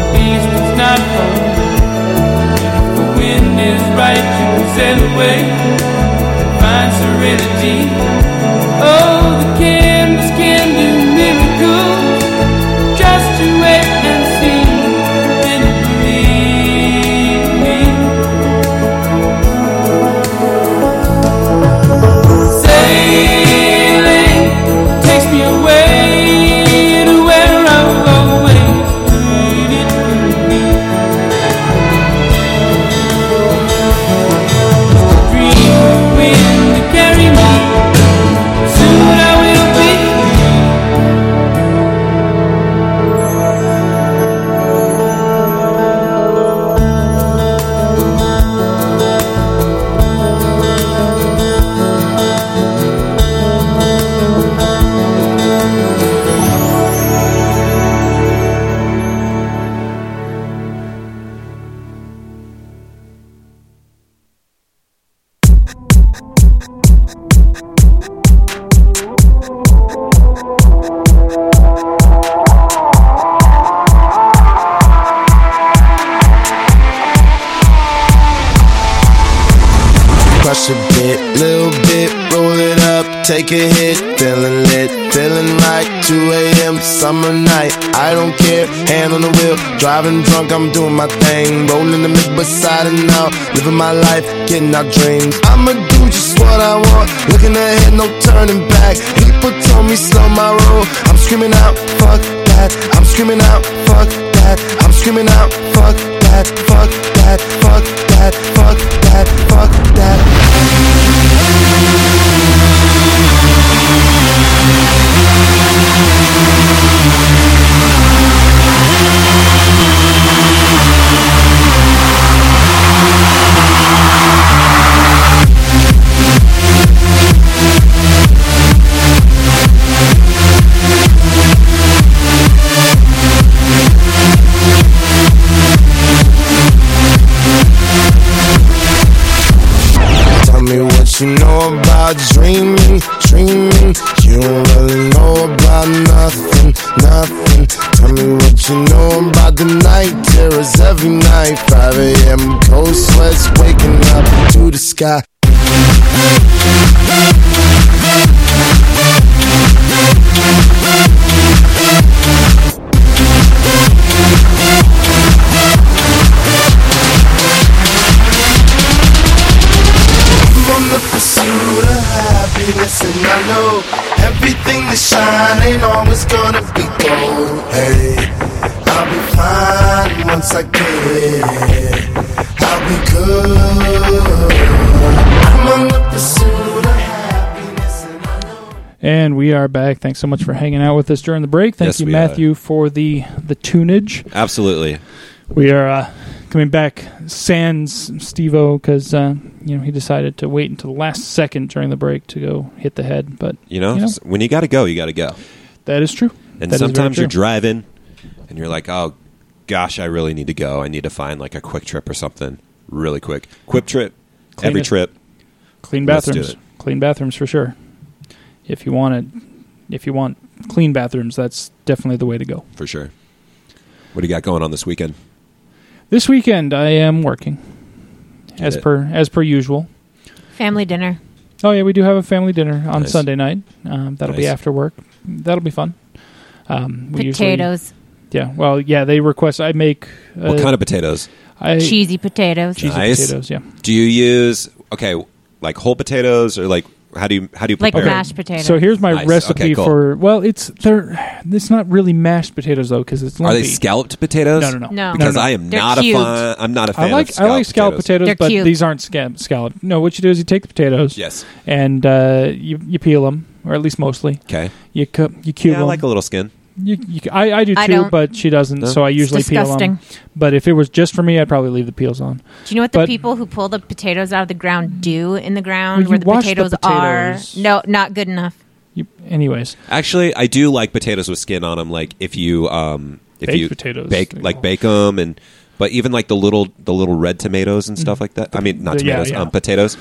Speaker 11: At least it's not from you. And if the wind is right, you can sail away and find serenity. Oh, the canvas can do miracles. Just you wait and see. Then you believe me. Sailing takes me away to where I'm always needed to be. Dream of wind to carry me. Soon I will be.
Speaker 12: Crush a bit, little bit, roll it up, take a hit, feeling lit, feeling right. 2 a.m. summer night, I don't care, hand on the wheel, driving drunk, I'm doing my thing, rolling the mid beside and out, living my life, getting our dreams. I'ma do just what I want, looking ahead, no turning back. People told me slow my roll, I'm screaming out, fuck that, I'm screaming out, fuck that, I'm screaming out, fuck that, fuck that, fuck that, fuck that, fuck that. Tell me what you know about dreaming, dreaming. You don't really know about nothing, nothing. Tell me what you know about the night terrors every night. 5 a.m. cold sweats waking up to the sky. I'm on the pursuit of happiness, and I know everything that shine ain't always gonna be gold. Hey, I'll be fine once I get it. I'll be good. I'm on the pursuit of happiness, and I know.
Speaker 1: And we are back. Thanks so much for hanging out with us during the break. Thank
Speaker 2: Yes,
Speaker 1: you,
Speaker 2: we
Speaker 1: Matthew, for the the tunage.
Speaker 2: Absolutely.
Speaker 1: We are uh, coming back sans Stevo because uh, you know he decided to wait until the last second during the break to go hit the head. But
Speaker 2: You know,
Speaker 1: You know.
Speaker 2: s- when you got to go, you got to go.
Speaker 1: that is true.
Speaker 2: And
Speaker 1: That is very
Speaker 2: sometimes you're
Speaker 1: true.
Speaker 2: driving and you're like, oh, gosh, I really need to go. I need to find like a quick trip or something really quick. Quick trip,
Speaker 1: Clean
Speaker 2: every
Speaker 1: it.
Speaker 2: trip.
Speaker 1: clean
Speaker 2: Let's do
Speaker 1: bathrooms.
Speaker 2: it.
Speaker 1: Clean bathrooms for sure. If you want it, if you want clean bathrooms, that's definitely the way to go.
Speaker 2: for sure. What do you got going on this weekend?
Speaker 1: This weekend I am working, as
Speaker 2: it.
Speaker 1: per as per usual.
Speaker 3: Family dinner.
Speaker 1: Oh yeah, we do have a family dinner on
Speaker 2: Nice.
Speaker 1: Sunday night. Um, that'll be
Speaker 2: Nice.
Speaker 1: after work. That'll be fun. Um, we usually-
Speaker 3: potatoes,
Speaker 1: yeah. Well, yeah. They request I make uh,
Speaker 2: what kind of potatoes?
Speaker 1: I,
Speaker 3: cheesy potatoes.
Speaker 1: cheesy
Speaker 2: Nice.
Speaker 1: potatoes. Yeah.
Speaker 2: Do you use okay, like whole potatoes or like how do you how do you
Speaker 3: Like
Speaker 2: prepare?
Speaker 3: mashed potatoes.
Speaker 1: So here's my
Speaker 2: Nice.
Speaker 1: recipe
Speaker 2: Okay, cool.
Speaker 1: for. Well, it's they're it's not really mashed potatoes though because it's
Speaker 2: Are
Speaker 1: lumpy.
Speaker 2: they scalloped potatoes?
Speaker 1: No, no, no.
Speaker 3: No.
Speaker 2: Because
Speaker 1: no, no.
Speaker 2: I am
Speaker 3: They're
Speaker 2: not
Speaker 3: cubed.
Speaker 2: a fan. I'm not a fan.
Speaker 1: I like
Speaker 2: of
Speaker 1: I
Speaker 2: scalloped
Speaker 1: like scalloped potatoes,
Speaker 3: They're
Speaker 1: but
Speaker 3: cute.
Speaker 1: these aren't sca- scalloped. No, what you do is you take the potatoes.
Speaker 2: Yes.
Speaker 1: And uh, you you peel them, or at least mostly.
Speaker 2: Okay.
Speaker 1: You cu- you cube
Speaker 2: Yeah, I
Speaker 1: them.
Speaker 2: like a little skin.
Speaker 1: You, you, I, I do
Speaker 3: I
Speaker 1: too,
Speaker 3: don't.
Speaker 1: but she doesn't, so I usually peel them.
Speaker 3: disgusting.
Speaker 1: But if it was just for me, I'd probably leave the peels on.
Speaker 3: Do you know what the
Speaker 1: But-
Speaker 3: people who pull the potatoes out of the ground do in the ground
Speaker 1: Well,
Speaker 3: where
Speaker 1: you
Speaker 3: the
Speaker 1: wash the
Speaker 3: potatoes, are?
Speaker 1: potatoes.
Speaker 3: No, not good enough.
Speaker 1: You, anyways,
Speaker 2: Actually, I do like potatoes with skin on them. Like if you um if
Speaker 1: Baked
Speaker 2: you
Speaker 1: potatoes.
Speaker 2: bake like bake them and but even like the little the little red tomatoes and stuff like that. I mean, not
Speaker 1: the- Mm-hmm. yeah,
Speaker 2: tomatoes,
Speaker 1: yeah.
Speaker 2: um potatoes.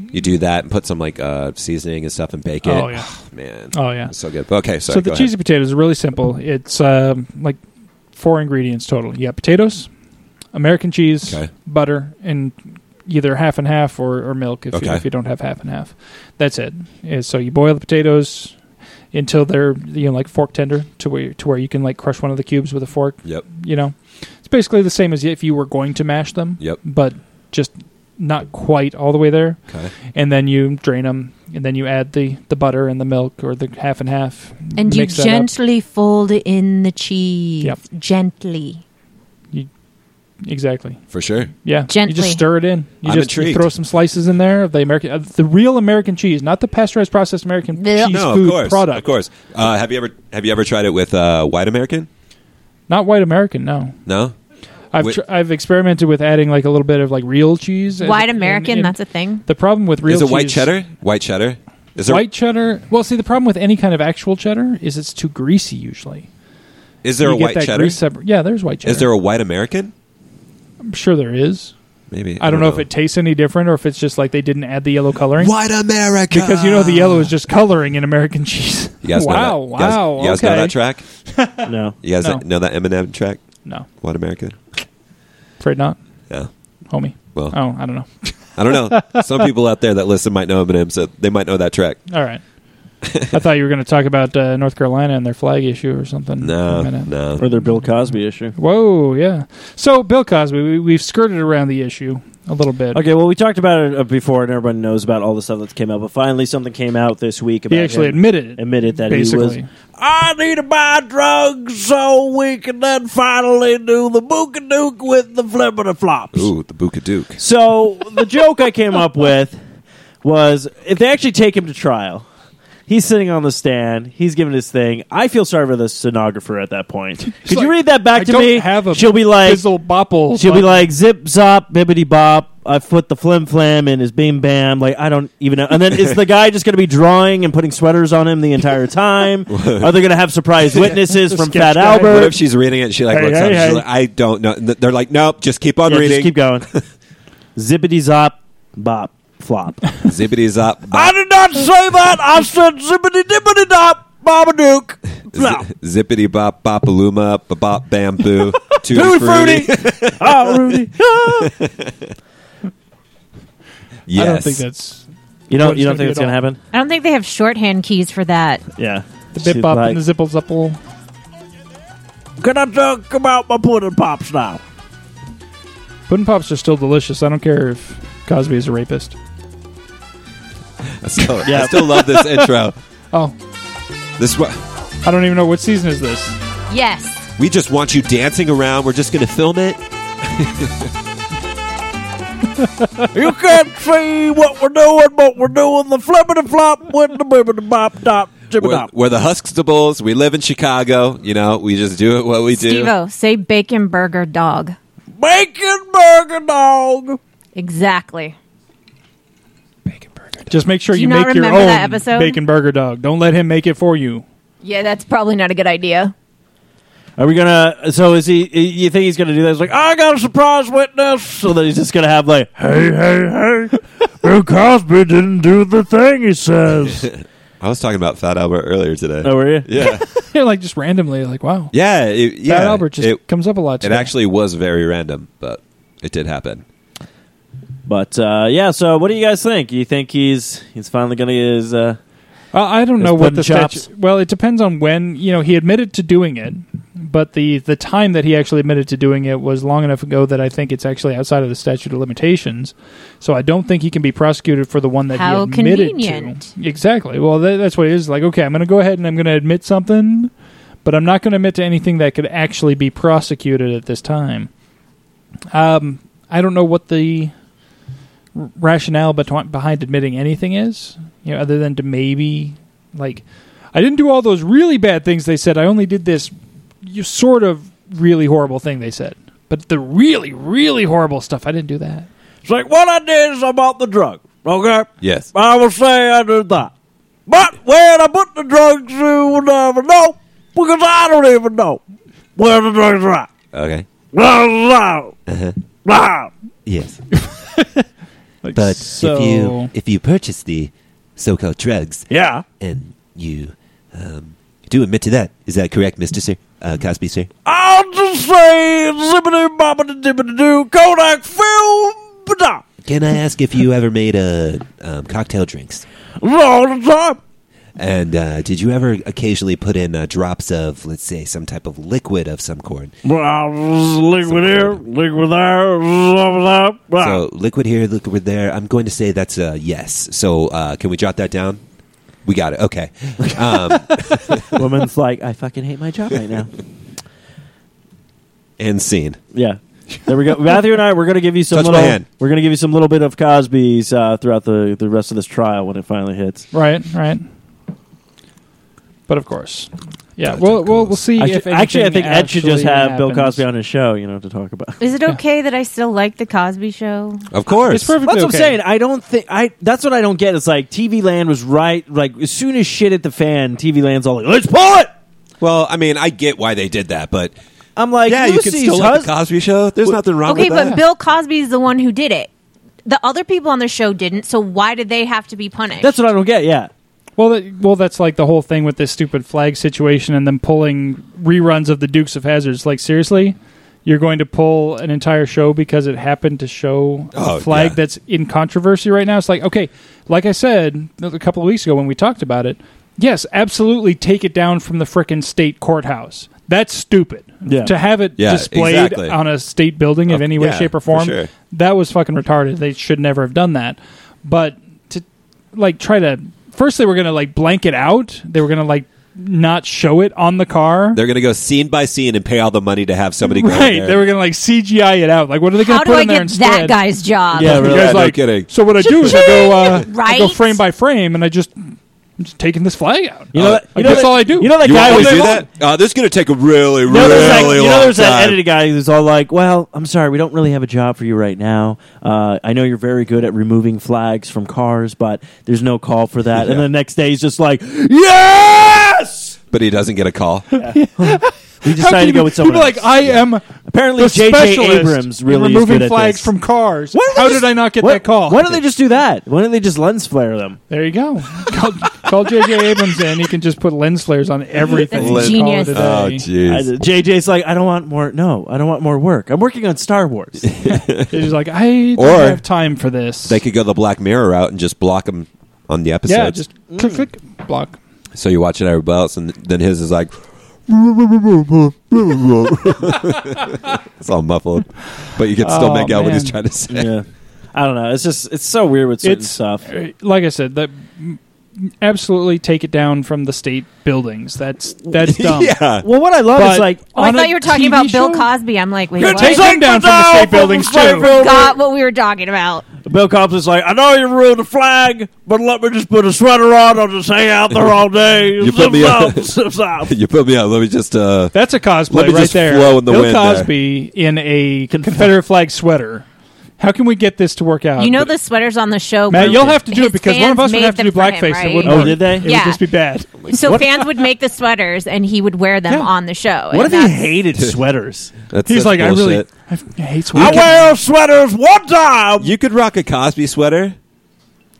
Speaker 2: You do that and put some like uh seasoning and stuff and bake it.
Speaker 1: Oh, yeah.
Speaker 2: man.
Speaker 1: Oh, yeah.
Speaker 2: It's so good. But, okay, sorry,
Speaker 1: so the
Speaker 2: go
Speaker 1: cheesy
Speaker 2: ahead.
Speaker 1: potatoes are really simple. It's um, like four ingredients total. You got potatoes, American cheese,
Speaker 2: Okay.
Speaker 1: butter, and either half and half or, or milk if, you,
Speaker 2: Okay.
Speaker 1: if you don't have half and half. That's it. And so you boil the potatoes until they're you know like fork tender to where to where you can like crush one of the cubes with a fork.
Speaker 2: Yep.
Speaker 1: You know, it's basically the same as if you were going to mash them.
Speaker 2: Yep.
Speaker 1: But just not quite all the way there
Speaker 2: Okay.
Speaker 1: and then you drain them, and then you add the the butter and the milk or the half and half,
Speaker 3: And
Speaker 1: mix
Speaker 3: you
Speaker 1: that up.
Speaker 3: gently fold in the cheese.
Speaker 1: Yep.
Speaker 3: Gently.
Speaker 1: exactly,
Speaker 2: For sure.
Speaker 1: yeah,
Speaker 3: Gently.
Speaker 1: You just stir it in. You
Speaker 2: I'm
Speaker 1: just you
Speaker 2: intrigued.
Speaker 1: throw some slices in there of the American, of the real American cheese, not the pasteurized processed American
Speaker 3: Yeah.
Speaker 1: cheese
Speaker 2: No,
Speaker 1: food
Speaker 2: of course.
Speaker 1: product.
Speaker 2: Of course. Uh, have you ever have you ever tried it with uh, white American?
Speaker 1: not white American. No,
Speaker 2: No.
Speaker 1: I've
Speaker 2: Wait.
Speaker 1: tr- I've experimented with adding like a little bit of like real cheese. as-
Speaker 3: White
Speaker 1: and-
Speaker 3: American,
Speaker 1: and
Speaker 3: that's a thing.
Speaker 1: the problem with real
Speaker 2: Is it white
Speaker 1: cheese-
Speaker 2: cheddar? White cheddar. Is there is
Speaker 1: White cheddar. Well, see, the problem with any kind of actual cheddar is it's too greasy usually.
Speaker 2: there
Speaker 1: You
Speaker 2: a
Speaker 1: get
Speaker 2: white
Speaker 1: that
Speaker 2: cheddar?
Speaker 1: grease separ- yeah, there's white cheddar.
Speaker 2: Is there a white American?
Speaker 1: I'm sure there is.
Speaker 2: Maybe.
Speaker 1: I don't know if it tastes any different or if it's just like they didn't add the yellow coloring.
Speaker 2: White America.
Speaker 1: Because you know the yellow is just coloring in American cheese.
Speaker 2: You guys
Speaker 1: wow,
Speaker 2: know that? You guys-
Speaker 1: wow.
Speaker 2: You guys
Speaker 1: okay.
Speaker 2: know that track?
Speaker 4: No.
Speaker 2: You guys
Speaker 1: No.
Speaker 2: know that Eminem track?
Speaker 1: No,
Speaker 2: White America.
Speaker 1: afraid not,
Speaker 2: Yeah.
Speaker 1: homie.
Speaker 2: Well,
Speaker 1: Oh, I don't know.
Speaker 2: I don't know. Some people out there that listen might know Eminem, so they might know that track.
Speaker 1: All right. I thought you were going to talk about uh, North Carolina and their flag issue or something.
Speaker 2: No,
Speaker 1: For a minute.
Speaker 2: no.
Speaker 4: Or their Bill Cosby issue.
Speaker 1: Whoa, yeah. So Bill Cosby, we, we've skirted around the issue a little bit.
Speaker 4: Okay, well, we talked about it uh, before, and everyone knows about all the stuff that came out. But finally, something came out this week. About
Speaker 1: He actually
Speaker 4: him.
Speaker 1: admitted it.
Speaker 4: admitted that
Speaker 1: basically.
Speaker 4: he was. I need to buy drugs so we can then finally do the book-a-dook with the flip of the flops.
Speaker 2: Ooh, the Buka Duke.
Speaker 4: So the joke I came up with was if they actually take him to trial, he's sitting on the stand, he's giving his thing. I feel sorry for the stenographer at that point. Could
Speaker 1: like,
Speaker 4: you read that back
Speaker 1: I
Speaker 4: to
Speaker 1: don't
Speaker 4: me?
Speaker 1: have a
Speaker 4: She'll be like,
Speaker 1: Bizzle bopple.
Speaker 4: She'll be like, zip zop, bibbity bop. I put the flim flam in his beam bam. Like, I don't even know. And then is the guy just going to be drawing and putting sweaters on him the entire time? Are they going to have surprise witnesses from Fat
Speaker 1: sketch guy.
Speaker 2: What if
Speaker 4: Albert?
Speaker 2: she's reading it and she like
Speaker 1: Hey,
Speaker 2: looks
Speaker 1: hey,
Speaker 2: up and
Speaker 1: hey.
Speaker 2: she's like, I don't know. And th- They're like, nope, just keep on
Speaker 4: Yeah,
Speaker 2: reading.
Speaker 4: just keep going. Zippity zop, bop, flop.
Speaker 2: Zippity zop.
Speaker 4: I
Speaker 2: bop,
Speaker 4: did not say that. I said zippity dippity dop, Babadook. Flop.
Speaker 2: zi- Zippity bop bopaluma bop bamboo.
Speaker 4: Tutti fruity. Ah, Rudy. Ah.
Speaker 1: I
Speaker 2: Yes.
Speaker 1: don't think
Speaker 4: You
Speaker 1: that's What
Speaker 4: don't.
Speaker 1: is
Speaker 4: You
Speaker 1: gonna
Speaker 4: don't
Speaker 1: be
Speaker 4: think it's
Speaker 1: at
Speaker 4: gonna
Speaker 1: all?
Speaker 4: happen?
Speaker 3: I don't think they have shorthand keys for that.
Speaker 4: Yeah.
Speaker 1: the bip bop and the zipple zipple.
Speaker 4: Can I talk about my pudding pops now?
Speaker 1: Pudding pops are still delicious. I don't care if Cosby is a rapist.
Speaker 2: I still,
Speaker 4: Yeah.
Speaker 2: I still love this intro.
Speaker 1: Oh,
Speaker 2: This is what
Speaker 1: I don't even know what season is this.
Speaker 3: Yes.
Speaker 2: we just want you dancing around. We're just gonna film it.
Speaker 4: You can't see what we're doing, but we're doing the flippity flop with the bibbity bop dop jibba
Speaker 2: We're,
Speaker 4: dop.
Speaker 2: we're the Huxtables. We live in Chicago. You know, we just do it what we do.
Speaker 3: Stevo, say bacon burger dog.
Speaker 4: Bacon burger dog.
Speaker 3: Exactly.
Speaker 1: Just make sure
Speaker 3: Do
Speaker 1: you
Speaker 3: you not
Speaker 1: make your
Speaker 3: remember
Speaker 1: own
Speaker 3: that episode?
Speaker 1: bacon burger dog. Don't let him make it for you.
Speaker 3: Yeah, that's probably not a good idea.
Speaker 4: Are we gonna? So is he? You think he's gonna do this? Like I got a surprise witness. So then he's just gonna have like, hey, hey, hey, Bill Cosby didn't do the thing he says.
Speaker 2: I was talking about Fat Albert earlier today.
Speaker 4: oh, were you?
Speaker 2: Yeah,
Speaker 1: Yeah, like just randomly, like wow.
Speaker 2: yeah, it, yeah.
Speaker 1: Fat Albert just
Speaker 2: it,
Speaker 1: comes up a lot.
Speaker 2: it
Speaker 1: today.
Speaker 2: actually was very random, but it did happen.
Speaker 4: But uh, yeah, so what do you guys think? You think he's he's finally gonna get his uh,
Speaker 1: Uh, I don't
Speaker 4: Those
Speaker 1: know what
Speaker 4: wooden
Speaker 1: the
Speaker 4: chops.
Speaker 1: statue. Well, it depends on when. You know, he admitted to doing it, but the the time that he actually admitted to doing it was long enough ago that I think it's actually outside of the statute of limitations. So I don't think he can be prosecuted for the one that
Speaker 3: How
Speaker 1: he admitted
Speaker 3: convenient.
Speaker 1: to. Exactly. Well, tha that's what it is. Like, okay, I'm going to go ahead and I'm going to admit something, but I'm not going to admit to anything that could actually be prosecuted at this time. Um, I don't know what the r- rationale betwi- behind admitting anything is, you know, other than to maybe like I didn't do all those really bad things they said. I only did this you sort of really horrible thing they said. But the really really horrible stuff, I didn't do that.
Speaker 4: It's like what I did is I bought the drug. Okay.
Speaker 2: Yes.
Speaker 4: I will say I did that. But when I put the drugs through, we'll never know because I don't even know where the drugs are. at.
Speaker 2: Okay. Uh-huh.
Speaker 4: Blah, blah, blah.
Speaker 2: Yes.
Speaker 1: Like,
Speaker 2: But
Speaker 1: so,
Speaker 2: if you if you purchase the so-called drugs
Speaker 4: Yeah.
Speaker 2: and you um, do admit to that, is that correct, Mister Sir uh, Cosby Sir?
Speaker 4: I'll just say zippity bobbity dippity doo Kodak film. ba-da.
Speaker 2: Can I ask if you ever made uh um, cocktail drinks?
Speaker 4: All the time.
Speaker 2: And uh, did you ever occasionally put in uh, drops of, let's say, some type of liquid of some sort?
Speaker 4: Blah, liquid here, liquid there, blah, blah, blah.
Speaker 2: So liquid here, liquid there. I'm going to say that's a yes. So uh, can we jot that down? We got it. Okay. Um,
Speaker 4: woman's like, I fucking hate my job right now.
Speaker 2: and scene.
Speaker 4: Yeah. There we go. Matthew and I, we're going to give you some
Speaker 2: Touch my
Speaker 4: little.
Speaker 2: hand.
Speaker 4: We're going to give you some little bit of Cosby's uh, throughout the the rest of this trial when it finally hits.
Speaker 1: right, right. But of course. Yeah,
Speaker 2: That's
Speaker 1: we'll,
Speaker 2: of
Speaker 1: we'll
Speaker 2: course.
Speaker 1: we'll see.
Speaker 4: I
Speaker 1: if
Speaker 4: should- actually, I think
Speaker 1: anything
Speaker 4: Ed should just
Speaker 1: actually
Speaker 4: have Bill
Speaker 1: happens.
Speaker 4: Cosby on his show, you know, to talk about.
Speaker 3: Is it okay that I still like the Cosby Show?
Speaker 2: Of course.
Speaker 1: It's perfectly
Speaker 4: That's what I'm
Speaker 1: okay.
Speaker 4: saying. I don't think I. That's what I don't get. It's like TV Land was right. Like as soon as shit hit the fan, TV Land's all like, "Let's pull it."
Speaker 2: Well, I mean, I get why they did that, but
Speaker 4: I'm like,
Speaker 2: yeah, you
Speaker 4: Lucy's
Speaker 2: can still like
Speaker 4: hus-
Speaker 2: the Cosby Show. There's nothing wrong
Speaker 3: Okay,
Speaker 2: with that.
Speaker 3: but Bill Cosby's the one who did it. The other people on the show didn't, so why did they have to be punished?
Speaker 4: That's what I don't get. Yeah,
Speaker 1: Well, that, well, that's like the whole thing with this stupid flag situation and them pulling reruns of the Dukes of Hazards. Like seriously, you're going to pull an entire show because it happened to show
Speaker 2: Oh,
Speaker 1: a flag
Speaker 2: yeah.
Speaker 1: that's in controversy right now. It's like okay, like I said a couple of weeks ago when we talked about it. Yes, absolutely, take it down from the frickin' state courthouse. That's stupid.
Speaker 4: Yeah.
Speaker 1: To have it
Speaker 2: Yeah,
Speaker 1: displayed
Speaker 2: exactly.
Speaker 1: on a state building
Speaker 2: Of-
Speaker 1: in any way,
Speaker 2: yeah,
Speaker 1: shape, or
Speaker 2: for
Speaker 1: form,
Speaker 2: sure.
Speaker 1: that was fucking retarded. They should never have done that. But to like try to first they were gonna like blank it out. They were gonna like not show it on the car.
Speaker 2: They're going to go scene by scene and pay all the money to have somebody go in
Speaker 1: right.
Speaker 2: there.
Speaker 1: They were gonna like CGI it out. Like what are they gonna
Speaker 3: How
Speaker 1: put
Speaker 3: do I
Speaker 1: in there
Speaker 3: get
Speaker 1: instead?
Speaker 3: that guy's job?
Speaker 4: Yeah,
Speaker 1: The
Speaker 4: really.
Speaker 1: guy's
Speaker 2: Yeah, no
Speaker 1: like,
Speaker 2: kidding.
Speaker 1: So what I do is I go uh, I go
Speaker 3: Right?
Speaker 1: frame by frame and I just I'm just taking this flag out.
Speaker 4: you know
Speaker 2: Oh,
Speaker 4: that. You
Speaker 1: like,
Speaker 4: know
Speaker 1: Uh, that's
Speaker 4: that-
Speaker 1: all I do.
Speaker 4: You know that
Speaker 2: you
Speaker 4: guy
Speaker 2: want
Speaker 4: was
Speaker 2: to do that? Uh, this is going to take a really,
Speaker 4: You know,
Speaker 2: really
Speaker 4: there's that, you
Speaker 2: long
Speaker 4: know, there's that
Speaker 2: time.
Speaker 4: editing guy who's all like, "Well, I'm sorry, we don't really have a job for you right now. Uh, I know you're very good at removing flags from cars, but there's no call for that." And the next day, he's just like, "Yes."
Speaker 2: But he doesn't get a call.
Speaker 4: We
Speaker 1: How can
Speaker 4: decided to
Speaker 1: you
Speaker 4: go
Speaker 1: be-
Speaker 4: with someone
Speaker 1: people are
Speaker 4: else.
Speaker 1: like I am
Speaker 4: Apparently,
Speaker 1: the
Speaker 4: J.J.
Speaker 1: specialist
Speaker 4: Abrams
Speaker 1: in
Speaker 4: really is
Speaker 1: removing
Speaker 4: good at
Speaker 1: flags
Speaker 4: this.
Speaker 1: from cars.
Speaker 4: Why don't they
Speaker 1: How
Speaker 4: just-
Speaker 1: did I not get
Speaker 4: why-
Speaker 1: that call?
Speaker 4: Why don't they just do that? Why don't they just lens flare them?
Speaker 1: There you go. call call JJ Abrams in. He can just put lens flares on everything.
Speaker 3: That's
Speaker 1: Call it
Speaker 3: genius.
Speaker 1: a
Speaker 2: Oh,
Speaker 1: day.
Speaker 4: I,
Speaker 2: jeez.
Speaker 4: JJ's like, I don't want more. No, I don't want more work. I'm working on Star Wars.
Speaker 1: He's like, I don't
Speaker 2: Or-
Speaker 1: have time for this.
Speaker 2: They could go the Black Mirror route and just block him on the episodes.
Speaker 1: yeah, just click,
Speaker 4: Mm.
Speaker 1: click, block.
Speaker 2: so you're watching everybody else, and then his is like, it's all muffled, but you can still
Speaker 1: Oh,
Speaker 2: make out what he's
Speaker 1: man.
Speaker 2: trying to say.
Speaker 4: yeah, I don't know. It's just it's so weird with certain
Speaker 1: It's
Speaker 4: stuff.
Speaker 1: uh, like I said. That absolutely take it down from the state buildings. That's that's dumb.
Speaker 2: Yeah.
Speaker 4: Well, what I love
Speaker 1: But
Speaker 4: is like
Speaker 3: Oh, I
Speaker 1: on a
Speaker 3: thought you were talking
Speaker 1: TV
Speaker 3: about Bill
Speaker 1: show?
Speaker 3: Cosby. I'm like, wait,
Speaker 1: You're
Speaker 3: what?
Speaker 1: taking them down from the state buildings too.
Speaker 3: Got what we were talking about.
Speaker 4: Bill Cobbs is like, I know you ruined the flag, but let me just put a sweater on. I'll just hang out there all day.
Speaker 2: You put me
Speaker 4: Zip-zop,
Speaker 2: up.
Speaker 4: zip-zop.
Speaker 2: You put me on. Let me just. Uh,
Speaker 1: That's a
Speaker 2: Let
Speaker 1: cosplay
Speaker 2: me
Speaker 1: right
Speaker 2: just
Speaker 1: there.
Speaker 2: flow in the
Speaker 1: Bill
Speaker 2: wind there.
Speaker 1: Cosby in a Confederate flag sweater. How can we get this to work out?
Speaker 3: You know the sweaters on the show.
Speaker 1: Uh, Matt,
Speaker 3: were-
Speaker 1: you'll have to do
Speaker 3: his
Speaker 1: it because one of
Speaker 3: fans
Speaker 1: us would
Speaker 3: made
Speaker 1: have to
Speaker 3: them
Speaker 1: do
Speaker 3: for him,
Speaker 1: blackface.
Speaker 3: right?
Speaker 1: It wouldn't
Speaker 4: Oh,
Speaker 1: work.
Speaker 4: did they?
Speaker 1: It
Speaker 3: Yeah.
Speaker 1: would just be bad.
Speaker 3: So fans would make the sweaters, and he would wear them
Speaker 1: Yeah.
Speaker 3: on the show.
Speaker 4: What if
Speaker 3: and
Speaker 4: he
Speaker 3: that's-
Speaker 4: hated sweaters?
Speaker 2: that's
Speaker 1: He's
Speaker 2: that's
Speaker 1: like, I really,
Speaker 2: bullshit.
Speaker 1: I f- I hate
Speaker 4: I
Speaker 1: sweating.
Speaker 4: wear sweaters one time.
Speaker 2: You could rock a Cosby sweater.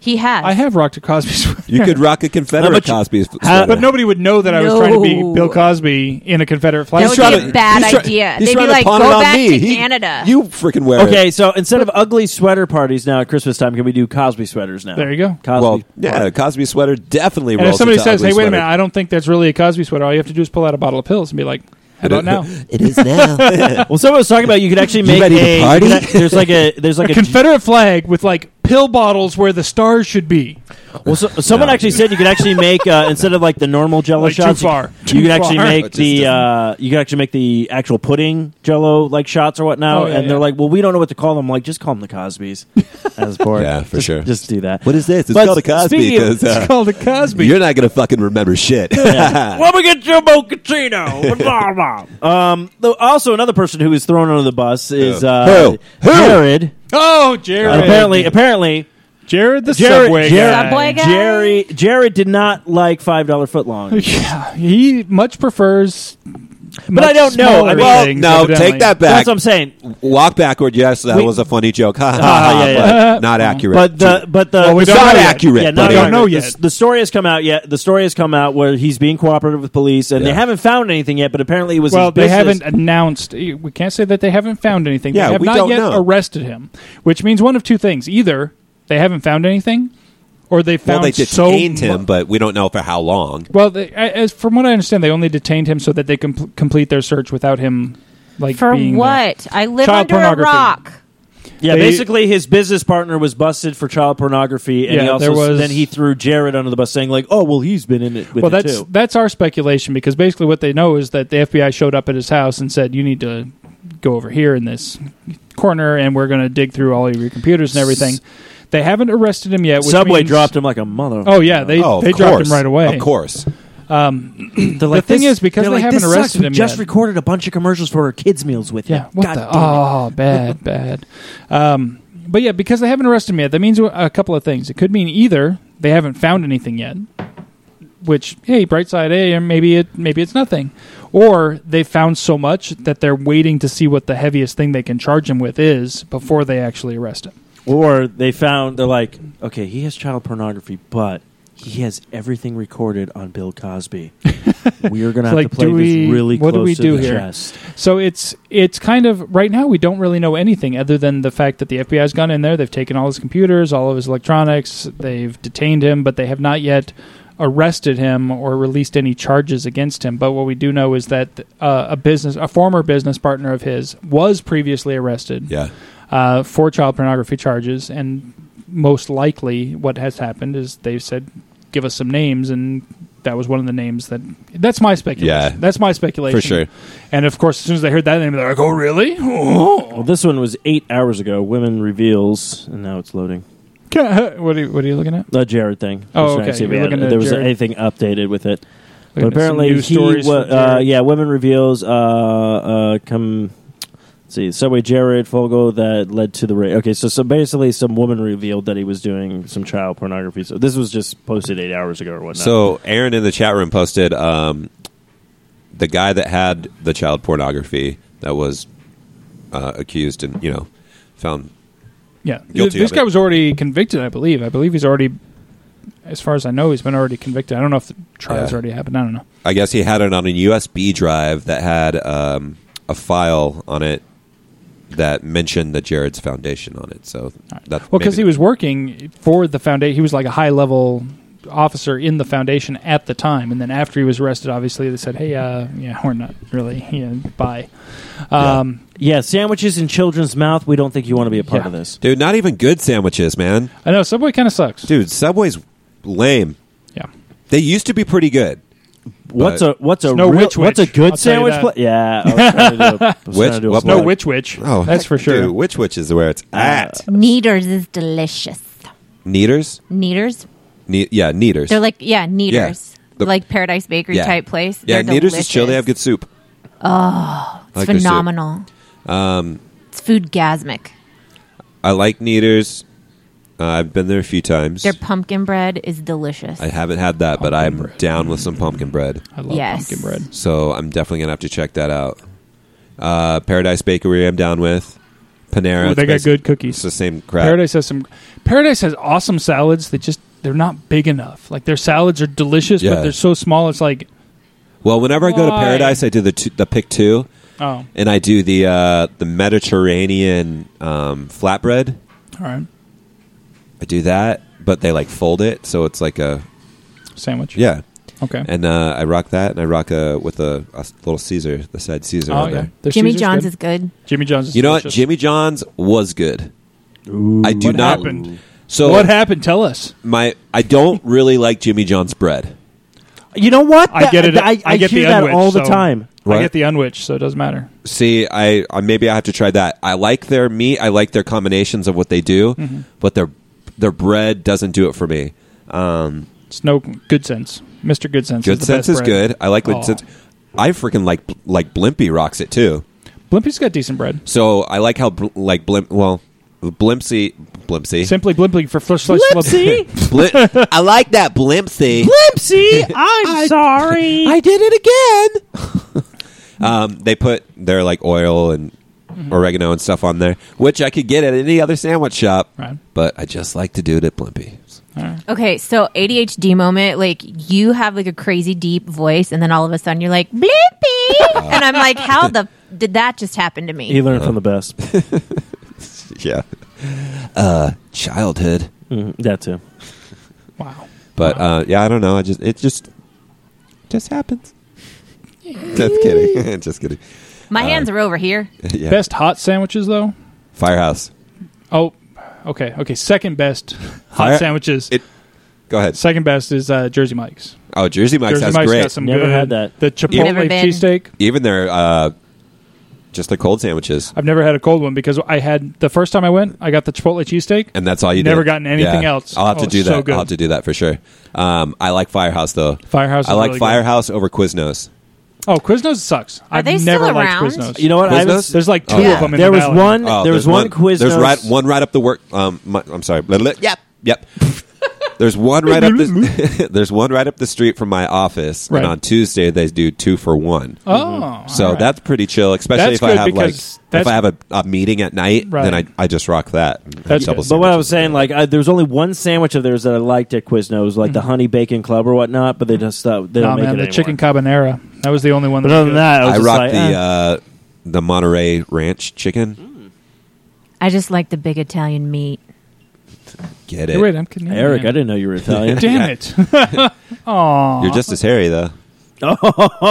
Speaker 3: He has.
Speaker 1: I have rocked a Cosby sweater.
Speaker 2: You could rock a Confederate
Speaker 4: much-
Speaker 2: Cosby. sweater.
Speaker 4: how-
Speaker 1: But nobody would know that I was trying to be
Speaker 3: No.
Speaker 1: Bill Cosby in a Confederate flag.
Speaker 3: That
Speaker 1: shirt.
Speaker 3: would be
Speaker 2: trying
Speaker 3: a bad
Speaker 2: he's try-
Speaker 3: idea.
Speaker 2: he's
Speaker 3: They'd
Speaker 2: trying
Speaker 3: be
Speaker 2: to
Speaker 3: like,
Speaker 2: pawn it
Speaker 3: go
Speaker 2: on
Speaker 3: back
Speaker 2: me.
Speaker 3: to
Speaker 2: He-
Speaker 3: Canada.
Speaker 2: You freaking wear it.
Speaker 4: Okay, so instead of ugly sweater parties now at Christmas time, can we do Cosby sweaters now?
Speaker 1: There you go.
Speaker 4: Cosby.
Speaker 2: Well, yeah, a Cosby sweater definitely.
Speaker 1: and
Speaker 2: rolls
Speaker 1: if somebody
Speaker 2: into
Speaker 1: says,
Speaker 2: ugly
Speaker 1: "Hey, wait a
Speaker 2: sweater.
Speaker 1: minute, I don't think that's really a Cosby sweater," all you have to do is pull out a bottle of pills and be like, "How about now?"
Speaker 2: it is now.
Speaker 4: well, someone was talking about you could actually make
Speaker 2: ready to
Speaker 4: a. you
Speaker 2: party?
Speaker 4: could act- there's like a there's like
Speaker 1: a
Speaker 4: a.
Speaker 1: Confederate flag with like pill bottles where the stars should be.
Speaker 4: well, so, someone actually said you could actually make uh, instead of like the normal Jello
Speaker 1: Like, too
Speaker 4: shots. you-
Speaker 1: far.
Speaker 4: You,
Speaker 1: Too
Speaker 4: could actually
Speaker 1: far.
Speaker 4: make
Speaker 2: It just
Speaker 4: the
Speaker 2: doesn't-
Speaker 4: uh, you could actually make the actual pudding Jello like shots or whatnot.
Speaker 1: Oh, yeah,
Speaker 4: and they're
Speaker 1: yeah.
Speaker 4: like, well, we don't know what to call them. I'm like, just call them the Cosbys. As bored.
Speaker 2: Yeah, for
Speaker 4: Just-
Speaker 2: sure.
Speaker 4: Just do that.
Speaker 2: What is this? It's
Speaker 4: But
Speaker 2: called a Cosby
Speaker 4: speaking of-
Speaker 2: 'cause, uh,
Speaker 1: It's called a Cosby.
Speaker 2: you're not gonna fucking remember shit.
Speaker 4: Let me get you mochaccino. Blah, blah. um, though also another person who was thrown under the bus is uh,
Speaker 2: Who? Who?
Speaker 4: Jared.
Speaker 1: oh, Jared.
Speaker 4: Apparently, apparently,
Speaker 1: Jared the
Speaker 4: Jared,
Speaker 1: subway
Speaker 4: Jared,
Speaker 1: guy.
Speaker 3: Subway guy?
Speaker 4: Jerry, Jared did not like five dollar footlongs.
Speaker 1: Yeah, he much prefers.
Speaker 4: But I don't know. I mean-
Speaker 2: well, no, take that back.
Speaker 4: That's what I'm saying.
Speaker 2: Walk backward. Yes, that
Speaker 4: We-
Speaker 2: was a funny joke. Ha, ha,
Speaker 4: Ah,
Speaker 2: ha,
Speaker 4: yeah,
Speaker 1: yeah.
Speaker 2: But not accurate.
Speaker 4: But the but the
Speaker 1: we
Speaker 4: it's
Speaker 1: don't know yet.
Speaker 2: Yeah,
Speaker 4: Yeah,
Speaker 2: no,
Speaker 4: not
Speaker 2: we
Speaker 1: don't know
Speaker 4: The-
Speaker 1: yet.
Speaker 4: The, story has come out yet. The story has come out where he's being cooperative with police, and they
Speaker 2: Yeah.
Speaker 4: haven't found anything yet. But apparently, it was
Speaker 1: Well,
Speaker 4: his
Speaker 1: they
Speaker 4: business.
Speaker 1: haven't announced. eh, We can't say that they haven't found anything.
Speaker 2: Yeah,
Speaker 1: they have
Speaker 2: we
Speaker 1: not
Speaker 2: don't
Speaker 1: yet
Speaker 2: know.
Speaker 1: arrested him, which means one of two things: either they haven't found anything, or they
Speaker 2: well,
Speaker 1: found
Speaker 2: they
Speaker 1: so
Speaker 2: detained him,
Speaker 1: mu-
Speaker 2: but we don't know for how long.
Speaker 1: well, they, a- as from what I understand, they only detained him so that they can complete their search without him, like
Speaker 3: For
Speaker 1: being there.
Speaker 3: what? I live
Speaker 1: Child
Speaker 3: under a
Speaker 1: pornography.
Speaker 3: rock.
Speaker 4: Yeah,
Speaker 1: They-
Speaker 4: basically, his business partner was busted for child pornography, and
Speaker 1: Yeah,
Speaker 4: he also
Speaker 1: there was-
Speaker 4: then he threw Jared under the bus, saying like, "Oh, well, he's been in it with
Speaker 1: Well,
Speaker 4: it
Speaker 1: that's
Speaker 4: too."
Speaker 1: that's our speculation because basically what they know is that the FBI showed up at his house and said, "You need to go over here in this corner, and we're going to dig through all of your computers and everything." They haven't arrested him yet. Which
Speaker 4: Subway
Speaker 1: means-
Speaker 4: dropped him like a mother.
Speaker 1: Oh yeah, they
Speaker 2: oh, of
Speaker 1: they dropped
Speaker 2: course.
Speaker 1: him right away. Um,
Speaker 2: Of course.
Speaker 4: They're like,
Speaker 1: thing
Speaker 4: "This-
Speaker 1: is, because
Speaker 4: they're
Speaker 1: they
Speaker 4: like,
Speaker 1: haven't
Speaker 4: "This sucks.
Speaker 1: arrested
Speaker 4: We
Speaker 1: him
Speaker 4: Just
Speaker 1: yet."
Speaker 4: recorded a bunch of commercials for our kids' meals with him.
Speaker 1: Yeah. What
Speaker 4: God
Speaker 1: the?
Speaker 4: damn it.
Speaker 1: Oh, bad, bad. Um, but yeah, because they haven't arrested him yet, that means a couple of things. It could mean either they haven't found anything yet, which hey, bright side, hey, or maybe it maybe it's nothing, or they found so much that they're waiting to see what the heaviest thing they can charge him with is before they actually arrest him.
Speaker 4: Or they found they're like, okay, he has child pornography, but he has everything recorded on Bill Cosby. we are gonna have
Speaker 1: like,
Speaker 4: to play
Speaker 1: do
Speaker 4: this
Speaker 1: we-
Speaker 4: really
Speaker 1: what do
Speaker 4: close
Speaker 1: we
Speaker 4: to
Speaker 1: do
Speaker 4: the
Speaker 1: here?
Speaker 4: chest.
Speaker 1: So it's it's kind of right now we don't really know anything other than the fact that the FBI's gone in there, they've taken all his computers, all of his electronics, they've detained him, but they have not yet arrested him or released any charges against him. But what we do know is that uh, a business a former business partner of his was previously arrested
Speaker 2: Yeah.
Speaker 1: uh, for child pornography charges, and most likely what has happened is they've said, "Give us some names," and that was one of the names that. That's my speculation.
Speaker 2: Yeah.
Speaker 1: that's my speculation
Speaker 2: For sure.
Speaker 1: And of course, as soon as they heard that name, they're like, "Oh, really? Oh.
Speaker 4: Well, this one was eight hours ago. Women reveals, and now it's loading.
Speaker 1: what are you, what are you looking at?"
Speaker 4: The Jared thing. Just
Speaker 1: Oh,
Speaker 4: trying
Speaker 1: okay.
Speaker 4: to see if
Speaker 1: You're
Speaker 4: we had-
Speaker 1: looking at
Speaker 4: there was
Speaker 1: Jared.
Speaker 4: anything updated with it.
Speaker 1: Looking
Speaker 4: But
Speaker 1: at some
Speaker 4: apparently,
Speaker 1: news
Speaker 4: he
Speaker 1: stories
Speaker 4: wa-
Speaker 1: from
Speaker 4: uh,
Speaker 1: Jared.
Speaker 4: yeah, women reveals. Uh, uh, come, let's see, Subway Jared Fogle that led to the rape. Okay, so so basically, some woman revealed that he was doing some child pornography. So this was just posted eight hours ago or whatnot.
Speaker 2: So Aaron in the chat room posted um, the guy that had the child pornography that was uh, accused and you know found
Speaker 1: Yeah,
Speaker 2: Guilty
Speaker 1: this
Speaker 2: of
Speaker 1: guy
Speaker 2: it.
Speaker 1: was already convicted, I believe. I believe he's already, as far as I know, he's been already convicted. I don't know if the trial's
Speaker 2: Yeah.
Speaker 1: already happened. I don't know.
Speaker 2: I guess he had it on a USB drive that had um, a file on it that mentioned the Jared's Foundation on it. So that's
Speaker 1: Well, because he was working for the foundation, he was like a high level officer in the foundation at the time, and then after he was arrested, obviously they said, "Hey, uh, yeah, we're not really, yeah, bye." Um,
Speaker 4: yeah, sandwiches in children's mouth. We don't think you want to be a part
Speaker 1: Yeah.
Speaker 4: of this.
Speaker 2: dude. Not even good sandwiches, man.
Speaker 1: I know Subway kind of sucks.
Speaker 2: Dude, Subway's lame.
Speaker 1: Yeah,
Speaker 2: They used to be pretty good.
Speaker 4: What's a what's a
Speaker 1: no
Speaker 4: real-
Speaker 1: witch
Speaker 4: what's a
Speaker 1: witch, I'll
Speaker 4: good
Speaker 1: tell you
Speaker 4: sandwich?
Speaker 1: that.
Speaker 4: pla- yeah, I was trying to do a- I was
Speaker 2: Witch-
Speaker 4: trying to do a Uh,
Speaker 2: what-
Speaker 1: no
Speaker 4: slide.
Speaker 1: witch, witch.
Speaker 2: Oh,
Speaker 1: that's
Speaker 2: heck,
Speaker 1: for sure.
Speaker 2: Dude, which which is where it's at?
Speaker 3: Neaters is delicious.
Speaker 2: Neaters,
Speaker 3: Neaters?
Speaker 2: ne- yeah, Neaters.
Speaker 3: They're like, yeah, Neaters.
Speaker 2: The-
Speaker 3: like Paradise Bakery
Speaker 2: yeah.
Speaker 3: type place.
Speaker 2: Yeah,
Speaker 3: They're
Speaker 2: Neaters
Speaker 3: delicious.
Speaker 2: is chill. They have good soup. Oh,
Speaker 3: It's phenomenal. it's food gasmic.
Speaker 2: Um, I like Neaters. Uh, I've been there a few times.
Speaker 3: Their pumpkin bread is delicious.
Speaker 2: I haven't had that, but I'm down with some pumpkin bread.
Speaker 1: I love
Speaker 3: Yes.
Speaker 1: pumpkin bread.
Speaker 2: So I'm definitely gonna have to check that out. Uh, Paradise Bakery, I'm down with. Panera.
Speaker 1: Ooh,
Speaker 2: it's
Speaker 1: they got
Speaker 2: basi-
Speaker 1: good cookies.
Speaker 2: It's the same crap.
Speaker 1: Paradise has some. Paradise has awesome salads. They just they're not big enough. Like their salads are delicious,
Speaker 2: Yeah.
Speaker 1: but they're so small. It's like
Speaker 2: Well, whenever I go to
Speaker 1: Why?
Speaker 2: Paradise, I do the two, the pick two,
Speaker 1: oh, all
Speaker 2: and I do the uh, the Mediterranean um, flatbread.
Speaker 1: right,
Speaker 2: I do that, but they like fold it, so it's like a
Speaker 1: sandwich.
Speaker 2: yeah.
Speaker 1: Okay.
Speaker 2: And uh, I rock that, and I rock uh, with a, a little Caesar, the side Caesar.
Speaker 1: oh
Speaker 2: on
Speaker 1: yeah.
Speaker 2: there.
Speaker 1: Their
Speaker 3: Jimmy
Speaker 1: Caesar's
Speaker 3: John's
Speaker 1: good.
Speaker 3: is good.
Speaker 1: Jimmy John's. Is
Speaker 2: You know what?
Speaker 1: delicious.
Speaker 2: Jimmy John's was good. I do
Speaker 1: What
Speaker 2: not.
Speaker 1: happened?
Speaker 2: So
Speaker 1: what happened? Tell us.
Speaker 2: My I don't really like Jimmy John's bread.
Speaker 4: You know what?
Speaker 1: I get it.
Speaker 4: I, I,
Speaker 1: get
Speaker 4: hear
Speaker 1: the
Speaker 4: that
Speaker 1: unwitch,
Speaker 4: all the
Speaker 1: so-
Speaker 4: time.
Speaker 1: I
Speaker 2: Right.
Speaker 1: get the unwitch, so it doesn't matter.
Speaker 2: See, I, I maybe I have to try that. I like their meat. I like their combinations of what they do,
Speaker 1: Mm-hmm.
Speaker 2: but their their bread doesn't do it for me. Um,
Speaker 1: It's no good sense. Mister Good Sense.
Speaker 2: good
Speaker 1: is the best
Speaker 2: sense is
Speaker 1: bread.
Speaker 2: good. I like good
Speaker 1: Aw.
Speaker 2: sense. I freaking like like Blimpy rocks it too.
Speaker 1: Blimpy's got decent bread.
Speaker 2: So I like how bl- like Blimp. Well, Blimpsy, Blimpsy.
Speaker 1: Simply Blimpy for flush slice.
Speaker 2: Blim- I like that Blimpsy.
Speaker 4: Limpsy, I'm sorry.
Speaker 2: I did it again. um, they put their like oil and
Speaker 1: Mm-hmm.
Speaker 2: oregano and stuff on there, which I could get at any other sandwich shop.
Speaker 1: Right.
Speaker 2: But I just like to do it at Blimpy.
Speaker 3: Okay, so ADHD moment, like you have like a crazy deep voice, and then all of a sudden you're like Blimpy, and I'm like, how the f- did that just happen to me?
Speaker 4: You
Speaker 2: Uh-huh.
Speaker 4: learn from the best.
Speaker 2: Yeah. Uh, childhood.
Speaker 4: Mhm, that too.
Speaker 1: Wow.
Speaker 2: But uh, yeah, I don't know. I just it just just happens. just kidding. just kidding.
Speaker 3: My hands are over here.
Speaker 2: Uh, yeah.
Speaker 1: Best hot sandwiches though.
Speaker 2: Firehouse.
Speaker 1: Oh, okay, okay. Second best hot
Speaker 2: Fire-
Speaker 1: sandwiches.
Speaker 2: It- Go ahead.
Speaker 1: Second best is uh, Jersey Mike's.
Speaker 2: Oh, Jersey Mike's
Speaker 1: Jersey
Speaker 2: has
Speaker 1: Mike's
Speaker 2: great.
Speaker 1: got some
Speaker 4: Never
Speaker 1: good.
Speaker 4: had that.
Speaker 1: The
Speaker 3: Never
Speaker 1: Chipotle
Speaker 3: been.
Speaker 1: cheesesteak.
Speaker 2: Even their uh, just their cold sandwiches,
Speaker 1: I've never had a cold one because I had the first time I went, I got the Chipotle cheesesteak.
Speaker 2: and that's all you
Speaker 1: Never
Speaker 2: did.
Speaker 1: gotten anything else.
Speaker 2: I'll have
Speaker 1: Oh,
Speaker 2: to do
Speaker 1: so
Speaker 2: that.
Speaker 1: good.
Speaker 2: I'll have to do that for sure. Um, I like Firehouse though.
Speaker 1: Firehouse
Speaker 2: I
Speaker 1: is
Speaker 2: like
Speaker 1: really good.
Speaker 2: Firehouse over Quiznos.
Speaker 1: Oh, Quiznos sucks. I've
Speaker 3: they
Speaker 1: never
Speaker 3: still
Speaker 1: liked
Speaker 3: around?
Speaker 1: Quiznos.
Speaker 4: You know what? I
Speaker 2: Quiznos?
Speaker 4: was,
Speaker 1: there's like two
Speaker 3: Yeah.
Speaker 1: of them. In
Speaker 4: there
Speaker 1: the
Speaker 4: was
Speaker 1: valley.
Speaker 4: one.
Speaker 2: Oh,
Speaker 4: there was one, Quiznos.
Speaker 2: There's right, one right up the work. Um, my, I'm sorry. Blah, blah, Yep, yep. There's one right up the. there's one right up the street from my office,
Speaker 1: Right.
Speaker 2: and on Tuesday they do two for one.
Speaker 1: Oh,
Speaker 2: so
Speaker 1: all right.
Speaker 2: that's pretty chill,
Speaker 1: That's
Speaker 2: especially if I
Speaker 1: good
Speaker 2: have like
Speaker 1: because
Speaker 2: if
Speaker 1: that's-
Speaker 2: I have a, a meeting at night,
Speaker 1: Right.
Speaker 2: then I, I just rock that. and have
Speaker 1: That's
Speaker 2: double
Speaker 1: good.
Speaker 4: But what I was
Speaker 2: sandwiches.
Speaker 4: saying, like, I, there was only one sandwich of theirs that I liked at Quiznos, like the honey bacon club or whatnot. But they just uh, they
Speaker 1: Mm-hmm. Nah,
Speaker 4: don't make
Speaker 1: man,
Speaker 4: it
Speaker 1: the
Speaker 4: anymore.
Speaker 1: chicken carbonara. That was the only one.
Speaker 4: But
Speaker 1: that was
Speaker 4: other than
Speaker 1: good.
Speaker 4: that, I, was
Speaker 2: I
Speaker 4: just
Speaker 2: rock
Speaker 4: like,
Speaker 2: the
Speaker 4: eh.
Speaker 2: uh, the Monterey Ranch chicken.
Speaker 3: I just like the big Italian meat.
Speaker 2: Get
Speaker 1: Hey, wait,
Speaker 2: it?
Speaker 1: I'm Canadian.
Speaker 4: Eric, I didn't know you were Italian.
Speaker 1: Damn it!
Speaker 2: You're just as hairy though.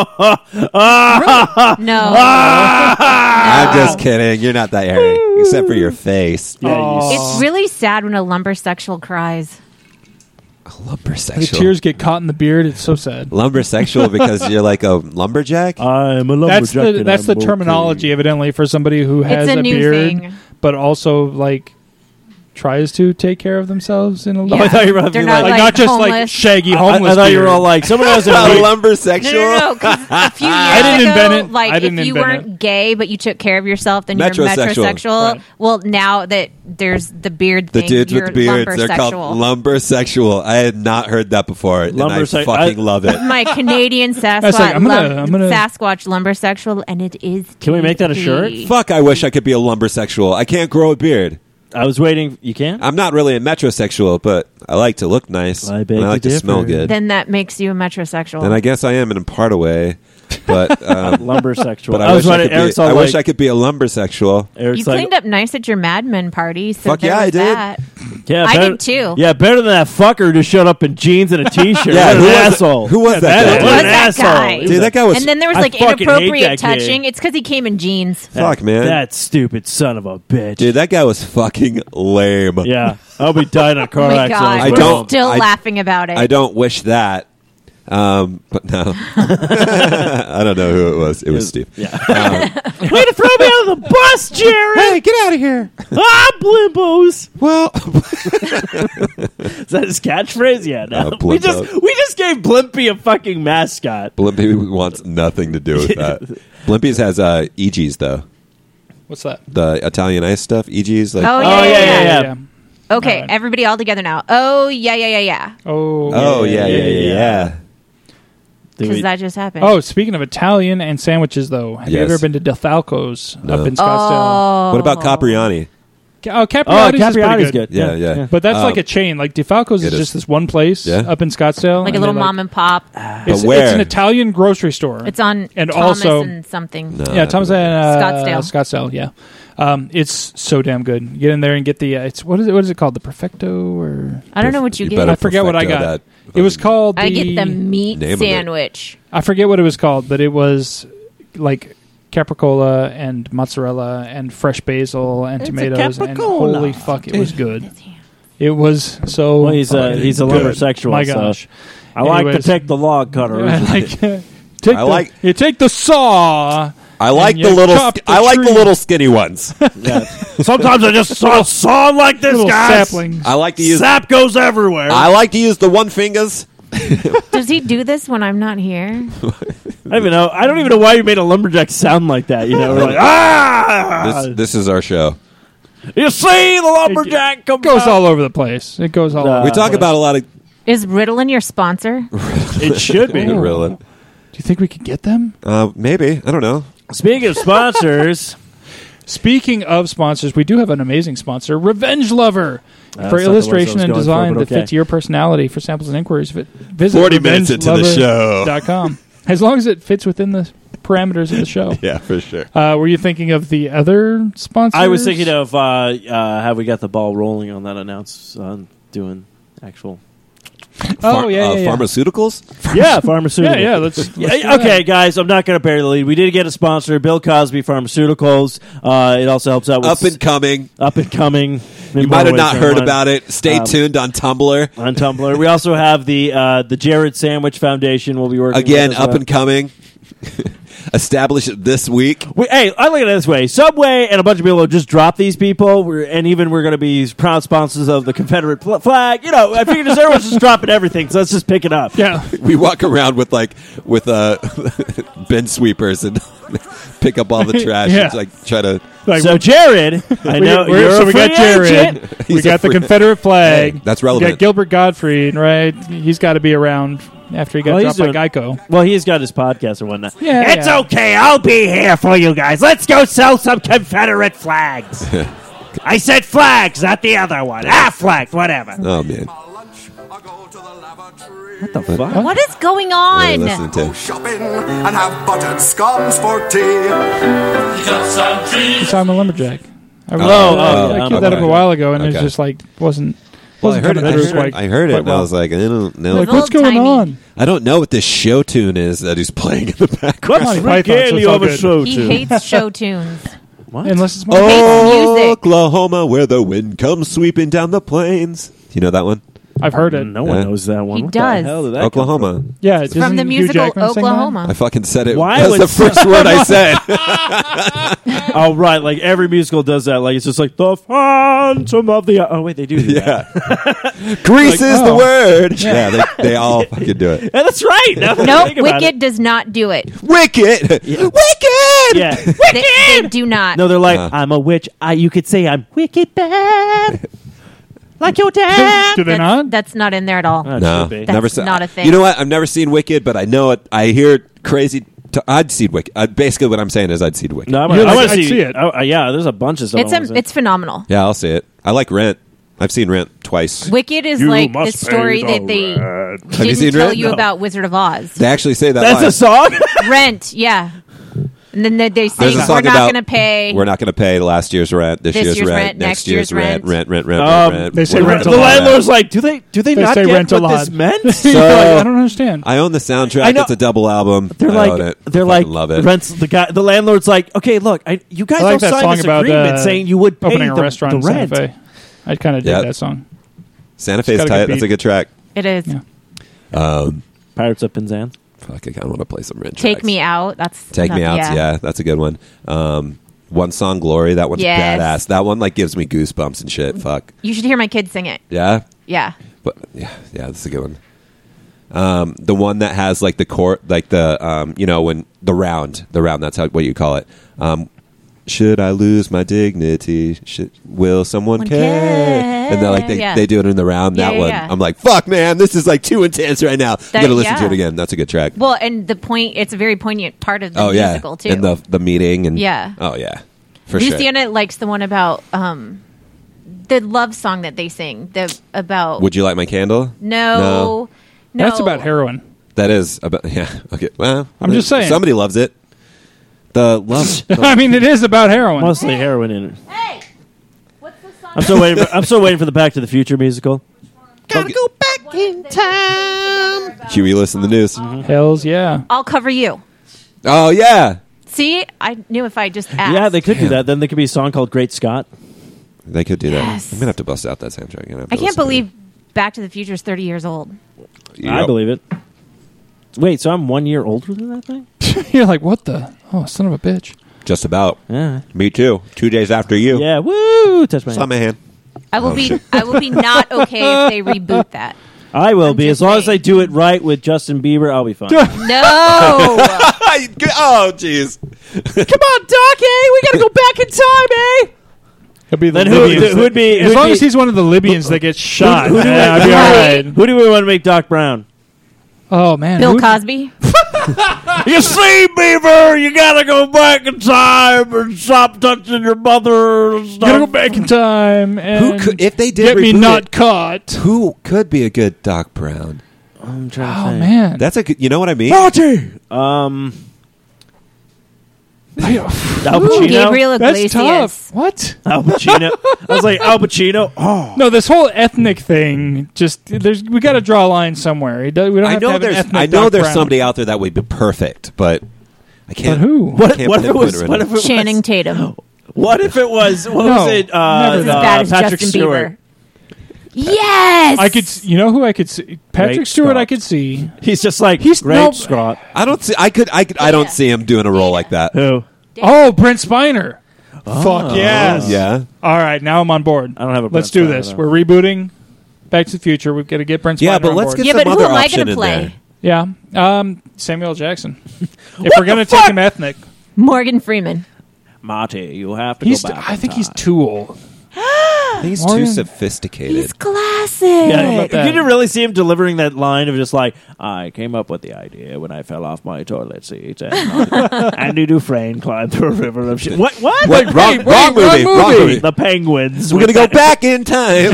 Speaker 1: Ah!
Speaker 3: No,
Speaker 2: I'm just kidding. You're not that hairy, except for your face.
Speaker 4: Yeah, you-
Speaker 3: it's really sad when a lumbersexual cries.
Speaker 1: The
Speaker 2: Lumbersexual.
Speaker 1: tears get caught in the beard. It's so sad.
Speaker 2: Lumbersexual because you're like a lumberjack.
Speaker 4: I'm a lumberjack.
Speaker 1: That's the
Speaker 4: and
Speaker 1: that's the
Speaker 4: I'm okay.
Speaker 1: terminology, evidently, for somebody who has
Speaker 3: a new
Speaker 1: beard,
Speaker 3: thing.
Speaker 1: but also like tries to take care of themselves in a
Speaker 3: Yeah.
Speaker 1: little
Speaker 4: thought you were about to
Speaker 3: They're
Speaker 4: be
Speaker 3: not
Speaker 1: like,
Speaker 3: like,
Speaker 1: not just like
Speaker 3: homeless.
Speaker 1: shaggy
Speaker 4: I,
Speaker 1: homeless.
Speaker 4: I thought you were
Speaker 1: beard.
Speaker 4: all like someone else.
Speaker 2: a
Speaker 4: in
Speaker 3: No,
Speaker 2: lumbersexual.
Speaker 3: no, no. 'cause a few years
Speaker 1: didn't
Speaker 3: ago,
Speaker 1: invent it.
Speaker 3: like
Speaker 1: I didn't
Speaker 3: if you
Speaker 1: invent
Speaker 3: weren't gay but you took care of yourself, then you're
Speaker 2: Metrosexual.
Speaker 3: metrosexual.
Speaker 1: Right.
Speaker 3: Well, now that there's the beard
Speaker 2: The
Speaker 3: thing,
Speaker 2: dudes
Speaker 3: you're
Speaker 2: with beards, they're called
Speaker 3: lumbersexual.
Speaker 2: lumbersexual. I had not heard that before,
Speaker 4: Lumbersac-
Speaker 2: and I fucking
Speaker 4: I-
Speaker 2: love it.
Speaker 3: my Canadian Sasquatch,
Speaker 1: like, I'm gonna-
Speaker 3: lum-
Speaker 1: I'm gonna-
Speaker 3: Sasquatch lumbersexual, and it is.
Speaker 4: Can we make that a shirt?
Speaker 3: TP.
Speaker 2: Fuck, I wish I could be a lumbersexual. I can't grow a beard.
Speaker 4: I was waiting. You can.
Speaker 2: I'm not really a metrosexual, but I like to look nice.
Speaker 4: I beg
Speaker 2: and I
Speaker 4: to
Speaker 2: like to
Speaker 4: differ.
Speaker 2: smell good.
Speaker 3: Then that makes you a metrosexual.
Speaker 2: and I guess I am in a part away, but um,
Speaker 4: Lumbersexual.
Speaker 2: but I,
Speaker 4: I
Speaker 2: wish,
Speaker 4: was
Speaker 2: I
Speaker 4: wondering.
Speaker 2: could, be,
Speaker 4: Eric's all
Speaker 2: I
Speaker 4: like,
Speaker 2: wish I could be a lumbersexual.
Speaker 4: Eric's
Speaker 3: you
Speaker 4: like,
Speaker 3: cleaned up nice at your Mad Men party. So
Speaker 2: Fuck
Speaker 3: there
Speaker 2: yeah, I
Speaker 3: was
Speaker 2: did.
Speaker 3: that.
Speaker 4: Yeah,
Speaker 3: I
Speaker 4: better-
Speaker 3: did too.
Speaker 4: Yeah, better than that fucker who just showed up in jeans and a t-shirt.
Speaker 2: Yeah,
Speaker 4: what
Speaker 2: who
Speaker 4: an
Speaker 2: was-
Speaker 4: asshole.
Speaker 2: who was
Speaker 4: Yeah,
Speaker 2: that
Speaker 4: What
Speaker 2: guy? Who
Speaker 4: an
Speaker 3: was that guy?
Speaker 4: asshole.
Speaker 3: Dude,
Speaker 4: He
Speaker 2: Dude,
Speaker 4: was
Speaker 2: that guy was.
Speaker 3: And then there was
Speaker 4: I
Speaker 3: like
Speaker 4: fucking hate
Speaker 3: inappropriate
Speaker 4: that kid.
Speaker 3: touching. It's because he came in jeans.
Speaker 2: fuck, man.
Speaker 4: That stupid son of a bitch.
Speaker 2: Dude, that guy was fucking lame.
Speaker 4: yeah, I'll be dying in a car
Speaker 3: Oh my
Speaker 4: accident.
Speaker 3: god,
Speaker 2: I
Speaker 3: we're
Speaker 2: don't-
Speaker 3: still
Speaker 2: I-
Speaker 3: laughing about it.
Speaker 2: I don't wish that. Um, but no, I don't know who it was. It was Steve. Um,
Speaker 4: Yeah. Way to throw me out of the bus, Jerry. Hey, get out of here. ah, blimbos.
Speaker 2: Well,
Speaker 4: Is that his catchphrase? Yeah, no.
Speaker 2: Uh,
Speaker 4: we
Speaker 2: Blimbo.
Speaker 4: just we just gave Blimpy a fucking mascot.
Speaker 2: Blimpy wants nothing to do with that. Blimpy's has uh, EGs though,
Speaker 1: What's that?
Speaker 2: the Italian ice stuff. EGs like
Speaker 3: Oh,
Speaker 4: Oh yeah, yeah, yeah.
Speaker 1: Yeah.
Speaker 3: Okay,
Speaker 1: All right.
Speaker 3: everybody all together now. Oh yeah, yeah, yeah, yeah.
Speaker 1: Oh.
Speaker 2: Oh, yeah, yeah, yeah, yeah.
Speaker 4: Did
Speaker 3: because
Speaker 4: we-
Speaker 3: that just happened.
Speaker 1: Oh, speaking of Italian and sandwiches, though, have you
Speaker 2: Yes.
Speaker 1: ever been to DeFalco's
Speaker 2: No.
Speaker 1: up in Scottsdale?
Speaker 3: Oh.
Speaker 2: What about Capriani?
Speaker 1: Ca- Oh,
Speaker 4: oh,
Speaker 1: Capriati's, is pretty
Speaker 4: Capriati's good.
Speaker 1: good.
Speaker 2: Yeah, yeah.
Speaker 1: But that's
Speaker 2: Um,
Speaker 1: like a chain. Like DeFalco's
Speaker 2: it
Speaker 1: is,
Speaker 2: is.
Speaker 1: just this one place
Speaker 2: Yeah.
Speaker 1: up in Scottsdale,
Speaker 3: like a
Speaker 1: and
Speaker 3: little
Speaker 1: they're,
Speaker 3: mom and pop.
Speaker 1: it's,
Speaker 2: But where?
Speaker 1: it's an Italian grocery store.
Speaker 3: It's on
Speaker 1: and
Speaker 3: Thomas
Speaker 1: also
Speaker 3: and something.
Speaker 2: No,
Speaker 1: yeah, Thomas and uh,
Speaker 3: Scottsdale.
Speaker 1: Scottsdale, yeah. Um, it's so damn good. You Get in there and get the. Uh, it's what is it? What is it called? The perfecto or
Speaker 3: I don't know what you,
Speaker 2: You
Speaker 3: get.
Speaker 2: better-
Speaker 1: I forget what I
Speaker 2: Perfecto,
Speaker 1: got.
Speaker 2: that-
Speaker 1: It was called. The,
Speaker 3: I get the meat
Speaker 2: Name of it.
Speaker 3: sandwich.
Speaker 1: I forget what it was called, but it was like capricola and mozzarella and fresh basil and
Speaker 4: It's a
Speaker 1: tomatoes and
Speaker 4: capricola.
Speaker 1: holy fuck, it was good. It was so.
Speaker 4: Well, he's a he's a
Speaker 2: Good.
Speaker 4: lumbersexual.
Speaker 1: my
Speaker 4: so
Speaker 1: gosh.
Speaker 4: I like
Speaker 1: Anyways.
Speaker 4: to take the log cutter.
Speaker 1: I like. Take
Speaker 2: I
Speaker 1: the,
Speaker 2: like-
Speaker 1: you take the saw.
Speaker 2: I like
Speaker 1: And
Speaker 2: the
Speaker 1: you
Speaker 2: little.
Speaker 1: chop
Speaker 2: sk-
Speaker 1: the
Speaker 2: I like the
Speaker 1: tree.
Speaker 2: little skinny ones.
Speaker 4: Sometimes I just saw saw like this,
Speaker 1: Little
Speaker 4: guys.
Speaker 1: saplings.
Speaker 2: I like to use.
Speaker 4: Sap goes everywhere.
Speaker 2: I like to use the one fingers.
Speaker 3: Does he do this when I'm not here?
Speaker 4: I don't even know. I don't even know why you made a lumberjack sound like that. You know, we're like ah.
Speaker 2: This, this is our show.
Speaker 4: you see, the lumberjack comes
Speaker 1: goes
Speaker 4: out.
Speaker 1: all over the place. It goes all.
Speaker 4: Nah.
Speaker 1: over.
Speaker 2: We
Speaker 1: Do
Speaker 2: talk about a lot of
Speaker 3: Is Ritalin your sponsor?
Speaker 4: It should be.
Speaker 2: grilling.
Speaker 1: you think we could get them?
Speaker 2: Uh, maybe I don't know.
Speaker 4: Speaking of sponsors,
Speaker 1: Speaking of sponsors, we do have an amazing sponsor, Revenge Lover.
Speaker 4: that's not the
Speaker 1: for
Speaker 4: ones I
Speaker 1: illustration
Speaker 4: was going
Speaker 1: and
Speaker 4: for,
Speaker 1: design
Speaker 4: but
Speaker 1: that
Speaker 4: okay.
Speaker 1: fits your personality for samples and inquiries, vi- visit
Speaker 2: 40 minutes into the show.
Speaker 1: com. As long as it fits within the parameters of the show.
Speaker 2: Yeah, for sure.
Speaker 1: Uh, were you thinking of the other sponsors?
Speaker 4: I was thinking of uh, uh, have we got the ball rolling on that announce on doing actual.
Speaker 1: Oh, yeah, yeah,
Speaker 2: uh,
Speaker 1: yeah.
Speaker 2: pharmaceuticals.
Speaker 4: Yeah, pharmaceutical.
Speaker 1: yeah, yeah. Let's,
Speaker 4: Yeah,
Speaker 1: let's do that.
Speaker 4: okay, guys, I'm not going to bury the lead. We did get a sponsor, Bill Cosby Pharmaceuticals. Uh, it also helps out with
Speaker 2: Up and coming.
Speaker 4: up and coming.
Speaker 2: You might have not heard about it. Stay tuned on Tumblr.
Speaker 4: Um, on Tumblr. We also have the uh, the Jared Sandwich Foundation. We'll be working
Speaker 2: Again,
Speaker 4: with as
Speaker 2: up
Speaker 4: well.
Speaker 2: and coming. Established this week.
Speaker 4: We, hey, I look at it this way: Subway and a bunch of people just drop these people, we're, and even we're going to be proud sponsors of the Confederate fl- flag. You know, I figured just everyone's just dropping everything, so let's just pick it up.
Speaker 1: Yeah.
Speaker 2: We walk around with like with uh bin sweepers and pick up all the trash
Speaker 1: Yeah.
Speaker 2: and like try to
Speaker 1: Like,
Speaker 4: So Jared, I
Speaker 1: we-
Speaker 4: know
Speaker 1: we're-
Speaker 4: you're
Speaker 1: so
Speaker 4: a
Speaker 1: we got
Speaker 4: free
Speaker 1: Jared.
Speaker 4: agent.
Speaker 1: We
Speaker 2: He's a
Speaker 1: got the
Speaker 2: free-
Speaker 1: Confederate flag.
Speaker 2: Hey, that's
Speaker 1: We
Speaker 2: relevant.
Speaker 1: got Gilbert Godfrey, right? He's got to be around after he got
Speaker 4: Oh, he's
Speaker 1: dropped by
Speaker 4: doing-
Speaker 1: Geico.
Speaker 4: Well, he's got his podcast and whatnot.
Speaker 1: Yeah,
Speaker 4: it's
Speaker 1: yeah.
Speaker 4: okay. I'll be here for you guys. Let's go sell some Confederate flags. I said flags, not the other one. Ah, flags, whatever.
Speaker 2: Oh man.
Speaker 4: What the fuck?
Speaker 3: What is going
Speaker 2: Hey,
Speaker 3: on?
Speaker 2: listen to
Speaker 9: Shopping and have buttered scones for tea.
Speaker 1: So I'm a lumberjack. I, oh,
Speaker 4: oh,
Speaker 1: I
Speaker 4: oh,
Speaker 1: queued that up
Speaker 2: okay.
Speaker 1: a while ago, and it
Speaker 2: Okay.
Speaker 1: was just like wasn't.
Speaker 2: Well, I
Speaker 1: wasn't
Speaker 2: heard it. I
Speaker 1: coming
Speaker 2: heard,
Speaker 1: through quite-
Speaker 2: it, I heard it,
Speaker 1: quite
Speaker 2: and I
Speaker 1: well.
Speaker 2: was like, I don't know.
Speaker 1: like, what's
Speaker 3: Little
Speaker 1: going
Speaker 3: tiny.
Speaker 1: on?
Speaker 2: I don't know what this show tune is that he's playing in the background.
Speaker 4: What's
Speaker 1: Monty Python, so it's all
Speaker 4: over
Speaker 1: good.
Speaker 4: show
Speaker 3: He
Speaker 4: to?
Speaker 3: hates show tunes.
Speaker 1: Unless it's
Speaker 3: Oh. hates music.
Speaker 2: Oklahoma, where the wind comes sweeping down the plains. You know that one?
Speaker 1: I've heard it.
Speaker 4: No one
Speaker 2: Yeah.
Speaker 4: knows that one.
Speaker 3: He
Speaker 4: What
Speaker 3: does.
Speaker 4: The hell did that
Speaker 2: Oklahoma.
Speaker 1: Yeah, it's
Speaker 3: From the musical
Speaker 2: I
Speaker 3: Oklahoma.
Speaker 2: fucking said it.
Speaker 4: Why
Speaker 2: That's
Speaker 4: would
Speaker 2: the first word I said.
Speaker 4: come from? Oh, right. Like every musical does that. Like it's just like the Phantom of the. Oh wait, they do. do that.
Speaker 2: yeah. Grease is the
Speaker 1: oh.
Speaker 2: word. Yeah, they, they all fucking do it.
Speaker 4: Yeah, that's right. Now that I
Speaker 3: No,
Speaker 4: think about
Speaker 3: Wicked
Speaker 4: it.
Speaker 3: does not do it.
Speaker 2: Wicked. Wicked.
Speaker 4: Yeah.
Speaker 3: They, they do not.
Speaker 4: No, they're like,
Speaker 2: Uh.
Speaker 4: I'm a witch. I, you could say I'm wicked bad, like your dad.
Speaker 1: Do they
Speaker 3: that's,
Speaker 1: not?
Speaker 3: that's not in there at all.
Speaker 4: That
Speaker 2: No,
Speaker 4: should be.
Speaker 3: That's
Speaker 2: never seen.
Speaker 3: not a thing.
Speaker 2: You know what? I've never seen Wicked, but I know it. I hear crazy. T- I'd see Wicked. Uh, basically, what I'm saying is I'd see Wicked.
Speaker 4: No, I'm,
Speaker 1: You're
Speaker 4: I
Speaker 1: like,
Speaker 4: want
Speaker 1: I
Speaker 4: to see,
Speaker 1: see it.
Speaker 4: Oh, uh, yeah, there's a bunch of stuff.
Speaker 3: It's
Speaker 4: I wanna
Speaker 3: a,
Speaker 4: see.
Speaker 3: it's phenomenal.
Speaker 2: Yeah, I'll see it. I like Rent. I've seen Rent twice.
Speaker 3: Wicked is like the story that they
Speaker 2: Have you
Speaker 3: didn't
Speaker 2: seen
Speaker 3: tell
Speaker 2: Rent?
Speaker 3: you
Speaker 2: No.
Speaker 3: about Wizard of Oz.
Speaker 2: They actually say that.
Speaker 4: that's
Speaker 2: line.
Speaker 4: a song.
Speaker 3: Rent, yeah. And then they- they say
Speaker 2: There's a
Speaker 3: we're
Speaker 2: song
Speaker 3: not
Speaker 2: about-
Speaker 3: going to pay.
Speaker 2: We're not going to pay last year's rent, this, year's, rent, next year's rent, rent, rent, rent,
Speaker 4: Um,
Speaker 2: rent.
Speaker 1: Uh, they say
Speaker 2: We're not
Speaker 1: rent
Speaker 4: the
Speaker 1: a
Speaker 2: gonna
Speaker 1: lot.
Speaker 2: pay that.
Speaker 4: landlord's like, do they do they,
Speaker 1: They
Speaker 4: not
Speaker 1: say
Speaker 4: get
Speaker 1: rent a
Speaker 4: what
Speaker 1: lot.
Speaker 4: this meant?
Speaker 1: You're like, I don't understand.
Speaker 2: I own the
Speaker 4: I
Speaker 2: soundtrack.
Speaker 4: know-
Speaker 2: It's a double album.
Speaker 4: They're
Speaker 2: I
Speaker 4: like,
Speaker 2: own it.
Speaker 4: they're
Speaker 2: Fucking
Speaker 4: like,
Speaker 2: love it.
Speaker 4: Rents the guy. The landlord's like, okay, look, I, you guys
Speaker 1: I like
Speaker 4: all
Speaker 1: that
Speaker 4: signed
Speaker 1: song
Speaker 4: this
Speaker 1: about
Speaker 4: agreement
Speaker 1: uh,
Speaker 4: saying you would pay
Speaker 1: opening
Speaker 4: the,
Speaker 1: a restaurant
Speaker 4: the
Speaker 1: in
Speaker 4: rent.
Speaker 1: Santa Fe. I kind of dig
Speaker 2: Yep.
Speaker 1: that song.
Speaker 2: Santa
Speaker 1: got a
Speaker 2: Fe's
Speaker 1: good
Speaker 2: tight. That's
Speaker 1: beat.
Speaker 2: a good track. Um,
Speaker 3: It is.
Speaker 1: Yeah.
Speaker 4: Pirates of Penzance.
Speaker 2: Fuck, I want to play some rent.
Speaker 3: Take
Speaker 2: tracks.
Speaker 3: me out. That's
Speaker 2: Take me
Speaker 3: that's-
Speaker 2: out. Yeah. that's a good one. Um, one song, Glory. That one's
Speaker 3: Yes.
Speaker 2: badass. That one like gives me goosebumps and shit. Fuck.
Speaker 3: You should hear my kids sing it.
Speaker 2: Yeah.
Speaker 3: Yeah.
Speaker 2: But yeah, yeah, that's a good one. Um, the one that has like the court, like the um, you know, when the round, the round. That's how what you call it. Um, should I lose my dignity? Should, will someone
Speaker 3: One
Speaker 2: care?
Speaker 3: care.
Speaker 2: And they're like, they,
Speaker 3: Yeah.
Speaker 2: they do it in the round.
Speaker 3: Yeah,
Speaker 2: that
Speaker 3: yeah,
Speaker 2: one,
Speaker 3: yeah.
Speaker 2: I'm like, fuck, man, this is like too intense right now.
Speaker 3: That-
Speaker 2: I'm gonna listen
Speaker 3: yeah.
Speaker 2: to it again. That's a good track.
Speaker 3: Well, and the point, it's a very poignant part of the
Speaker 2: oh yeah,
Speaker 3: musical, too.
Speaker 2: and the the meeting and
Speaker 3: Yeah.
Speaker 2: oh yeah, for sure.
Speaker 3: Luciana likes the one about um, the love song that they sing. The about
Speaker 2: Would you like my candle?
Speaker 3: no, no,
Speaker 1: That's about heroin.
Speaker 2: That is about yeah. Okay. Well,
Speaker 1: I'm just saying.
Speaker 2: somebody loves it. The love.
Speaker 1: I mean, it is about heroin.
Speaker 4: Mostly heroin in it.
Speaker 3: Hey, what's the song?
Speaker 4: I'm still waiting. For, I'm still waiting for the Back to the Future musical.
Speaker 2: Gotta go back
Speaker 3: in time.
Speaker 2: Huey, listen to the news.
Speaker 4: Mm-hmm.
Speaker 1: Hells yeah.
Speaker 3: I'll cover you.
Speaker 2: Oh yeah,
Speaker 3: See, I knew if I just asked.
Speaker 4: Yeah, they could do
Speaker 2: Damn.
Speaker 4: that. Then there could be a song called Great Scott.
Speaker 2: they could do that.
Speaker 3: Yes.
Speaker 2: I'm gonna have to bust out that soundtrack. I'm gonna have to
Speaker 3: I can't
Speaker 2: listen to
Speaker 3: believe Back to the Future is 30 years old.
Speaker 2: it.
Speaker 4: I
Speaker 2: Yep.
Speaker 4: believe it. Wait, so I'm one year older than that thing?
Speaker 1: You're like, what the? Oh, son of a bitch.
Speaker 2: Just about.
Speaker 4: Yeah.
Speaker 2: Me too. Two days after you.
Speaker 4: Yeah. Woo! Touch my.
Speaker 2: Slap
Speaker 4: Hand.
Speaker 2: my hand.
Speaker 3: I will
Speaker 2: Oh,
Speaker 3: be.
Speaker 2: shit.
Speaker 3: I will be not okay if they reboot that.
Speaker 4: I will
Speaker 3: I'm
Speaker 4: be as
Speaker 3: just
Speaker 4: long as I
Speaker 3: saying.
Speaker 4: do it right with Justin Bieber. I'll be fine.
Speaker 3: No.
Speaker 2: oh jeez.
Speaker 4: Come on, Doc. Hey, we gotta go back in time, eh?
Speaker 1: He'll be
Speaker 4: Then who who would be?
Speaker 1: As
Speaker 4: who'd
Speaker 1: long
Speaker 4: be-
Speaker 1: as he's one of the Libyans that gets shot,
Speaker 4: who do we-
Speaker 1: yeah, I'd be all right.
Speaker 4: Who do we want to make Doc Brown?
Speaker 1: Oh man,
Speaker 3: Bill
Speaker 1: who-
Speaker 3: Cosby.
Speaker 4: You see, Bieber, you gotta go back in time and stop touching your mother. and stuff.
Speaker 1: Gotta go back in time. And
Speaker 2: Who could if they did
Speaker 1: get me
Speaker 2: reboot
Speaker 1: not
Speaker 2: it,
Speaker 1: caught?
Speaker 2: Who could be a good Doc Brown?
Speaker 4: I'm trying to
Speaker 1: Oh
Speaker 4: think.
Speaker 1: man,
Speaker 2: That's a good. You know what I mean?
Speaker 4: Um,
Speaker 1: I-
Speaker 4: Al Pacino.
Speaker 3: Gabriel
Speaker 1: that's
Speaker 3: Iglesias.
Speaker 1: tough. What?
Speaker 4: Al Pacino. I was like Al Pacino. Oh,
Speaker 1: No, this whole ethnic thing. Just there's we got to draw a line somewhere. It does- We don't
Speaker 2: I
Speaker 1: have to
Speaker 2: know
Speaker 1: have an
Speaker 2: there's.
Speaker 1: ethnic
Speaker 2: I know
Speaker 1: Doc
Speaker 2: there's
Speaker 1: Brown.
Speaker 2: somebody out there that would be perfect, but I
Speaker 1: But
Speaker 2: can't.
Speaker 1: who?
Speaker 4: what,
Speaker 2: Can't
Speaker 4: what if it
Speaker 2: pinpoint
Speaker 4: was?
Speaker 2: it right
Speaker 4: What
Speaker 2: now.
Speaker 4: if it was?
Speaker 3: Channing Tatum.
Speaker 4: What if it was? What
Speaker 1: No,
Speaker 4: was it? Uh,
Speaker 1: never
Speaker 3: As
Speaker 1: that.
Speaker 4: uh,
Speaker 3: bad as
Speaker 4: Patrick
Speaker 3: Justin
Speaker 4: Stewart.
Speaker 3: Bieber. Yes.
Speaker 1: I could. s- You know who I could see? Patrick
Speaker 4: Great
Speaker 1: Stewart. I
Speaker 4: Scott.
Speaker 1: could see.
Speaker 4: He's just like
Speaker 1: He's-
Speaker 4: great
Speaker 1: no-
Speaker 4: Scott.
Speaker 2: I don't see. I could. I could. I don't see him doing a role like that.
Speaker 4: Who?
Speaker 1: Oh, Brent Spiner. Fuck yes.
Speaker 2: Yeah.
Speaker 1: All right, now I'm on board.
Speaker 4: Oh. I don't have a
Speaker 1: Let's
Speaker 4: Brent
Speaker 1: do
Speaker 4: Spiner,
Speaker 1: this.
Speaker 4: though.
Speaker 1: We're rebooting Back to the Future. We've got to get Brent Spiner
Speaker 2: Yeah, but
Speaker 1: on
Speaker 2: let's
Speaker 1: board.
Speaker 2: get
Speaker 3: Yeah,
Speaker 2: some
Speaker 3: but
Speaker 2: other
Speaker 3: who am I
Speaker 2: option
Speaker 3: gonna
Speaker 2: in
Speaker 3: play?
Speaker 2: there.
Speaker 1: Yeah. Um, Samuel Jackson. If we're
Speaker 4: What
Speaker 1: gonna
Speaker 4: the
Speaker 1: take
Speaker 4: fuck?
Speaker 1: him ethnic,
Speaker 3: Morgan Freeman.
Speaker 4: Marty, you have to
Speaker 1: he's.
Speaker 4: go back.
Speaker 1: I
Speaker 4: in
Speaker 1: think he's
Speaker 4: time.
Speaker 1: too old.
Speaker 2: He's
Speaker 1: Morgan-
Speaker 2: too sophisticated.
Speaker 3: He's classic.
Speaker 4: Yeah,
Speaker 1: about
Speaker 4: if you didn't
Speaker 1: that.
Speaker 4: really see him delivering that line of just like, I came up with the idea when I fell off my toilet seat, and Andy Dufresne climbed through a river of shit. What? What?
Speaker 2: Wait, wrong,
Speaker 1: wait,
Speaker 2: wrong,
Speaker 1: wrong
Speaker 2: movie, wrong
Speaker 1: movie.
Speaker 2: movie.
Speaker 4: The penguins.
Speaker 2: We're gonna go back in time.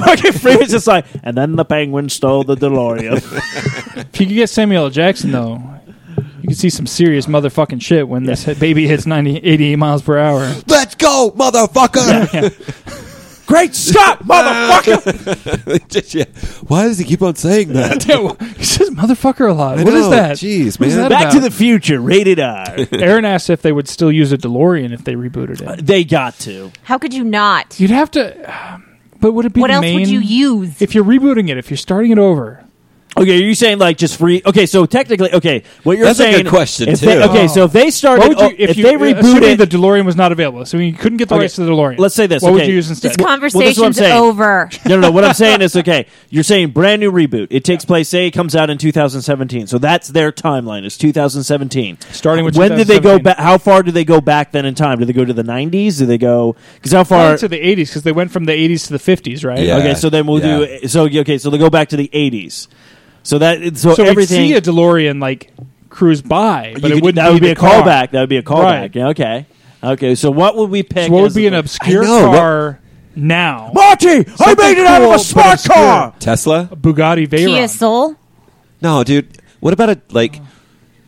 Speaker 4: Morgan Freeman's just like, and then the penguin stole the DeLorean.
Speaker 1: If you could get Samuel L. Jackson though, you could see some serious motherfucking shit when this baby hits 90, 88 miles per hour.
Speaker 2: Let's go, motherfucker!
Speaker 4: Great Scott, motherfucker!
Speaker 2: Just, yeah. Why does he keep on saying that?
Speaker 1: he says motherfucker a lot.
Speaker 2: I
Speaker 1: What is
Speaker 2: know.
Speaker 1: that?
Speaker 2: Jeez,
Speaker 1: What is
Speaker 2: man.
Speaker 1: that
Speaker 4: Back to the
Speaker 1: about?
Speaker 4: Future, rated R. Uh,
Speaker 1: Aaron asked if they would still use a DeLorean if they rebooted it.
Speaker 4: they got to.
Speaker 3: How could you not?
Speaker 1: You'd have to. But would it be
Speaker 3: What
Speaker 1: the
Speaker 3: else
Speaker 1: main-
Speaker 3: would you use?
Speaker 1: If you're rebooting it, if you're starting it over,
Speaker 4: Okay, are you saying like just free? Okay, so technically, okay, what you're
Speaker 2: That's a
Speaker 4: saying.
Speaker 2: good question,
Speaker 4: if they-
Speaker 2: too.
Speaker 4: okay, so if they
Speaker 1: Oh. what
Speaker 4: started,
Speaker 1: would you, uh,
Speaker 4: oh, if, they
Speaker 1: assuming
Speaker 4: rebooted,
Speaker 1: the DeLorean was not available, so you couldn't get the
Speaker 4: Okay,
Speaker 1: rights to the DeLorean.
Speaker 4: let's say this,
Speaker 1: What would
Speaker 4: okay.
Speaker 1: you use
Speaker 3: This
Speaker 1: instead?
Speaker 3: conversation's
Speaker 4: saying.
Speaker 3: over.
Speaker 4: No, no, no. What I'm saying is, okay, you're saying brand new reboot. It takes place, say it comes out in 2017. So that's their timeline, is 2017.
Speaker 1: Starting with
Speaker 4: When did they go
Speaker 1: 2017.
Speaker 4: back? How far do they go back then in time? Do they go to the 90s? Do they go. Because how far.
Speaker 1: Probably to the 80s because they went from the 80s to the 50s, right?
Speaker 2: Yeah.
Speaker 4: okay, so then we'll do. So, okay, so they go back to the 80s. So that. So,
Speaker 1: So
Speaker 4: everything.
Speaker 1: we'd see a DeLorean like cruise by, but
Speaker 4: you
Speaker 1: it
Speaker 4: could-
Speaker 1: wouldn't
Speaker 4: that
Speaker 1: be
Speaker 4: would be
Speaker 1: the
Speaker 4: a
Speaker 1: car.
Speaker 4: callback. That would be a callback.
Speaker 1: Right.
Speaker 4: Yeah, okay. Okay, so what would we pick?
Speaker 1: So what
Speaker 4: as
Speaker 1: would be
Speaker 4: the-
Speaker 1: an obscure
Speaker 2: know, what-
Speaker 1: car now?
Speaker 4: Marty, I
Speaker 1: Something
Speaker 4: made it out of
Speaker 1: cool,
Speaker 4: a
Speaker 1: but
Speaker 4: smart
Speaker 1: obscure.
Speaker 4: car!
Speaker 2: Tesla?
Speaker 1: Bugatti
Speaker 3: Kia
Speaker 1: Veyron.
Speaker 3: Soul.
Speaker 2: No, dude. What about a like?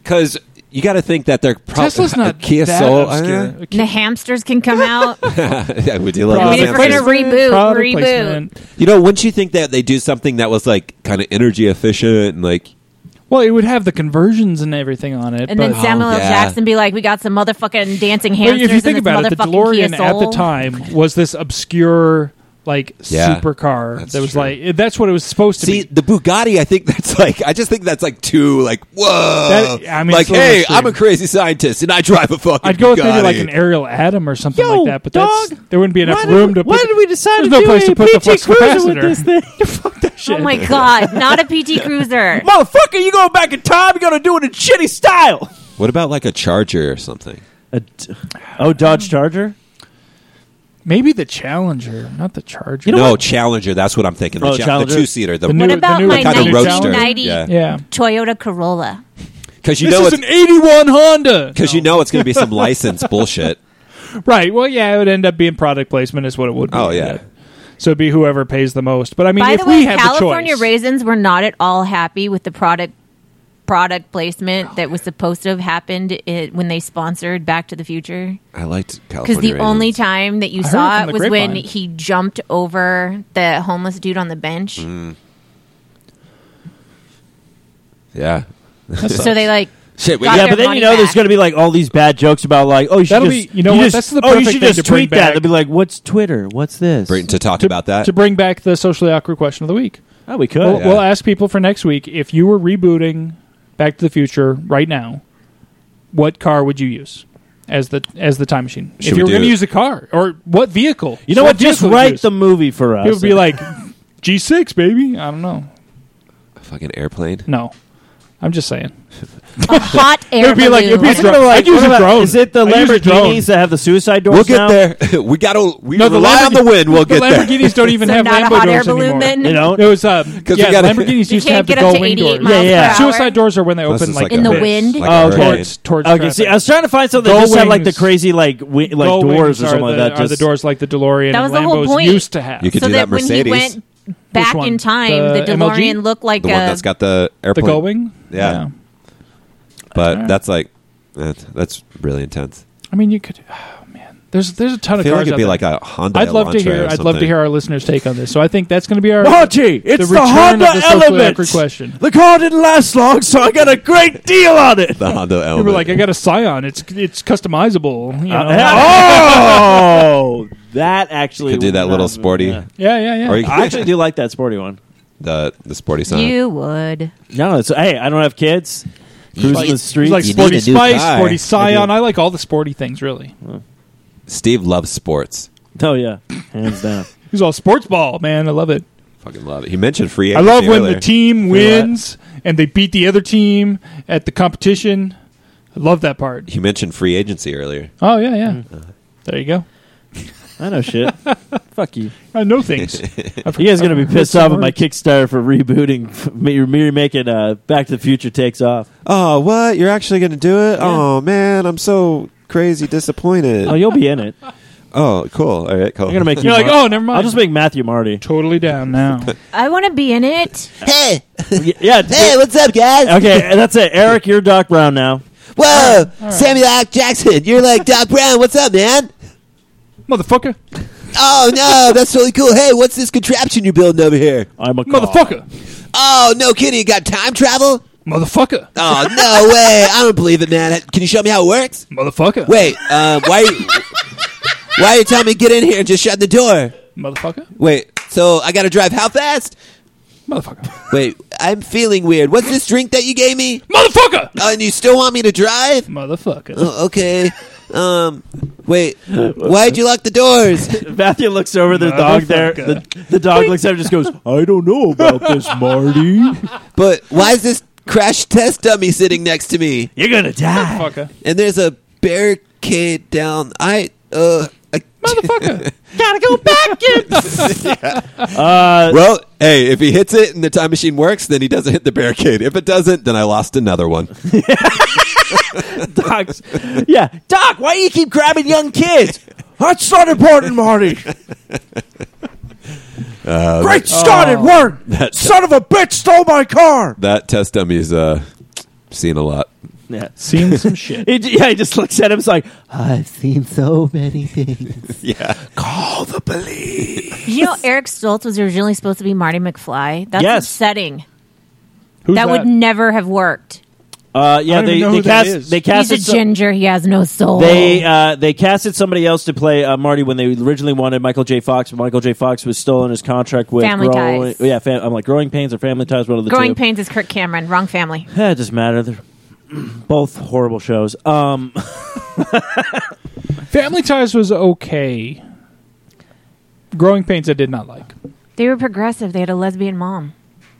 Speaker 2: Because you got to think that they're probably
Speaker 1: Tesla's not
Speaker 2: Kia
Speaker 1: that
Speaker 2: Soul.
Speaker 1: obscure.
Speaker 3: The hamsters can come out.
Speaker 2: uh, yeah, would you love
Speaker 1: Product
Speaker 3: I
Speaker 2: those
Speaker 3: mean, if we're
Speaker 2: answers?
Speaker 3: gonna reboot,
Speaker 1: Product
Speaker 3: reboot.
Speaker 1: placement.
Speaker 2: You know, wouldn't you think that they do something that was like kind of energy efficient and like?
Speaker 1: Well, it would have the conversions and everything on it.
Speaker 3: And
Speaker 1: but
Speaker 3: then Samuel L.
Speaker 2: Oh, yeah.
Speaker 3: Jackson be like, "We got some motherfucking dancing
Speaker 1: But
Speaker 3: hamsters."
Speaker 1: if you think
Speaker 3: and this
Speaker 1: about it, the
Speaker 3: motherfucking Kia
Speaker 1: DeLorean at the
Speaker 3: Soul."
Speaker 1: time was this obscure like
Speaker 2: Yeah,
Speaker 1: supercar
Speaker 2: that's
Speaker 1: that was
Speaker 2: true.
Speaker 1: like that's what it was supposed to
Speaker 2: See
Speaker 1: be.
Speaker 2: the Bugatti. I think that's like. I just think that's like too like whoa.
Speaker 1: That- I mean,
Speaker 2: like
Speaker 1: it's a little
Speaker 2: hey,
Speaker 1: extreme.
Speaker 2: I'm a crazy scientist and I drive a fucking.
Speaker 1: I'd go with maybe
Speaker 2: Bugatti.
Speaker 1: like an Ariel Atom or something
Speaker 4: Yo,
Speaker 1: like that, but that's
Speaker 4: dog,
Speaker 1: there wouldn't be enough
Speaker 4: Why did
Speaker 1: room
Speaker 4: we-
Speaker 1: to.
Speaker 4: Why
Speaker 1: put,
Speaker 4: did we decide
Speaker 1: There's
Speaker 4: to
Speaker 1: no
Speaker 4: do
Speaker 1: place
Speaker 4: a
Speaker 1: to put the
Speaker 4: PT
Speaker 1: flux
Speaker 4: Cruiser
Speaker 1: capacitor.
Speaker 4: with this thing?
Speaker 3: Oh my god, not a PT Cruiser.
Speaker 4: Motherfucker, you going back in time? You're gonna do it in shitty style.
Speaker 2: What about like a Charger or something?
Speaker 4: A d- oh, Dodge Charger.
Speaker 1: Maybe the Challenger, not the Charger.
Speaker 2: no, Challenger. That's what I'm thinking. The,
Speaker 4: Oh,
Speaker 2: cha- the
Speaker 4: Challenger.
Speaker 2: two seater. The,
Speaker 1: The new-
Speaker 3: What about
Speaker 1: new
Speaker 3: my
Speaker 2: kind of
Speaker 1: Challenger.
Speaker 2: roadster.
Speaker 3: 1990
Speaker 1: Yeah.
Speaker 3: Toyota Corolla?
Speaker 2: Because you
Speaker 1: this
Speaker 2: know
Speaker 1: is
Speaker 2: it's
Speaker 1: an 81 Honda.
Speaker 2: because you know it's going to be some license bullshit.
Speaker 1: Right. Well, yeah, it would end up being product placement is what it would be.
Speaker 2: Oh yeah.
Speaker 1: So it'd be whoever pays the most. But I mean,
Speaker 3: By
Speaker 1: if
Speaker 3: the
Speaker 1: we
Speaker 3: way,
Speaker 1: had
Speaker 3: California
Speaker 1: the choice,
Speaker 3: Raisins were not at all happy with the product product placement that was supposed to have happened it, when they sponsored Back to the Future.
Speaker 2: I liked California.
Speaker 3: Because the
Speaker 2: Raisins.
Speaker 3: only time that you
Speaker 1: heard
Speaker 3: saw
Speaker 1: from
Speaker 3: it
Speaker 1: the
Speaker 3: was when
Speaker 1: grapevine.
Speaker 3: he jumped over the homeless dude on the bench.
Speaker 2: Mm. yeah.
Speaker 3: So they like
Speaker 2: Shit, we
Speaker 3: Got
Speaker 2: got
Speaker 4: Yeah,
Speaker 3: their
Speaker 4: but then
Speaker 3: money
Speaker 4: you know there's
Speaker 3: back.
Speaker 4: going to be like all these bad jokes about like oh you should
Speaker 1: That'll
Speaker 4: just
Speaker 1: be- you know what?
Speaker 4: just-
Speaker 1: That's the
Speaker 4: oh you
Speaker 1: perfect
Speaker 4: should
Speaker 1: thing
Speaker 4: just
Speaker 1: to bring
Speaker 4: tweet that.
Speaker 1: back.
Speaker 4: They'll be like what's Twitter? What's this?
Speaker 2: Britain to talk about that.
Speaker 1: to bring back the socially awkward question of the week,
Speaker 4: Uh, Oh, we could.
Speaker 1: we'll, we'll ask people for next week if you were rebooting Back to the Future right now, what car would you use? As the as the time machine, if
Speaker 2: Should we
Speaker 1: you were
Speaker 2: do-
Speaker 1: going to use a car or what vehicle,
Speaker 4: you know what? Just
Speaker 1: vehicle would you
Speaker 4: write
Speaker 1: use?
Speaker 4: the movie for us.
Speaker 1: It would be like G6, baby. I don't know.
Speaker 2: Fucking airplane.
Speaker 1: No, I'm just saying.
Speaker 3: a hot air
Speaker 1: It'd be like- it'd be
Speaker 3: balloon.
Speaker 1: dro- I'd use
Speaker 4: what
Speaker 1: a
Speaker 4: about-
Speaker 1: drone.
Speaker 4: Is it the
Speaker 1: I'd use a drone.
Speaker 4: Lamborghinis that have the suicide doors?
Speaker 2: We'll get
Speaker 4: now?
Speaker 2: there. We got to. We
Speaker 1: No, the
Speaker 2: rely on the
Speaker 1: Lamborghini-
Speaker 2: wind. We'll
Speaker 1: The
Speaker 2: get there.
Speaker 1: Lamborghinis don't even
Speaker 3: So
Speaker 1: have
Speaker 3: not a
Speaker 1: Lambo
Speaker 3: hot air
Speaker 1: doors
Speaker 3: balloon
Speaker 1: anymore.
Speaker 3: then.
Speaker 4: You know,
Speaker 1: It was um,
Speaker 2: we
Speaker 1: yeah,
Speaker 2: gotta-
Speaker 1: Lamborghinis
Speaker 3: You
Speaker 1: used to
Speaker 3: can't
Speaker 1: have the
Speaker 3: get up to
Speaker 1: gull wing
Speaker 3: 88
Speaker 1: doors.
Speaker 3: miles
Speaker 4: Yeah, yeah.
Speaker 3: per hour.
Speaker 1: Suicide doors are when they
Speaker 2: Plus
Speaker 1: open
Speaker 2: it's
Speaker 1: like,
Speaker 2: a
Speaker 3: In the
Speaker 2: bitch,
Speaker 3: wind?
Speaker 2: like a
Speaker 4: Oh, okay.
Speaker 2: hurricane.
Speaker 1: towards towards.
Speaker 4: Okay, see, I was trying to find something that
Speaker 1: Gull
Speaker 4: just had like the
Speaker 1: wings.
Speaker 4: crazy like wi- like
Speaker 1: Gull
Speaker 4: doors
Speaker 1: wings
Speaker 4: or
Speaker 1: are
Speaker 4: something like
Speaker 1: the-
Speaker 4: that.
Speaker 1: Are
Speaker 4: Just
Speaker 1: the doors like the DeLorean
Speaker 3: That was
Speaker 1: and
Speaker 3: the whole
Speaker 1: Lambos
Speaker 3: point.
Speaker 1: used to have?
Speaker 2: You could
Speaker 3: so
Speaker 2: do
Speaker 3: that,
Speaker 2: that
Speaker 3: when he
Speaker 2: Mercedes.
Speaker 3: went back
Speaker 1: one?
Speaker 3: in time, the,
Speaker 1: The
Speaker 3: DeLorean
Speaker 1: MLG?
Speaker 3: looked like
Speaker 2: the
Speaker 3: a
Speaker 2: one that's got the
Speaker 1: the
Speaker 2: airplane.
Speaker 1: gull wing.
Speaker 2: Yeah. But that's like that's, that's really intense.
Speaker 1: I mean, you could. Oh man, there's there's a ton
Speaker 2: I
Speaker 1: of
Speaker 2: feel
Speaker 1: cars.
Speaker 2: like it'd
Speaker 1: out
Speaker 2: be
Speaker 1: there.
Speaker 2: like a Honda.
Speaker 1: I'd love to
Speaker 2: Elantra or
Speaker 1: hear. I'd love to
Speaker 2: something.
Speaker 1: hear our listeners' take on this. So I think that's going to be our
Speaker 4: Marty, it's the,
Speaker 1: return of
Speaker 4: Honda
Speaker 1: the socially
Speaker 4: Element.
Speaker 1: awkward question.
Speaker 4: The car didn't last long, so I got a great deal on it.
Speaker 2: the Honda
Speaker 1: We
Speaker 2: element.
Speaker 1: were like, I got a Scion. It's it's customizable. You know?
Speaker 2: Uh,
Speaker 4: oh, that actually
Speaker 2: could do
Speaker 4: would
Speaker 2: that
Speaker 4: not
Speaker 2: little
Speaker 4: have been-
Speaker 2: sporty.
Speaker 4: yeah.
Speaker 1: yeah, yeah, yeah.
Speaker 2: Or you could,
Speaker 4: I actually do like that sporty one.
Speaker 2: the the sporty sign.
Speaker 3: you would.
Speaker 4: No, it's hey, I don't have kids. Cruising
Speaker 2: Like-
Speaker 4: the
Speaker 1: He's
Speaker 4: streets.
Speaker 1: like
Speaker 2: You
Speaker 1: sporty
Speaker 2: need a new
Speaker 1: spice,
Speaker 2: car.
Speaker 1: sporty
Speaker 2: I
Speaker 1: scion.
Speaker 2: do.
Speaker 1: I like all the sporty things. Really,
Speaker 2: Steve loves sports.
Speaker 4: oh yeah, hands down.
Speaker 1: he's all sports ball, man. I love it.
Speaker 2: Fucking love it. He mentioned free.
Speaker 1: I
Speaker 2: agency
Speaker 1: love when
Speaker 2: earlier.
Speaker 1: the team wins and they beat the other team at the competition. I love that part.
Speaker 2: He mentioned free agency earlier.
Speaker 1: Oh yeah, yeah.
Speaker 2: Mm-hmm.
Speaker 1: There you go.
Speaker 4: I know shit. Fuck you.
Speaker 1: Uh, I know things.
Speaker 4: You guys gonna be pissed off
Speaker 1: some
Speaker 4: at my
Speaker 1: words.
Speaker 4: Kickstarter for rebooting, me, me making uh, Back to the Future takes off.
Speaker 2: Oh, what? You're actually going to do it? Oh man, I'm so crazy disappointed.
Speaker 4: Oh, you'll be in it.
Speaker 2: Oh, cool. All right, cool.
Speaker 4: I'm gonna make you.
Speaker 1: You're like,
Speaker 4: Mar-
Speaker 1: oh, never mind.
Speaker 4: I'll just make Matthew Marty.
Speaker 1: totally down now.
Speaker 3: I want to be in it.
Speaker 2: Hey,
Speaker 4: Yeah.
Speaker 2: what's up, guys?
Speaker 4: okay, that's it. Eric, you're Doc Brown now.
Speaker 2: Whoa, Samuel L. Jackson, you're like Doc Brown. What's up, man?
Speaker 1: Motherfucker.
Speaker 2: Oh no, that's really cool. Hey, what's this contraption you're building over here?
Speaker 4: I'm a cop.
Speaker 1: Motherfucker.
Speaker 2: Oh no, kidding. You got time travel?
Speaker 1: Motherfucker.
Speaker 2: Oh no way! I don't believe it, man. Can you show me how it works?
Speaker 1: Motherfucker.
Speaker 2: Wait, um, why? Are you, why are you telling me to get in here and just shut the door?
Speaker 1: Motherfucker.
Speaker 2: Wait, so I got to drive how fast?
Speaker 1: Motherfucker.
Speaker 2: Wait, I'm feeling weird. What's this drink that you gave me?
Speaker 1: Motherfucker.
Speaker 2: Oh, and you still want me to drive?
Speaker 1: Motherfucker.
Speaker 2: Oh, okay. Um, wait, why'd you lock the doors?
Speaker 4: Matthew looks over the dog there. The, the dog looks at him and just goes, I don't know about this, Marty.
Speaker 2: But why is this crash test dummy sitting next to me?
Speaker 4: You're going to die.
Speaker 1: Motherfucker.
Speaker 2: And there's a barricade down. I uh. I,
Speaker 1: Motherfucker.
Speaker 4: Gotta go back Uh,
Speaker 2: well, hey, if he hits it and the time machine works, then he doesn't hit the barricade. If it doesn't, then I lost another one.
Speaker 4: Doc's. Yeah. Doc, why do you keep grabbing young kids? That's not important, Marty.
Speaker 2: Uh,
Speaker 4: Great start at work.
Speaker 2: Oh.
Speaker 4: Son of a bitch stole my car.
Speaker 2: That test dummy's uh, seen a lot.
Speaker 4: Yeah.
Speaker 1: Seen some shit.
Speaker 4: He, yeah, he just looks at him. It's like,
Speaker 9: I've seen so many things.
Speaker 2: Yeah.
Speaker 4: call the police.
Speaker 3: You know, Eric Stoltz was originally supposed to be Marty McFly. That's
Speaker 4: Yes.
Speaker 3: upsetting.
Speaker 1: Who's
Speaker 3: that would never have worked.
Speaker 4: Uh, yeah,
Speaker 1: I don't
Speaker 4: they,
Speaker 1: even know
Speaker 4: they
Speaker 1: who that
Speaker 4: cast
Speaker 1: is.
Speaker 4: they
Speaker 3: He's a
Speaker 1: uh,
Speaker 4: casted some-
Speaker 3: ginger. He has no soul.
Speaker 4: They uh, they casted somebody else to play uh, Marty when they originally wanted Michael J. Fox, but Michael J. Fox was still in his contract with
Speaker 3: Family
Speaker 4: growing,
Speaker 3: Ties.
Speaker 4: Yeah, fam- I'm like growing pains or family ties. One of the
Speaker 3: Growing
Speaker 4: two.
Speaker 3: Pains is Kirk Cameron. Wrong family.
Speaker 4: Eh, it doesn't matter. They're both horrible shows. Um,
Speaker 1: Family Ties was okay. Growing Pains I did not like.
Speaker 3: They were progressive. They had a lesbian mom.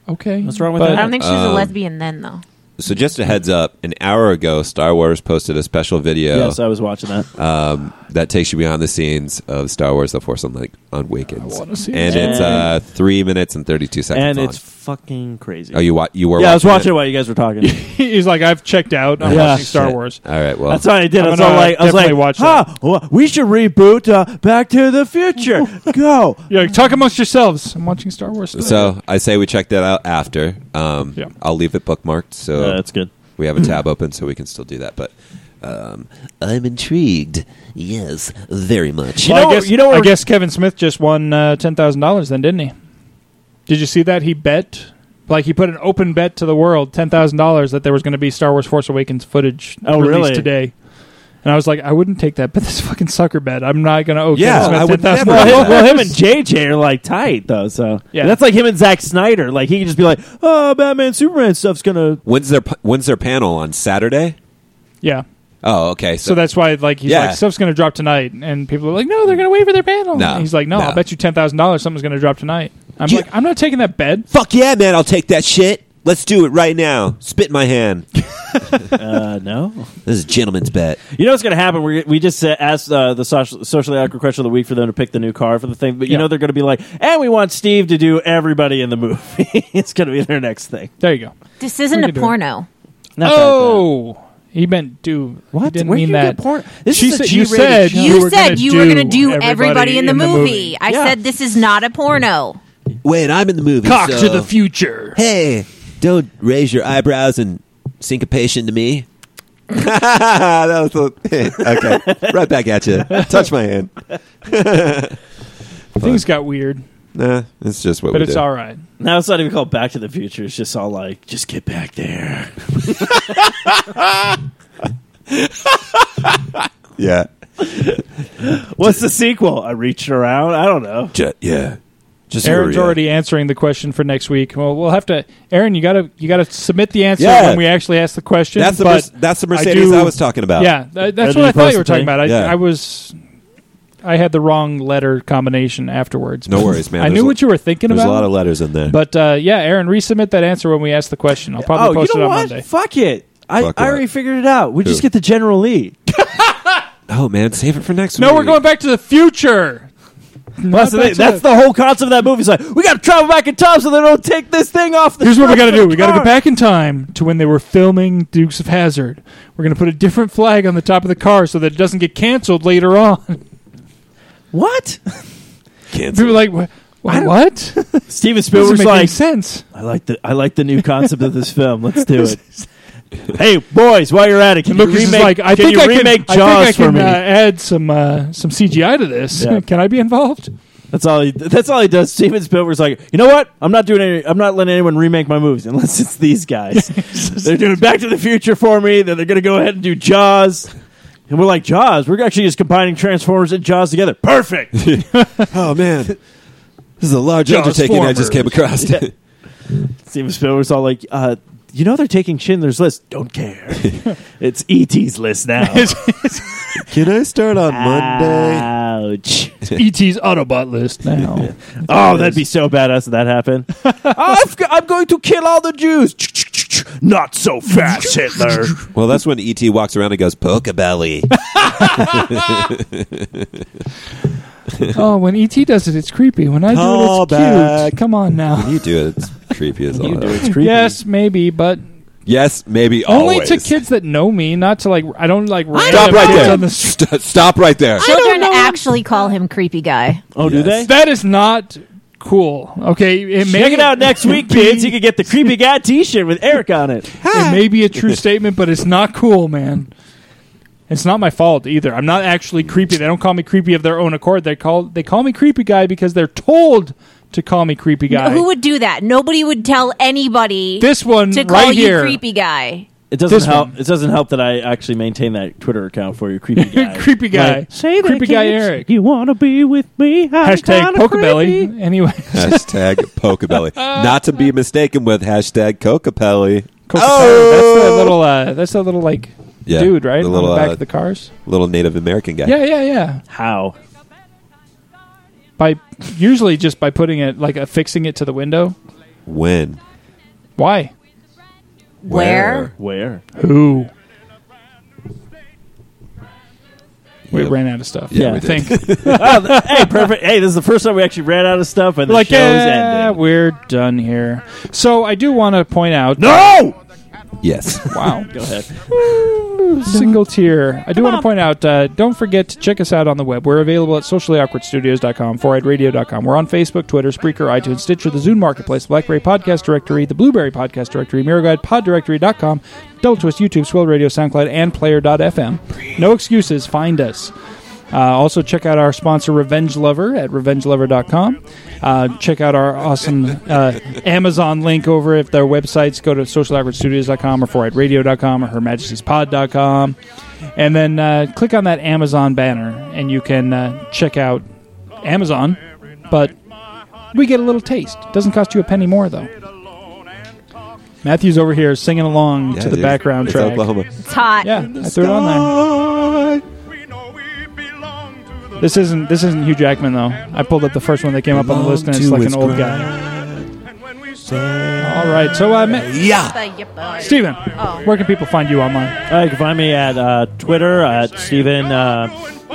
Speaker 1: Okay.
Speaker 4: What's wrong with
Speaker 1: but
Speaker 4: that?
Speaker 3: I don't think she was a
Speaker 2: Um,
Speaker 3: lesbian then, though.
Speaker 2: so just a heads up, an hour ago, Star Wars posted a special video
Speaker 4: Yes, I was watching that.
Speaker 2: um, that takes you behind the scenes of Star Wars: The Force Unlike- Awakens.
Speaker 1: I wanna see
Speaker 2: and
Speaker 4: this.
Speaker 2: it's uh, three minutes and thirty-two seconds.
Speaker 4: and
Speaker 2: long.
Speaker 4: it's fucking crazy.
Speaker 2: oh, you wa- you were
Speaker 4: yeah, I was watching
Speaker 2: it?
Speaker 4: it while you guys were talking.
Speaker 1: He's like, I've checked out. I'm
Speaker 4: Yeah.
Speaker 1: watching Star
Speaker 2: Shit. Uh,
Speaker 1: Wars.
Speaker 2: All right, well,
Speaker 4: That's what I did. I
Speaker 1: I'm
Speaker 4: was
Speaker 1: gonna
Speaker 4: all like, I was
Speaker 1: definitely
Speaker 4: like,
Speaker 1: watch
Speaker 4: huh, well, we should reboot uh, Back to the Future. Go.
Speaker 1: Yeah, talk amongst yourselves. I'm watching Star Wars. today.
Speaker 2: so I say we check that out after. Um,
Speaker 1: Yeah.
Speaker 2: I'll leave it bookmarked so
Speaker 4: Yeah, that's good.
Speaker 2: we have a tab open so we can still do that. But um,
Speaker 7: I'm intrigued. Yes, very much.
Speaker 4: You
Speaker 1: Well,
Speaker 4: know
Speaker 1: I
Speaker 4: what-
Speaker 1: guess
Speaker 4: you know what
Speaker 1: I
Speaker 4: we're-
Speaker 1: guess Kevin Smith just won uh, ten thousand dollars. Then didn't he? Did you see that he bet? Like he put an open bet to the world, ten thousand dollars, that there was going to be Star Wars Force Awakens footage
Speaker 4: Oh,
Speaker 1: released
Speaker 4: really?
Speaker 1: today. And I was like, I wouldn't take that, but this fucking sucker bet. I'm not going to owe
Speaker 2: Yeah,
Speaker 1: Kevin
Speaker 2: I
Speaker 1: Smith
Speaker 2: would
Speaker 1: ten thousand
Speaker 2: never
Speaker 4: Well,
Speaker 2: do
Speaker 4: him,
Speaker 2: that.
Speaker 1: dollars.
Speaker 4: well, him and JJ are like tight though, so
Speaker 1: Yeah.
Speaker 4: that's like him and Zack Snyder. Like he can just be like, "Oh, Batman, Superman stuff's gonna."
Speaker 2: when's their p- when's their panel on Saturday?
Speaker 1: yeah.
Speaker 2: Oh, okay.
Speaker 1: So that's why, like, he's
Speaker 2: Yeah.
Speaker 1: like, stuff's going to drop tonight, and people are like, no, they're going to wait for their panel.
Speaker 2: No,
Speaker 1: And he's like, no,
Speaker 2: no.
Speaker 1: I'll bet you ten thousand dollars something's going to drop tonight. I'm
Speaker 2: You-
Speaker 1: like, I'm not taking that bet.
Speaker 2: fuck yeah, man! I'll take that shit. Let's do it right now. Spit in my hand.
Speaker 4: Uh, no,
Speaker 7: This is a gentleman's bet.
Speaker 4: you know what's gonna happen? We we just uh, asked uh, the social, socially awkward question of the week for them to pick the new car for the thing, but you
Speaker 1: Yeah.
Speaker 4: know they're gonna be like, "And we want Steve to do everybody in the movie." it's gonna be their next thing.
Speaker 1: There you go.
Speaker 3: This isn't
Speaker 1: We can
Speaker 3: a
Speaker 1: do it.
Speaker 3: porno.
Speaker 4: Not
Speaker 1: oh, he meant do. He
Speaker 4: What?
Speaker 1: didn't
Speaker 4: Where
Speaker 1: mean
Speaker 4: you
Speaker 1: that.
Speaker 4: get porn? This
Speaker 1: She
Speaker 4: is a
Speaker 1: said- you
Speaker 4: G-rated
Speaker 1: said
Speaker 4: show.
Speaker 1: you-
Speaker 3: You
Speaker 1: were
Speaker 3: said
Speaker 1: gonna
Speaker 3: you were
Speaker 1: do
Speaker 3: going to do everybody,
Speaker 1: everybody
Speaker 3: in the,
Speaker 1: in the
Speaker 3: movie.
Speaker 1: movie.
Speaker 3: I
Speaker 4: Yeah.
Speaker 3: said this is not a porno.
Speaker 7: Wait, I'm in the movie.
Speaker 1: Cock
Speaker 7: so-
Speaker 1: to the future.
Speaker 7: Hey, don't raise your eyebrows and syncopation to me.
Speaker 2: that was the, okay. Right back at you. Touch my hand.
Speaker 4: Oh!
Speaker 1: Things got weird,
Speaker 2: Nah, it's just what
Speaker 1: but
Speaker 2: we
Speaker 1: it's
Speaker 2: do.
Speaker 1: all right.
Speaker 4: Now it's not even called Back to the Future. It's just all like, just get back there.
Speaker 2: Yeah.
Speaker 4: What's the sequel? I reached around. I don't know.
Speaker 2: Ju- yeah. Just
Speaker 1: Aaron's
Speaker 2: hurry up.
Speaker 1: already answering the question for next week. Well, we'll have to. Aaron, you gotta you gotta submit the answer
Speaker 2: Yeah.
Speaker 1: when we actually ask the question.
Speaker 2: That's the
Speaker 1: but
Speaker 2: Mer- that's the Mercedes
Speaker 1: do-
Speaker 2: I was talking about.
Speaker 1: Yeah, th- that's
Speaker 4: did
Speaker 1: what
Speaker 4: you
Speaker 1: I thought
Speaker 4: post
Speaker 1: you
Speaker 4: it
Speaker 1: were talking
Speaker 4: today?
Speaker 1: about. I,
Speaker 2: Yeah.
Speaker 1: I was. I had the wrong letter combination afterwards.
Speaker 2: No worries, man.
Speaker 1: I
Speaker 2: There's
Speaker 1: knew
Speaker 2: a-
Speaker 1: what you were thinking
Speaker 2: There's
Speaker 1: about.
Speaker 2: a lot of letters in there.
Speaker 1: but uh, yeah, Aaron, resubmit that answer when we ask the question. I'll probably
Speaker 4: oh,
Speaker 1: post
Speaker 4: you know
Speaker 1: it on
Speaker 4: what?
Speaker 1: Monday.
Speaker 4: Fuck it. I,
Speaker 2: Fuck
Speaker 4: I
Speaker 2: what?
Speaker 4: already figured it out. We
Speaker 2: Who?
Speaker 4: just get the General Lee.
Speaker 2: oh man, save it for next week.
Speaker 1: No, we're going back to the future.
Speaker 4: That's, the,
Speaker 1: back
Speaker 4: thing.
Speaker 1: to
Speaker 4: That's the whole concept of that movie. It's like, we got to travel back in time so they don't take this thing off the
Speaker 1: Here's what we got to
Speaker 4: to
Speaker 1: do. We got to go back in time to when they were filming Dukes of Hazard. We're going to put a different flag on the top of the car so that it doesn't get canceled later on.
Speaker 4: What?
Speaker 1: People are like, "Wha- wha- what?
Speaker 4: Steven
Speaker 1: Doesn't
Speaker 4: Spielberg's
Speaker 1: make any
Speaker 4: like,
Speaker 1: sense.
Speaker 4: I like, the, I like the new concept of this film. Let's do it. hey, boys, while you're at it, can
Speaker 1: Lucas
Speaker 4: you
Speaker 1: is
Speaker 4: remake,
Speaker 1: like, I
Speaker 4: can
Speaker 1: think
Speaker 4: you
Speaker 1: I can,
Speaker 4: remake
Speaker 1: I think
Speaker 4: Jaws
Speaker 1: I can
Speaker 4: for me?
Speaker 1: uh, add some uh, some CGI to this.
Speaker 4: Yeah.
Speaker 1: can I be involved?
Speaker 4: That's all. He, that's all he does. Steven Spielberg's like, you know what? I'm not doing any. I'm not letting anyone remake my movies unless it's these guys. they're doing Back to the Future for me. Then they're gonna go ahead and do Jaws. And we're like Jaws. We're actually just combining Transformers and Jaws together. Perfect.
Speaker 2: Oh man, this is a large
Speaker 1: Jaws
Speaker 2: undertaking I just
Speaker 1: Formers.
Speaker 2: came across.
Speaker 4: Yeah. Steven Spielberg's all like, uh, you know, they're taking Schindler's List. Don't care. it's E ET's list now.
Speaker 2: can I start on Monday?
Speaker 4: Ouch.
Speaker 1: ET's Autobot list now.
Speaker 4: Oh, that'd be so badass if that happened. I've, g- I'm going to kill all the Jews. Not so fast, Hitler.
Speaker 2: Well, that's when ET walks around and goes poke belly.
Speaker 1: oh, when ET does it, it's creepy. When I do it, it's
Speaker 2: Callback.
Speaker 1: cute. Come on now.
Speaker 2: you do it. It's creepy as all. hell.
Speaker 1: Yes, maybe, but
Speaker 2: Yes, maybe
Speaker 1: only
Speaker 2: always.
Speaker 1: to kids that know me. Not to like. I don't like.
Speaker 2: Stop
Speaker 1: random
Speaker 2: right
Speaker 1: kids
Speaker 2: there.
Speaker 1: on the street.
Speaker 2: St- stop right there.
Speaker 3: Children actually call him creepy guy.
Speaker 4: Oh, do
Speaker 2: Yes.
Speaker 4: they?
Speaker 1: That is not cool. Okay, it may,
Speaker 4: Check it out next week,
Speaker 1: be-
Speaker 4: kids. You can get the creepy guy T-shirt with Eric on it.
Speaker 1: It may be a true statement, but it's not cool, man. It's not my fault either. I'm not actually creepy. They don't call me creepy of their own accord. They call they call me creepy guy because they're told to call me creepy guy.
Speaker 3: Who would do that? Nobody would tell anybody
Speaker 1: this one
Speaker 3: to call
Speaker 1: right
Speaker 3: you
Speaker 1: here,
Speaker 3: creepy guy.
Speaker 4: It doesn't
Speaker 1: This
Speaker 4: help. It doesn't help that I actually maintain that Twitter account for you, creepy guy.
Speaker 1: creepy guy,
Speaker 4: Say
Speaker 1: creepy guy Eric.
Speaker 4: You want to be with me? I'm
Speaker 1: Hashtag
Speaker 4: kinda creepy.
Speaker 1: Pokebelly. Anyway,
Speaker 2: Hashtag Pokebelly. Not to be mistaken with hashtag Cocapelli.
Speaker 1: that's that little uh, that's that little like
Speaker 2: Oh! Yeah,
Speaker 1: dude right
Speaker 2: the little,
Speaker 1: on the back
Speaker 2: uh,
Speaker 1: of the cars.
Speaker 2: Little Native American guy.
Speaker 1: Yeah, yeah, yeah.
Speaker 4: How?
Speaker 1: By usually just uh, by putting it like affixing it to the window.
Speaker 2: When?
Speaker 1: Why?
Speaker 3: Where?
Speaker 4: Where?
Speaker 1: Who? We ran out of stuff.
Speaker 4: Yeah,
Speaker 1: I
Speaker 4: we
Speaker 1: think.
Speaker 4: Oh, th- hey, perfect. Hey, this is the first time we actually ran out of stuff, and the
Speaker 1: like,
Speaker 4: show's
Speaker 1: yeah,
Speaker 4: ending.
Speaker 1: we're done here. So I do want to point out.
Speaker 4: No.
Speaker 2: Yes.
Speaker 1: Wow.
Speaker 4: Go ahead.
Speaker 1: single tier. I do want to
Speaker 4: on.
Speaker 1: point out, uh, don't forget to check us out on the web. We're available at sociallyawkwardstudios.com, foureyedradio.com. We're on Facebook, Twitter, Spreaker, iTunes, Stitcher, the Zune Marketplace, the Blackberry Podcast Directory, the Blueberry Podcast Directory, MirrorGuide PodDirectory.com, Double Twist, YouTube, Swell Radio, SoundCloud, and Player.fm. No excuses. Find us. Uh, also, check out our sponsor, Revenge Lover, at revengelover.com. Uh, check out our awesome uh, Amazon link over at their websites. Go to socialawkwardstudios.com or 4 or Her Majesty's Pod.com. And then uh, click on that Amazon banner and you can uh, check out Amazon. But we get a little taste. Doesn't cost you a penny more, though. Matthew's over here singing along
Speaker 2: Yeah,
Speaker 1: to the
Speaker 2: dude.
Speaker 1: background
Speaker 2: It's
Speaker 1: track.
Speaker 2: Oklahoma.
Speaker 3: It's hot.
Speaker 1: Yeah, I threw it on there. This isn't this isn't Hugh Jackman though. I pulled up the first one that came up on the list, and it's like an old guy. All right, so
Speaker 4: um,
Speaker 1: uh, Ma-
Speaker 2: Yeah.
Speaker 3: The yip- uh,
Speaker 1: Stephen,
Speaker 3: Oh.
Speaker 1: where can people find you online?
Speaker 4: Uh, you can find me at uh, Twitter at Stephen uh,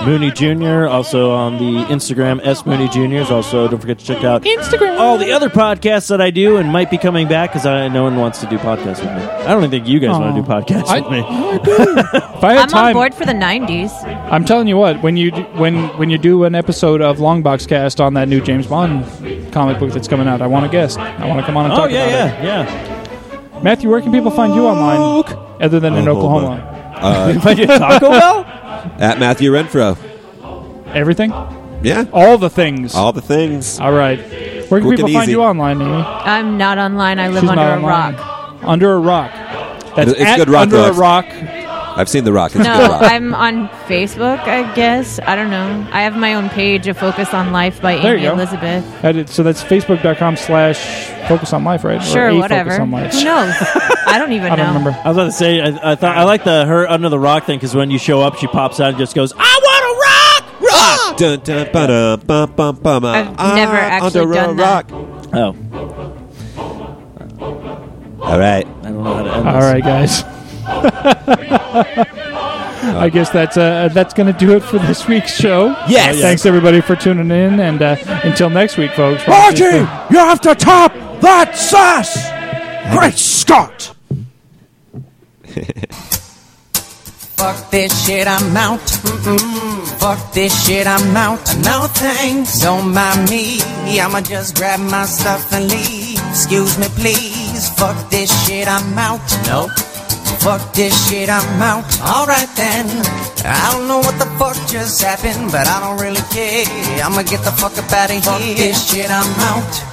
Speaker 4: Mooney Jr. Also on the Instagram S Mooney Jr. is Also, don't forget to check out Instagram. All the other podcasts that I do and might be coming back because no one wants to do podcasts with me. I don't even think you guys want to do
Speaker 1: Aw.
Speaker 4: podcasts
Speaker 1: I-
Speaker 4: with me.
Speaker 1: If I had
Speaker 3: I'm on
Speaker 1: time,
Speaker 3: board for the 90s.
Speaker 1: I'm telling you what. When you d- when when you do an episode of Longbox Cast on that new James Bond comic book that's coming out, I want to guest. I want to come on and
Speaker 4: Oh
Speaker 1: talk
Speaker 4: yeah,
Speaker 1: about
Speaker 4: yeah, yeah.
Speaker 1: it. Matthew, where can people find you online, other than in
Speaker 2: Oklahoma.
Speaker 1: Oklahoma?
Speaker 2: Uh,
Speaker 4: Find you at Taco Bell.
Speaker 2: At Matthew Renfro.
Speaker 1: Everything,
Speaker 2: Yeah.
Speaker 1: all the things.
Speaker 2: All the things.
Speaker 1: All right, where can
Speaker 2: Quick
Speaker 1: people
Speaker 2: and
Speaker 1: find
Speaker 2: easy.
Speaker 1: you online, Amy?
Speaker 3: I'm not online. I live
Speaker 1: She's
Speaker 3: under
Speaker 1: not
Speaker 3: a
Speaker 1: online.
Speaker 3: rock.
Speaker 1: Under a rock. That's
Speaker 2: It's
Speaker 1: at
Speaker 2: good rock,
Speaker 1: under
Speaker 2: though.
Speaker 1: a rock.
Speaker 2: I've seen The Rock. It's a good
Speaker 3: No,
Speaker 2: rock.
Speaker 3: I'm on Facebook, I guess. I don't know. I have my own page, A Focus on Life by
Speaker 1: There
Speaker 3: Amy
Speaker 1: you go.
Speaker 3: Elizabeth.
Speaker 1: That is- so that's facebook.com slash focus on life, right? Or
Speaker 3: Sure,
Speaker 1: a
Speaker 3: whatever.
Speaker 1: Focus on life.
Speaker 3: Who knows? I don't even
Speaker 1: I don't
Speaker 3: know.
Speaker 1: remember.
Speaker 4: I was about to say, I, I thought I like the her under the rock thing because when you show up, she pops out and just goes, "I want to rock,
Speaker 2: Ah! Dun, dun, ba-da, bum, bum, bum, uh,
Speaker 3: I've
Speaker 2: ah,
Speaker 3: never actually
Speaker 2: under a
Speaker 3: done that.
Speaker 2: rock.
Speaker 4: rock." Oh,
Speaker 2: All right.
Speaker 4: I don't know how to end
Speaker 1: All
Speaker 4: this.
Speaker 1: right, guys. I guess that's uh, that's going to do it for this week's show.
Speaker 2: Yes.
Speaker 1: Thanks everybody for tuning in, and uh, until next week, folks.
Speaker 12: Archie, you have to top that sass! Great Scott!
Speaker 13: Fuck this shit, I'm out. Mm-mm. Fuck this shit, I'm out. No thanks, don't mind me. I'ma just grab my stuff and leave. Excuse me, please. Fuck this shit, I'm out. Nope. Fuck this shit, I'm out. Alright then. I don't know what the fuck just happened, but I don't really care. I'ma get the fuck up out of here. Fuck this shit, I'm out.